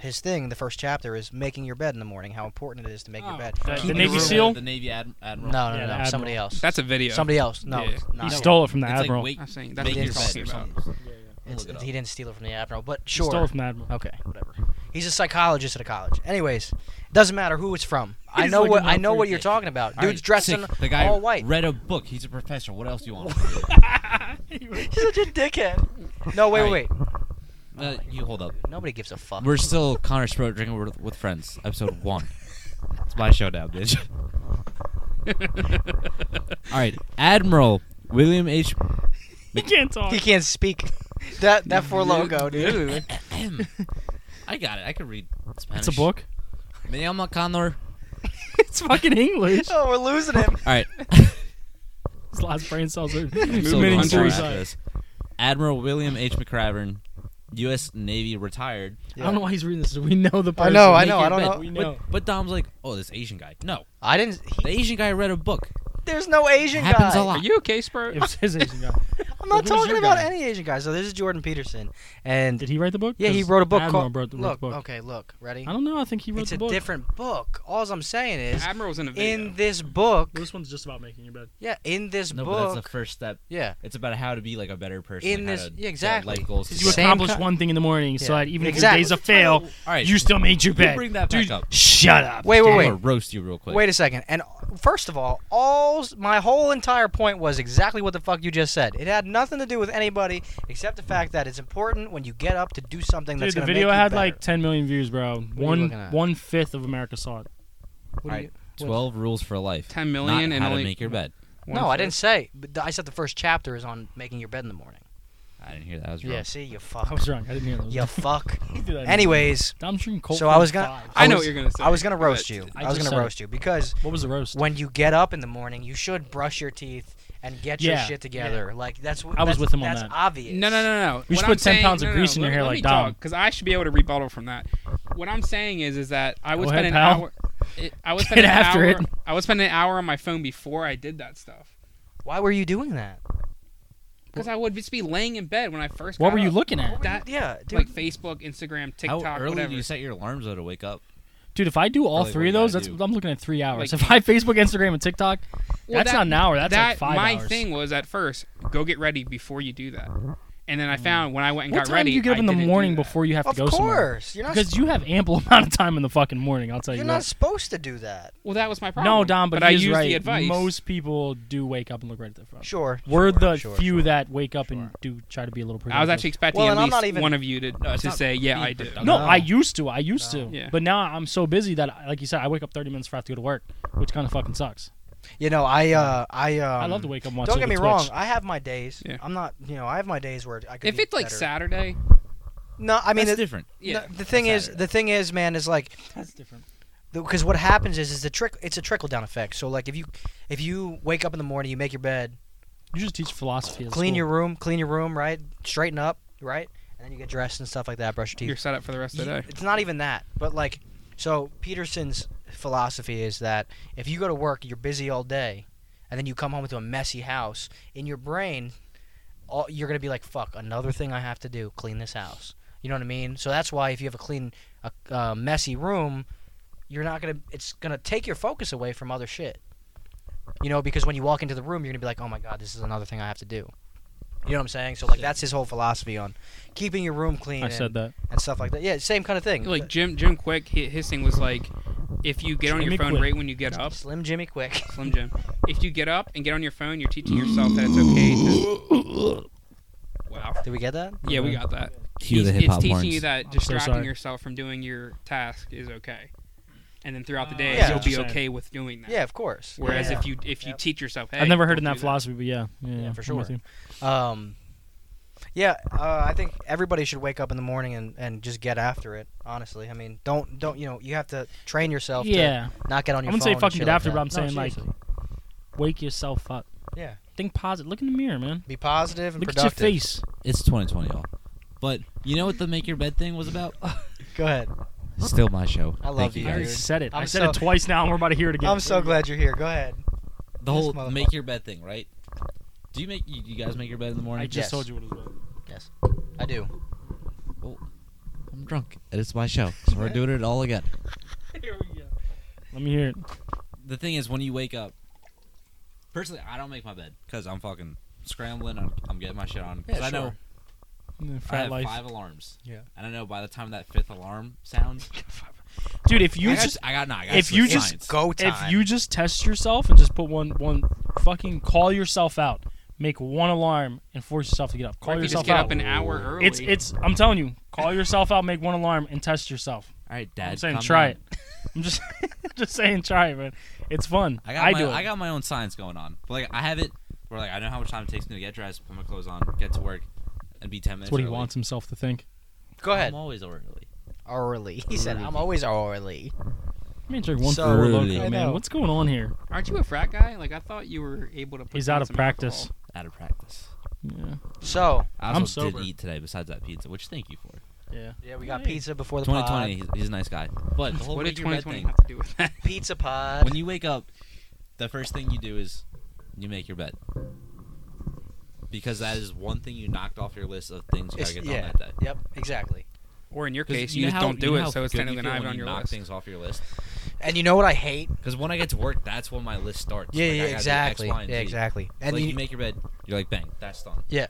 Speaker 1: his thing. The first chapter is making your bed in the morning. How important it is to make
Speaker 2: Oh,
Speaker 1: your bed.
Speaker 4: the-
Speaker 1: Keep
Speaker 4: the
Speaker 1: your room-
Speaker 4: Navy
Speaker 3: Admiral-
Speaker 4: SEAL?
Speaker 3: The Navy ad- admiral.
Speaker 1: No, no,
Speaker 4: Yeah,
Speaker 1: no.
Speaker 4: the
Speaker 1: Somebody
Speaker 4: Admiral.
Speaker 1: else.
Speaker 2: That's a video.
Speaker 1: Somebody else. No,
Speaker 2: Yeah.
Speaker 1: it's
Speaker 4: he
Speaker 1: not.
Speaker 4: stole it from the
Speaker 3: It's like
Speaker 4: admiral.
Speaker 3: wake,
Speaker 2: I'm saying that's
Speaker 3: make
Speaker 1: it
Speaker 2: what you're
Speaker 3: your bed
Speaker 2: talking
Speaker 3: or
Speaker 1: yourself.
Speaker 2: about.
Speaker 3: something.
Speaker 1: It's-
Speaker 3: Look it up.
Speaker 1: he didn't steal it from the admiral, but
Speaker 4: He
Speaker 1: sure.
Speaker 4: Stole it from the admiral.
Speaker 1: Okay, whatever. He's a psychologist at a college. Anyways, doesn't matter who it's from. I
Speaker 4: He's
Speaker 1: know
Speaker 4: looking
Speaker 1: what I
Speaker 4: out
Speaker 1: know
Speaker 4: for
Speaker 1: what
Speaker 4: you.
Speaker 1: you're talking about.
Speaker 3: All
Speaker 1: Dude's
Speaker 3: right,
Speaker 1: dressing
Speaker 3: sick. the guy
Speaker 1: all white.
Speaker 3: Read a book. He's a professional. What else do you want?
Speaker 1: He's such a dickhead. No, wait,
Speaker 3: All
Speaker 1: wait, wait.
Speaker 3: uh, you hold up.
Speaker 1: Nobody gives a fuck.
Speaker 3: We're still Connor Sproat drinking with- with friends. Episode one. It's my show now, bitch. All right, Admiral William H.
Speaker 4: He can't talk.
Speaker 1: he can't speak. That that for logo, dude.
Speaker 3: I got it. I can read Spanish.
Speaker 4: It's a book.
Speaker 3: Me llamo Connor.
Speaker 4: it's fucking English.
Speaker 1: Oh, we're losing him.
Speaker 3: All right.
Speaker 4: His last brain cells are
Speaker 3: So
Speaker 4: committing
Speaker 2: on to
Speaker 3: Connor
Speaker 4: suicide.
Speaker 3: says, Admiral William H. McCravern, U.S. Navy retired.
Speaker 4: I don't know why he's reading this. We know
Speaker 1: I
Speaker 4: the person.
Speaker 1: know, I
Speaker 4: Make
Speaker 1: know,
Speaker 4: your
Speaker 1: I don't
Speaker 4: bed.
Speaker 1: know.
Speaker 4: We
Speaker 3: But,
Speaker 4: know.
Speaker 3: but Dom's like, oh, this Asian guy. No,
Speaker 1: I didn't.
Speaker 3: the
Speaker 1: He,
Speaker 3: Asian guy read a book.
Speaker 1: there's no Asian
Speaker 3: Happens
Speaker 1: guy.
Speaker 3: a lot.
Speaker 2: Are you okay, Spro?
Speaker 4: It was his Asian guy.
Speaker 1: I'm not
Speaker 4: Who's your
Speaker 1: talking about
Speaker 4: guy?
Speaker 1: any Asian guy. So this is Jordan Peterson, and
Speaker 4: Did he write the book?
Speaker 1: yeah, he
Speaker 4: 'Cause
Speaker 1: wrote a book
Speaker 4: Admiral
Speaker 1: called.
Speaker 4: wrote the- wrote
Speaker 1: look,
Speaker 4: the book.
Speaker 1: okay, look, ready?
Speaker 4: I don't know. I think he wrote
Speaker 1: It's
Speaker 4: the
Speaker 1: a
Speaker 4: book.
Speaker 1: different book. All I'm saying is,
Speaker 2: Admiral's in a video.
Speaker 1: in this book,
Speaker 4: This one's just about making your bed.
Speaker 1: yeah, in this
Speaker 3: No, but
Speaker 1: book,
Speaker 3: that's the first step.
Speaker 1: yeah.
Speaker 3: It's about how to be like a better person.
Speaker 1: In
Speaker 3: like
Speaker 1: this-
Speaker 3: how to
Speaker 1: yeah,
Speaker 3: set
Speaker 1: exactly.
Speaker 3: life goals.
Speaker 1: Did
Speaker 4: You
Speaker 1: Same
Speaker 4: accomplish
Speaker 1: co-
Speaker 4: one thing in the morning, so
Speaker 1: Yeah.
Speaker 4: that even
Speaker 1: Exactly.
Speaker 4: if your days a fail,
Speaker 3: All right,
Speaker 4: you still made your
Speaker 3: you
Speaker 4: bed.
Speaker 3: bring that back
Speaker 4: Dude,
Speaker 3: up.
Speaker 4: shut up.
Speaker 1: Wait, wait,
Speaker 4: Dad.
Speaker 1: wait.
Speaker 3: I'm gonna roast you real quick.
Speaker 1: Wait a second. And uh, first of all, all my whole entire point was exactly what the fuck you just said. It had nothing to do with anybody except the fact that it's important when you get up to do something
Speaker 4: Dude,
Speaker 1: that's
Speaker 4: the
Speaker 1: gonna
Speaker 4: video
Speaker 1: make you
Speaker 4: had
Speaker 1: better.
Speaker 4: like 10 million views, bro.
Speaker 1: you
Speaker 4: One
Speaker 1: looking at?
Speaker 4: one fifth of America saw it.
Speaker 1: What do you- what-
Speaker 3: Twelve rules for life.
Speaker 2: 10
Speaker 3: Not
Speaker 2: million and
Speaker 3: how
Speaker 2: only
Speaker 3: to make your bed.
Speaker 2: one
Speaker 1: No, I
Speaker 2: fifth.
Speaker 1: didn't say. But th- I said the first chapter is on making your bed in the morning.
Speaker 3: I didn't hear that. I was wrong.
Speaker 1: Yeah. See, you
Speaker 4: I
Speaker 1: fuck.
Speaker 4: was drunk. I didn't hear those.
Speaker 1: you fuck.
Speaker 4: He did that.
Speaker 1: Anyways,
Speaker 4: I'm drinking cold.
Speaker 1: So I was gonna-
Speaker 4: Five.
Speaker 1: I
Speaker 2: I know
Speaker 1: was-
Speaker 2: what you're gonna say.
Speaker 1: I was gonna
Speaker 2: but-
Speaker 1: roast you.
Speaker 4: I
Speaker 1: I was
Speaker 4: just
Speaker 1: gonna
Speaker 4: said it.
Speaker 1: roast you because
Speaker 4: What was the roast?
Speaker 1: when you get up in the morning, you should brush your teeth and get your
Speaker 4: Yeah,
Speaker 1: shit together. Like that's what
Speaker 4: I was with him on
Speaker 1: that's
Speaker 4: that.
Speaker 1: obvious.
Speaker 2: No, no, no, no.
Speaker 4: We should
Speaker 2: What
Speaker 4: put
Speaker 2: I'm
Speaker 4: 10
Speaker 2: saying-
Speaker 4: pounds of
Speaker 2: no, no, no,
Speaker 4: grease in your
Speaker 2: let-
Speaker 4: hair
Speaker 2: let
Speaker 4: like
Speaker 2: me
Speaker 4: Dom.
Speaker 2: Because I should be able to rebuttal from that. What I'm saying is, is that I would
Speaker 4: Go
Speaker 2: spend an
Speaker 4: ahead, pal.
Speaker 2: hour. It, I would
Speaker 4: Get
Speaker 2: spend an
Speaker 4: after
Speaker 2: hour.
Speaker 4: it.
Speaker 2: I would spend an hour on my phone before I did that stuff.
Speaker 1: Why were you doing that?
Speaker 2: Because I would just be laying in bed when I first.
Speaker 4: What
Speaker 2: got
Speaker 4: were you
Speaker 2: up.
Speaker 4: looking at?
Speaker 2: That
Speaker 1: yeah, dude.
Speaker 2: like Facebook, Instagram,
Speaker 3: How
Speaker 2: TikTok,
Speaker 3: early
Speaker 2: whatever.
Speaker 3: do you set your alarms though to wake up?
Speaker 4: Dude, if I do all
Speaker 3: Really, what
Speaker 4: three
Speaker 3: you
Speaker 4: of those,
Speaker 3: gotta
Speaker 4: that's
Speaker 3: do.
Speaker 4: I'm looking at three hours.
Speaker 2: Like-
Speaker 4: if I Facebook, Instagram, and TikTok,
Speaker 2: Well,
Speaker 4: that's
Speaker 2: that-
Speaker 4: not an hour. That's
Speaker 2: that
Speaker 4: like five
Speaker 2: my
Speaker 4: hours.
Speaker 2: thing was at first go get ready before you do that, And then I found when I went and
Speaker 4: Mm. What
Speaker 2: got
Speaker 4: time
Speaker 2: ready.
Speaker 4: do you get up
Speaker 2: I
Speaker 4: in the
Speaker 2: didn't do
Speaker 4: morning
Speaker 2: that.
Speaker 4: before you have
Speaker 1: Of
Speaker 4: to go somewhere?
Speaker 1: course, you're not.
Speaker 4: Because you have ample amount of time in the fucking morning. I'll tell
Speaker 1: you're
Speaker 4: you.
Speaker 1: not
Speaker 4: that.
Speaker 1: supposed to do that.
Speaker 2: Well, that was my problem.
Speaker 4: No, Dom, but,
Speaker 2: I
Speaker 4: he is
Speaker 2: used
Speaker 4: right.
Speaker 2: the advice.
Speaker 4: Most people do wake up and look right at their phone.
Speaker 1: Sure.
Speaker 4: We're
Speaker 1: sure,
Speaker 4: the
Speaker 1: sure,
Speaker 4: few
Speaker 1: sure.
Speaker 4: that wake up and
Speaker 1: Sure.
Speaker 4: do try to be a little.
Speaker 2: I was
Speaker 4: productive.
Speaker 2: actually expecting
Speaker 1: Well,
Speaker 2: at
Speaker 1: and I'm
Speaker 2: least
Speaker 1: not even-
Speaker 2: one of you to,
Speaker 3: No, it's
Speaker 2: to
Speaker 3: not
Speaker 2: say, yeah,
Speaker 3: being
Speaker 2: I do.
Speaker 3: productive.
Speaker 4: No,
Speaker 1: No.
Speaker 4: I used to. I used
Speaker 1: No.
Speaker 4: to.
Speaker 2: Yeah.
Speaker 4: But now I'm so busy that, like you said, I wake up 30 minutes before I have to go to work, which kind of fucking sucks.
Speaker 1: You know, I uh, I um,
Speaker 4: I love to wake up and watch.
Speaker 1: Don't get me
Speaker 4: Silver
Speaker 1: wrong.
Speaker 4: Twitch.
Speaker 1: I have my days.
Speaker 2: Yeah.
Speaker 1: I'm not. You know, I have my days where I could.
Speaker 2: If
Speaker 1: be
Speaker 2: it's like
Speaker 1: better.
Speaker 2: Saturday,
Speaker 1: No, I mean
Speaker 3: That's
Speaker 1: the,
Speaker 3: different.
Speaker 2: yeah.
Speaker 1: no, the thing
Speaker 3: that's
Speaker 1: is,
Speaker 3: Saturday.
Speaker 1: the thing is, man, is like
Speaker 4: That's different.
Speaker 1: because what happens is is the trick. It's a trickle down effect. So like if you if you wake up in the morning, you make your bed,
Speaker 4: You just teach philosophy. At
Speaker 1: clean
Speaker 4: school.
Speaker 1: your room, clean your room, right? Straighten up, right? And then you get dressed and stuff like that. Brush your
Speaker 2: You're
Speaker 1: teeth.
Speaker 2: set up for the rest of the
Speaker 1: You-
Speaker 2: day.
Speaker 1: It's not even that, but like, so Peterson's philosophy is that if you go to work, you're busy all day, and then you come home to a messy house. In your brain, all, you're gonna be like, "Fuck, another thing I have to do: clean this house." You know what I mean? So that's why if you have a clean, a uh, messy room, you're not gonna. It's gonna take your focus away from other shit. You know, because when you walk into the room, you're gonna be like, "Oh my god, this is another thing I have to do." You know what I'm saying? So like, that's his whole philosophy on keeping your room clean.
Speaker 4: I
Speaker 1: and-
Speaker 4: said that.
Speaker 1: and stuff like that. Yeah, same kind of thing.
Speaker 2: Like Jim, Jim Quick, hi- his thing was like, if you get on your
Speaker 4: Jimmy
Speaker 2: phone
Speaker 4: Quick.
Speaker 2: right when you get up,
Speaker 1: Slim Jimmy Quick.
Speaker 2: Slim Jim. If you get up and get on your phone, you're teaching yourself that it's okay. To... Wow.
Speaker 1: Did we get that?
Speaker 2: Yeah, we got that.
Speaker 3: Cue the
Speaker 2: It's-
Speaker 3: hip hop
Speaker 2: It's teaching
Speaker 3: horns.
Speaker 2: you that
Speaker 4: so
Speaker 2: distracting
Speaker 4: sorry.
Speaker 2: yourself from doing your task is okay, and then throughout the
Speaker 4: Uh,
Speaker 2: day
Speaker 1: Yeah.
Speaker 2: you'll be
Speaker 4: Same.
Speaker 2: okay with doing that.
Speaker 1: Yeah, of course.
Speaker 2: Whereas
Speaker 1: Yeah.
Speaker 2: if you if you
Speaker 1: Yep.
Speaker 2: teach yourself, hey,
Speaker 4: I've never heard
Speaker 2: don't
Speaker 4: in
Speaker 2: do
Speaker 4: that philosophy, but yeah, yeah,
Speaker 1: Yeah, for
Speaker 4: I'm with
Speaker 1: sure.
Speaker 4: you.
Speaker 1: um, yeah, uh, I think everybody should wake up in the morning and, and just get after it. Honestly, I mean, don't don't you know you have to train yourself.
Speaker 4: Yeah,
Speaker 1: to not get on
Speaker 4: I
Speaker 1: your.
Speaker 4: wouldn't say
Speaker 1: phone and
Speaker 4: fucking
Speaker 1: shit
Speaker 4: get
Speaker 1: like
Speaker 4: after,
Speaker 1: that.
Speaker 4: but I'm
Speaker 1: No,
Speaker 4: saying, like-
Speaker 1: seriously.
Speaker 4: wake yourself up.
Speaker 1: yeah,
Speaker 4: Think positive. Look in the mirror, man.
Speaker 1: be positive and
Speaker 4: Look at your
Speaker 1: productive.
Speaker 4: face.
Speaker 3: It's 2020, y'all. But you know what the make your bed thing was about?
Speaker 1: Go ahead.
Speaker 3: Still my show.
Speaker 1: I love
Speaker 3: Thank you.
Speaker 1: you,
Speaker 4: I already
Speaker 1: dude.
Speaker 3: guys.
Speaker 4: said it. i
Speaker 1: I'm
Speaker 4: said
Speaker 1: so-
Speaker 4: it twice now, and we're about to hear it again.
Speaker 1: I'm so glad you're here. Go ahead.
Speaker 3: The whole
Speaker 1: This motherfucker.
Speaker 3: make your bed thing, right? Do you make you, you guys make your bed in the morning?
Speaker 4: I just
Speaker 1: Yes.
Speaker 4: told you what it was. about.
Speaker 1: Yes, I do.
Speaker 3: I'm drunk. And it's my show. So we're doing it all again.
Speaker 4: Let me hear it.
Speaker 3: The thing is, when you wake up, personally, I don't make my bed because I'm fucking scrambling. I'm, I'm getting my shit on. 'Cause
Speaker 1: Yeah,
Speaker 3: I know
Speaker 1: sure.
Speaker 4: Mm,
Speaker 3: I
Speaker 4: Frat
Speaker 3: have
Speaker 4: life,
Speaker 3: five alarms.
Speaker 1: Yeah.
Speaker 3: And I know by the time that fifth alarm sounds,
Speaker 4: dude. If you
Speaker 3: I got,
Speaker 4: just
Speaker 3: I got no. I got
Speaker 4: if you
Speaker 3: sleep
Speaker 4: just
Speaker 3: science.
Speaker 1: Go time.
Speaker 4: if you just test yourself and just put one one fucking call yourself out, make one alarm and force yourself to get up.
Speaker 2: Or
Speaker 4: Call
Speaker 2: if you
Speaker 4: yourself
Speaker 2: just get
Speaker 4: out.
Speaker 2: up an hour early.
Speaker 4: It's it's. I'm telling you, call yourself out, make one alarm, and test yourself.
Speaker 3: all right, Dad.
Speaker 4: I'm saying
Speaker 3: calm
Speaker 4: try
Speaker 3: down.
Speaker 4: it. I'm just just saying try it, man. It's fun.
Speaker 3: I got my,
Speaker 4: do it.
Speaker 3: I got my own science going on. But like I have it where like I know how much time it takes me to get dressed, put my clothes on, get to work, and be ten minutes.
Speaker 4: That's what he
Speaker 3: early.
Speaker 4: wants himself to think.
Speaker 1: Go ahead.
Speaker 3: I'm always early.
Speaker 1: Orally, he said, "I'm always orally."
Speaker 4: Man, drink one
Speaker 1: So-
Speaker 4: for four
Speaker 3: Really?
Speaker 4: loco,
Speaker 1: I
Speaker 4: man.
Speaker 1: know.
Speaker 4: What's going on here?
Speaker 2: aren't you a frat guy? Like I thought you were able to. Put
Speaker 4: He's
Speaker 2: down
Speaker 4: out of
Speaker 2: some
Speaker 4: practice.
Speaker 2: alcohol.
Speaker 3: Out of practice.
Speaker 4: Yeah.
Speaker 1: So
Speaker 3: I
Speaker 4: I'm
Speaker 3: also
Speaker 4: sober.
Speaker 3: did eat today besides that pizza, which thank you for.
Speaker 4: Yeah.
Speaker 1: yeah, we got
Speaker 4: Hey.
Speaker 1: pizza before the
Speaker 3: Twenty
Speaker 1: pod.
Speaker 3: twenty, he's, he's a nice guy. But the whole
Speaker 2: What did
Speaker 3: make your bed
Speaker 2: 2020
Speaker 3: thing.
Speaker 2: have to do with that?
Speaker 1: Pizza pod.
Speaker 3: When you wake up, the first thing you do is you make your bed. Because that is one thing you knocked off your list of things you gotta
Speaker 1: It's-
Speaker 3: get done
Speaker 1: yeah.
Speaker 3: that day.
Speaker 1: Yep. Exactly.
Speaker 2: Or in your
Speaker 3: 'Cause
Speaker 2: case,
Speaker 3: know
Speaker 2: you, just
Speaker 3: how-
Speaker 2: don't do
Speaker 3: you know
Speaker 2: it,
Speaker 3: how
Speaker 2: so it's
Speaker 3: good you
Speaker 2: technically
Speaker 3: feel
Speaker 2: not even
Speaker 3: when
Speaker 2: on
Speaker 3: you
Speaker 2: your
Speaker 3: knock
Speaker 2: list.
Speaker 3: things off your list.
Speaker 1: And you know what I hate?
Speaker 3: Because when I get to work, that's when my list starts.
Speaker 1: Yeah,
Speaker 3: Like, I
Speaker 1: yeah,
Speaker 3: gotta do X,
Speaker 1: exactly.
Speaker 3: Y, and
Speaker 1: yeah,
Speaker 3: Z.
Speaker 1: exactly. And
Speaker 3: like you,
Speaker 1: you-
Speaker 3: make your bed, you're like, bang, that's done.
Speaker 1: Yeah.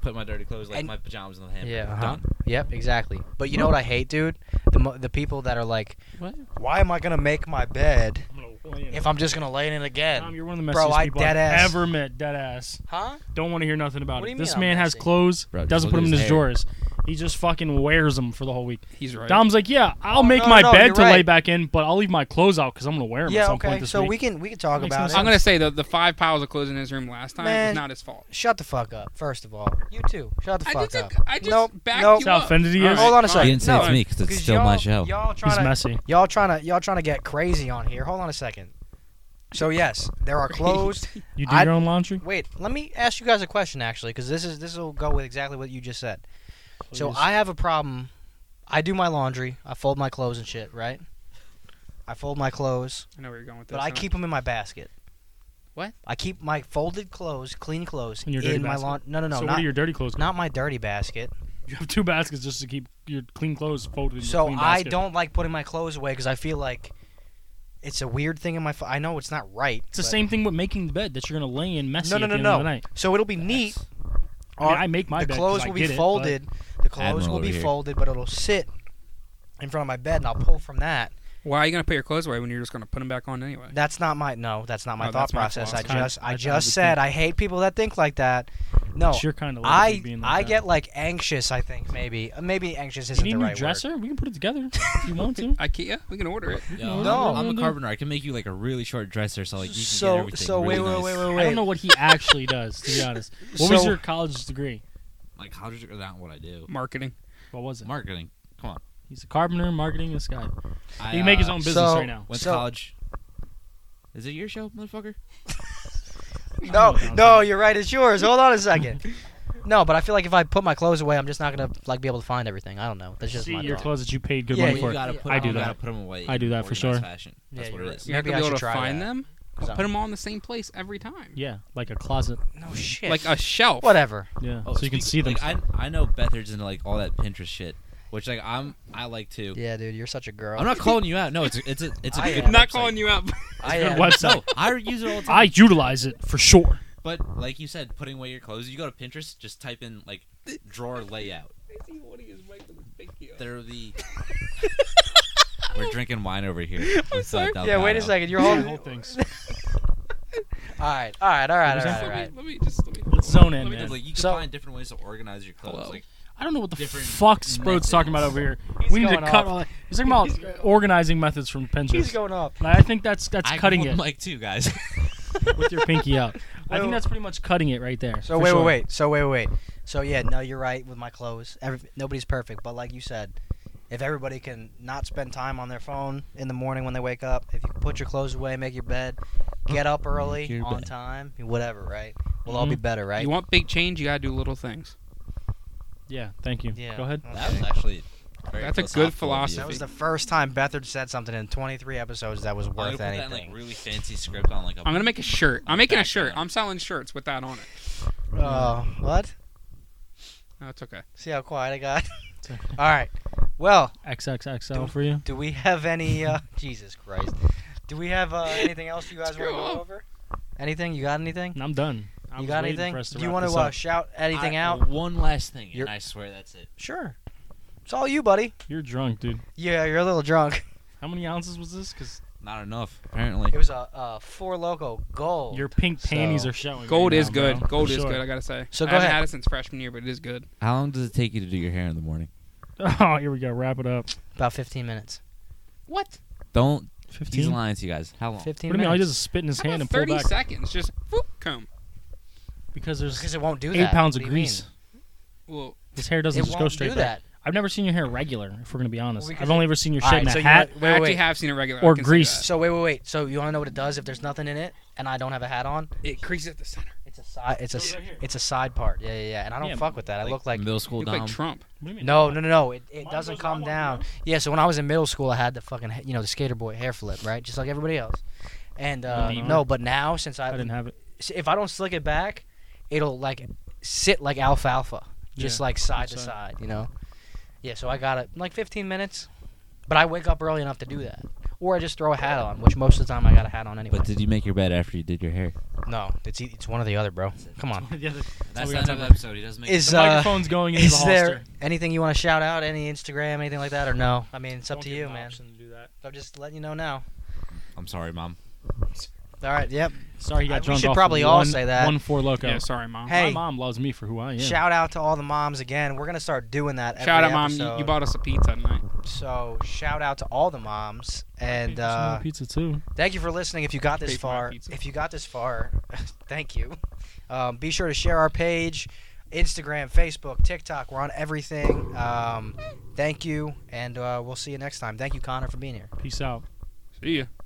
Speaker 3: Put my dirty clothes, like
Speaker 1: And-
Speaker 3: my pajamas in the hamper.
Speaker 1: yeah,
Speaker 3: Yeah,
Speaker 1: uh-huh.
Speaker 3: done.
Speaker 1: Yep, exactly. But you know what I hate, dude? The mo- the people that are like,
Speaker 4: What?
Speaker 1: "Why am I gonna make my bed
Speaker 4: I'm gonna lay in it.
Speaker 1: if I'm just gonna lay in it
Speaker 4: Tom,
Speaker 1: again?"
Speaker 4: you're one of the messiest
Speaker 1: Bro, I
Speaker 4: people
Speaker 1: dead
Speaker 4: I've
Speaker 1: ass-
Speaker 4: ever met. Dead ass.
Speaker 1: Huh?
Speaker 4: Don't want to hear nothing about
Speaker 1: What do you
Speaker 4: it. This
Speaker 1: mean I'm
Speaker 4: man has
Speaker 1: messy?
Speaker 4: clothes,
Speaker 3: Bro, just
Speaker 4: doesn't
Speaker 3: look
Speaker 4: put
Speaker 3: at
Speaker 4: them in
Speaker 3: his
Speaker 4: his
Speaker 3: hair.
Speaker 4: drawers. He just fucking wears them for the whole week.
Speaker 2: He's right.
Speaker 4: Dom's like, yeah, I'll
Speaker 1: Oh,
Speaker 4: make
Speaker 1: no,
Speaker 4: my
Speaker 1: no,
Speaker 4: bed
Speaker 1: you're
Speaker 4: to lay
Speaker 1: right.
Speaker 4: back in, but I'll leave my clothes out because I'm gonna wear them at
Speaker 1: Yeah.
Speaker 4: some
Speaker 1: Okay.
Speaker 4: point this
Speaker 1: so
Speaker 4: week.
Speaker 1: we can we can talk
Speaker 4: Makes
Speaker 1: about
Speaker 4: no
Speaker 1: it.
Speaker 2: I'm gonna say the the five piles of clothes in his room last time
Speaker 1: Man.
Speaker 2: was not his fault.
Speaker 1: Shut the fuck up. First of all, you too. Shut the
Speaker 2: I
Speaker 1: fuck
Speaker 2: just,
Speaker 1: up.
Speaker 2: I just
Speaker 1: nope.
Speaker 2: backed
Speaker 1: nope.
Speaker 2: you
Speaker 4: How
Speaker 2: up.
Speaker 4: offended he
Speaker 2: All
Speaker 4: is.
Speaker 1: Hold on a
Speaker 2: all
Speaker 1: second.
Speaker 3: He didn't say it's
Speaker 1: No,
Speaker 3: me 'cause it's
Speaker 1: 'cause
Speaker 3: still my
Speaker 1: y'all-
Speaker 3: show.
Speaker 1: Y'all
Speaker 4: He's
Speaker 1: trying to
Speaker 4: messy.
Speaker 1: y'all trying to y'all trying to get crazy on here. Hold on a second. So yes, there are clothes.
Speaker 4: You do
Speaker 1: I-
Speaker 4: your own laundry.
Speaker 1: Wait, let me ask you guys a question actually, because this is this will go with exactly what you just said. So
Speaker 4: Please.
Speaker 1: I have a problem. I do my laundry. I fold my clothes and shit, right? I fold my clothes,
Speaker 2: I know where you're going with this.
Speaker 1: but I
Speaker 2: huh?
Speaker 1: keep them in my basket.
Speaker 2: What?
Speaker 1: I keep my folded clothes, clean clothes,
Speaker 4: In
Speaker 1: in,
Speaker 4: your dirty
Speaker 1: my
Speaker 4: basket?
Speaker 1: laundry. No, no, no,
Speaker 4: so what
Speaker 1: not
Speaker 4: are your dirty clothes? go?
Speaker 1: not my dirty basket.
Speaker 4: You have two baskets just to keep your clean clothes folded. In your
Speaker 1: So
Speaker 4: clean
Speaker 1: I
Speaker 4: basket.
Speaker 1: don't like putting my clothes away because I feel like it's a weird thing in my. Fo- I know it's not right.
Speaker 4: It's the
Speaker 1: but-
Speaker 4: same thing with making the bed that you're gonna lay in messy
Speaker 1: No, no,
Speaker 4: at
Speaker 1: no,
Speaker 4: the end
Speaker 1: no.
Speaker 4: of the night.
Speaker 1: So it'll be neat
Speaker 4: I, mean,
Speaker 1: are-
Speaker 4: I make my
Speaker 1: the
Speaker 4: bed 'cause
Speaker 1: clothes
Speaker 4: I
Speaker 1: will
Speaker 4: get
Speaker 1: be
Speaker 4: it, but-
Speaker 1: folded. the clothes
Speaker 3: Admiral
Speaker 1: will be
Speaker 3: over here.
Speaker 1: folded, but it'll sit in front of my bed, and I'll pull from that.
Speaker 2: Why are you gonna put your clothes away when you're just gonna put them back on anyway?
Speaker 1: That's not my no. That's not my
Speaker 2: No,
Speaker 1: thought
Speaker 2: that's my
Speaker 1: process. I
Speaker 2: philosophy.
Speaker 1: just
Speaker 4: I-
Speaker 1: I
Speaker 4: I
Speaker 1: just
Speaker 4: would
Speaker 1: said
Speaker 4: think-
Speaker 1: I hate people that think like that. No,
Speaker 4: it's your kind of life.
Speaker 1: I
Speaker 4: you being like
Speaker 1: I
Speaker 4: that.
Speaker 1: get like anxious. I think maybe Uh, maybe anxious
Speaker 4: You
Speaker 1: isn't
Speaker 4: need a
Speaker 1: the
Speaker 4: new
Speaker 1: right word.
Speaker 4: dresser? We can put it together if you want to.
Speaker 2: IKEA, we can order it.
Speaker 3: Yo, I'm-
Speaker 1: No.
Speaker 3: I'm a carpenter. I can make you like a really short dresser, so like you can get
Speaker 1: So
Speaker 3: everything
Speaker 1: so wait
Speaker 3: really
Speaker 1: wait
Speaker 3: nice.
Speaker 1: wait wait
Speaker 4: I don't know
Speaker 1: wait.
Speaker 4: what he actually does, to be honest. What was
Speaker 1: So-
Speaker 4: your college degree?
Speaker 3: Like how did you not what I do?
Speaker 2: Marketing.
Speaker 4: What was it?
Speaker 3: Marketing. Come on.
Speaker 4: He's a carpenter, marketing. This guy.
Speaker 3: I,
Speaker 4: He can make his
Speaker 3: uh,
Speaker 4: own business
Speaker 1: so-
Speaker 4: right now.
Speaker 3: Went
Speaker 1: So-
Speaker 3: to college. Is it your show, motherfucker?
Speaker 1: No
Speaker 4: I don't know.
Speaker 1: no, you're right. It's yours. Hold on a second. No, but I feel like if I put my clothes away, I'm just not gonna like be able to find everything. I don't know. That's just
Speaker 4: See
Speaker 1: my
Speaker 4: your
Speaker 1: thought.
Speaker 4: clothes that you paid good
Speaker 1: Yeah,
Speaker 4: money
Speaker 1: you
Speaker 4: for.
Speaker 1: gotta
Speaker 3: gotta
Speaker 1: put-
Speaker 3: put.
Speaker 4: I do
Speaker 3: you
Speaker 4: that.
Speaker 3: Gotta put them away.
Speaker 4: I do that for
Speaker 3: organized
Speaker 4: sure.
Speaker 3: Fashion. That's
Speaker 1: Yeah,
Speaker 3: what
Speaker 1: you're
Speaker 3: it
Speaker 1: right.
Speaker 3: is.
Speaker 2: You have to
Speaker 1: Maybe
Speaker 2: be
Speaker 1: I
Speaker 2: able to
Speaker 1: should try
Speaker 2: find
Speaker 1: that.
Speaker 2: them.
Speaker 1: Cause
Speaker 2: Put
Speaker 1: I'm-
Speaker 2: them all in the same place every time.
Speaker 4: Yeah, like a closet.
Speaker 1: No shit.
Speaker 2: Like a shelf.
Speaker 1: whatever.
Speaker 4: Yeah,
Speaker 3: Oh,
Speaker 4: so you can
Speaker 3: speak-
Speaker 4: see them.
Speaker 3: Like, I I know Bethard's into like all that Pinterest shit, which like I'm I like too.
Speaker 1: Yeah, dude, you're such a girl.
Speaker 3: I'm not calling you out. No, it's a, it's a it's a
Speaker 1: I
Speaker 3: good
Speaker 1: am.
Speaker 2: Not
Speaker 3: website.
Speaker 2: calling you out.
Speaker 1: I
Speaker 4: Good
Speaker 1: am.
Speaker 4: website.
Speaker 3: No, I use it all the time.
Speaker 4: I utilize it for sure.
Speaker 3: But like you said, putting away your clothes, you go to Pinterest, just type in like drawer layout. There are the. We're drinking wine over here. uh, I'm
Speaker 2: sorry.
Speaker 1: Yeah, wait a second. You're holding. All
Speaker 4: things.
Speaker 1: right, all right, all right, all
Speaker 4: Let me-
Speaker 1: right, all
Speaker 2: let,
Speaker 1: right.
Speaker 2: Me, let me just let me.
Speaker 4: Let's zone in,
Speaker 2: Let me
Speaker 4: man.
Speaker 3: Like you can
Speaker 1: So-
Speaker 3: find different ways to organize your clothes.
Speaker 2: Hello.
Speaker 3: Like
Speaker 4: I don't know what the
Speaker 3: different
Speaker 4: fuck Sproat's talking about over here. we need to
Speaker 1: going off.
Speaker 4: cut all that. He's talking about organizing methods from Pinterest.
Speaker 1: He's going off.
Speaker 4: And I think that's that's
Speaker 3: I
Speaker 4: cutting
Speaker 3: hold
Speaker 4: it
Speaker 3: the mic too, guys.
Speaker 4: with your pinky out. I
Speaker 1: Wait,
Speaker 4: think that's pretty much cutting it right there.
Speaker 1: So
Speaker 4: for
Speaker 1: wait,
Speaker 4: sure.
Speaker 1: wait, wait. So wait, wait, wait. So yeah, no, you're right with my clothes. Every, nobody's perfect, but like you said, if everybody can not spend time on their phone in the morning when they wake up, if you put your clothes away, make your bed, get up early
Speaker 3: your
Speaker 1: on
Speaker 3: bed. Mm-hmm.
Speaker 1: time, whatever, right? We'll all be better, right?
Speaker 2: You want big change? You gotta do little things.
Speaker 4: Yeah, thank you.
Speaker 1: yeah.
Speaker 4: Go ahead.
Speaker 1: okay.
Speaker 3: That was actually. very
Speaker 2: That's a good
Speaker 3: philosophical of you.
Speaker 1: That was the first time Bethard said something in 23 episodes that was
Speaker 3: I'm gonna
Speaker 1: worth
Speaker 3: put that in,
Speaker 1: anything.
Speaker 3: like really fancy script on like a.
Speaker 2: I'm gonna make a shirt. I'm making a shirt.
Speaker 3: Background.
Speaker 2: I'm selling shirts with that on it.
Speaker 1: Uh, what?
Speaker 2: No, it's okay.
Speaker 1: See how quiet I got?
Speaker 4: Sorry.
Speaker 1: all right. Well,
Speaker 4: XXXL for you.
Speaker 1: Do we have any? Uh, Jesus Christ! Do we have uh, anything else you guys want to
Speaker 2: Screw
Speaker 1: go
Speaker 2: up.
Speaker 1: over? Anything? You got anything?
Speaker 4: And I'm done. I
Speaker 1: you
Speaker 4: was
Speaker 1: got
Speaker 4: waiting
Speaker 1: anything?
Speaker 4: for us to
Speaker 1: Do you
Speaker 4: wrap
Speaker 1: want
Speaker 4: this
Speaker 1: to uh,
Speaker 4: up.
Speaker 1: shout anything
Speaker 3: I-
Speaker 1: out?
Speaker 3: One last thing,
Speaker 1: You're-
Speaker 3: and I swear that's it.
Speaker 1: Sure. It's all you, buddy.
Speaker 4: You're drunk, dude.
Speaker 1: Yeah, you're a little drunk.
Speaker 4: How many ounces was this? Because
Speaker 3: Not enough, apparently.
Speaker 1: It was a, a four loco gold.
Speaker 4: your pink panties
Speaker 1: So-
Speaker 4: are showing.
Speaker 2: Gold
Speaker 4: right
Speaker 2: is
Speaker 4: now,
Speaker 2: good.
Speaker 4: bro,
Speaker 2: Gold
Speaker 4: for
Speaker 2: is
Speaker 4: sure.
Speaker 2: good. I gotta say.
Speaker 1: So
Speaker 2: I
Speaker 1: go
Speaker 2: haven't
Speaker 1: ahead.
Speaker 2: had it since freshman year, but it is good.
Speaker 3: How long does it take you to do your hair in the morning?
Speaker 4: Oh, here we go. Wrap it up.
Speaker 1: About 15 minutes.
Speaker 2: What?
Speaker 3: Don't. He's
Speaker 4: 15. What
Speaker 3: lying to you guys. How long?
Speaker 1: 15
Speaker 4: do you mean?
Speaker 1: minutes.
Speaker 4: All he does is spit in his
Speaker 2: How about
Speaker 4: hand and pull
Speaker 2: thirty
Speaker 4: back
Speaker 2: seconds? Just whoop, comb.
Speaker 4: because there's
Speaker 1: Because it won't do that.
Speaker 4: eight pounds
Speaker 1: What
Speaker 4: of
Speaker 1: do you mean?
Speaker 4: grease.
Speaker 2: Well,
Speaker 4: His hair doesn't
Speaker 1: It
Speaker 4: just go
Speaker 1: won't
Speaker 4: straight
Speaker 1: do
Speaker 4: back.
Speaker 1: that.
Speaker 4: I've never seen your hair regular. If we're gonna be honest,
Speaker 1: because
Speaker 4: I've only ever seen your shed
Speaker 1: Alright,
Speaker 4: in a
Speaker 1: so you want-
Speaker 4: hat.
Speaker 2: I
Speaker 1: wait,
Speaker 2: actually
Speaker 1: wait.
Speaker 2: have seen it regular. I
Speaker 4: Or
Speaker 2: can see
Speaker 4: grease.
Speaker 1: So wait, wait, wait. So you want to know what it does if there's nothing in it and I don't have a hat on?
Speaker 2: that. It creases at the center.
Speaker 1: It's a side. It's a.
Speaker 4: Goes right here.
Speaker 1: it's a side part. Yeah, yeah, yeah. And I don't
Speaker 4: Yeah,
Speaker 1: fuck with that. I look like
Speaker 3: middle school
Speaker 2: You look like Trump.
Speaker 4: What do you mean?
Speaker 1: No, no, no, no. It, it
Speaker 4: Mine
Speaker 1: doesn't
Speaker 4: goes
Speaker 1: come
Speaker 4: down,
Speaker 1: down.
Speaker 4: down.
Speaker 1: Yeah, so when I was in middle school, I had the fucking, ha- you know, the skater boy hair flip, right? Just like everybody else. And uh,
Speaker 4: demon.
Speaker 1: no, but now since I,
Speaker 4: I didn't have it.
Speaker 1: s- if I don't slick it back, it'll like sit like alfalfa, just
Speaker 4: Yeah,
Speaker 1: like side to
Speaker 4: inside.
Speaker 1: side, you know. Yeah, so I got it like 15 minutes, but I wake up early enough to do that, or I just throw a hat on, which most of the time I got a hat on anyway.
Speaker 3: But did you make your bed after you did your hair?
Speaker 1: no, it's e- it's one or the other, bro. Come on.
Speaker 4: Yeah, the-
Speaker 3: That's
Speaker 4: we got
Speaker 3: the end of the
Speaker 4: time.
Speaker 3: episode. He doesn't make.
Speaker 1: Is
Speaker 4: the
Speaker 1: uh,
Speaker 4: microphone's going into the
Speaker 1: is
Speaker 4: holster.
Speaker 1: there anything you want to shout out? Any Instagram, anything like that, or no? I mean, it's up to you, man. I'm just letting you know now.
Speaker 3: I'm sorry, mom.
Speaker 1: All right. Yep.
Speaker 4: Sorry, he
Speaker 1: I-
Speaker 4: got
Speaker 1: we
Speaker 4: drunk
Speaker 1: should
Speaker 4: off
Speaker 1: probably
Speaker 4: of
Speaker 1: all
Speaker 4: one,
Speaker 1: say that.
Speaker 4: One four loco.
Speaker 2: Yeah, sorry, mom.
Speaker 1: Hey.
Speaker 4: My mom loves me for who I am.
Speaker 1: Shout out to all the moms again. We're gonna start doing that. Every
Speaker 2: Shout out, mom. You,
Speaker 1: episode.
Speaker 2: you bought us a pizza tonight.
Speaker 1: So shout out to all the moms, and
Speaker 4: Some more
Speaker 1: uh,
Speaker 4: pizza too.
Speaker 1: thank you for listening. If you got this
Speaker 2: Paid for my
Speaker 1: far,
Speaker 2: pizza.
Speaker 1: if you got this far, thank you. Um, be sure to share our page, Instagram, Facebook, TikTok. We're on everything. Um, thank you, and uh, we'll see you next time. Thank you, Connor, for being here.
Speaker 4: Peace out.
Speaker 2: See ya.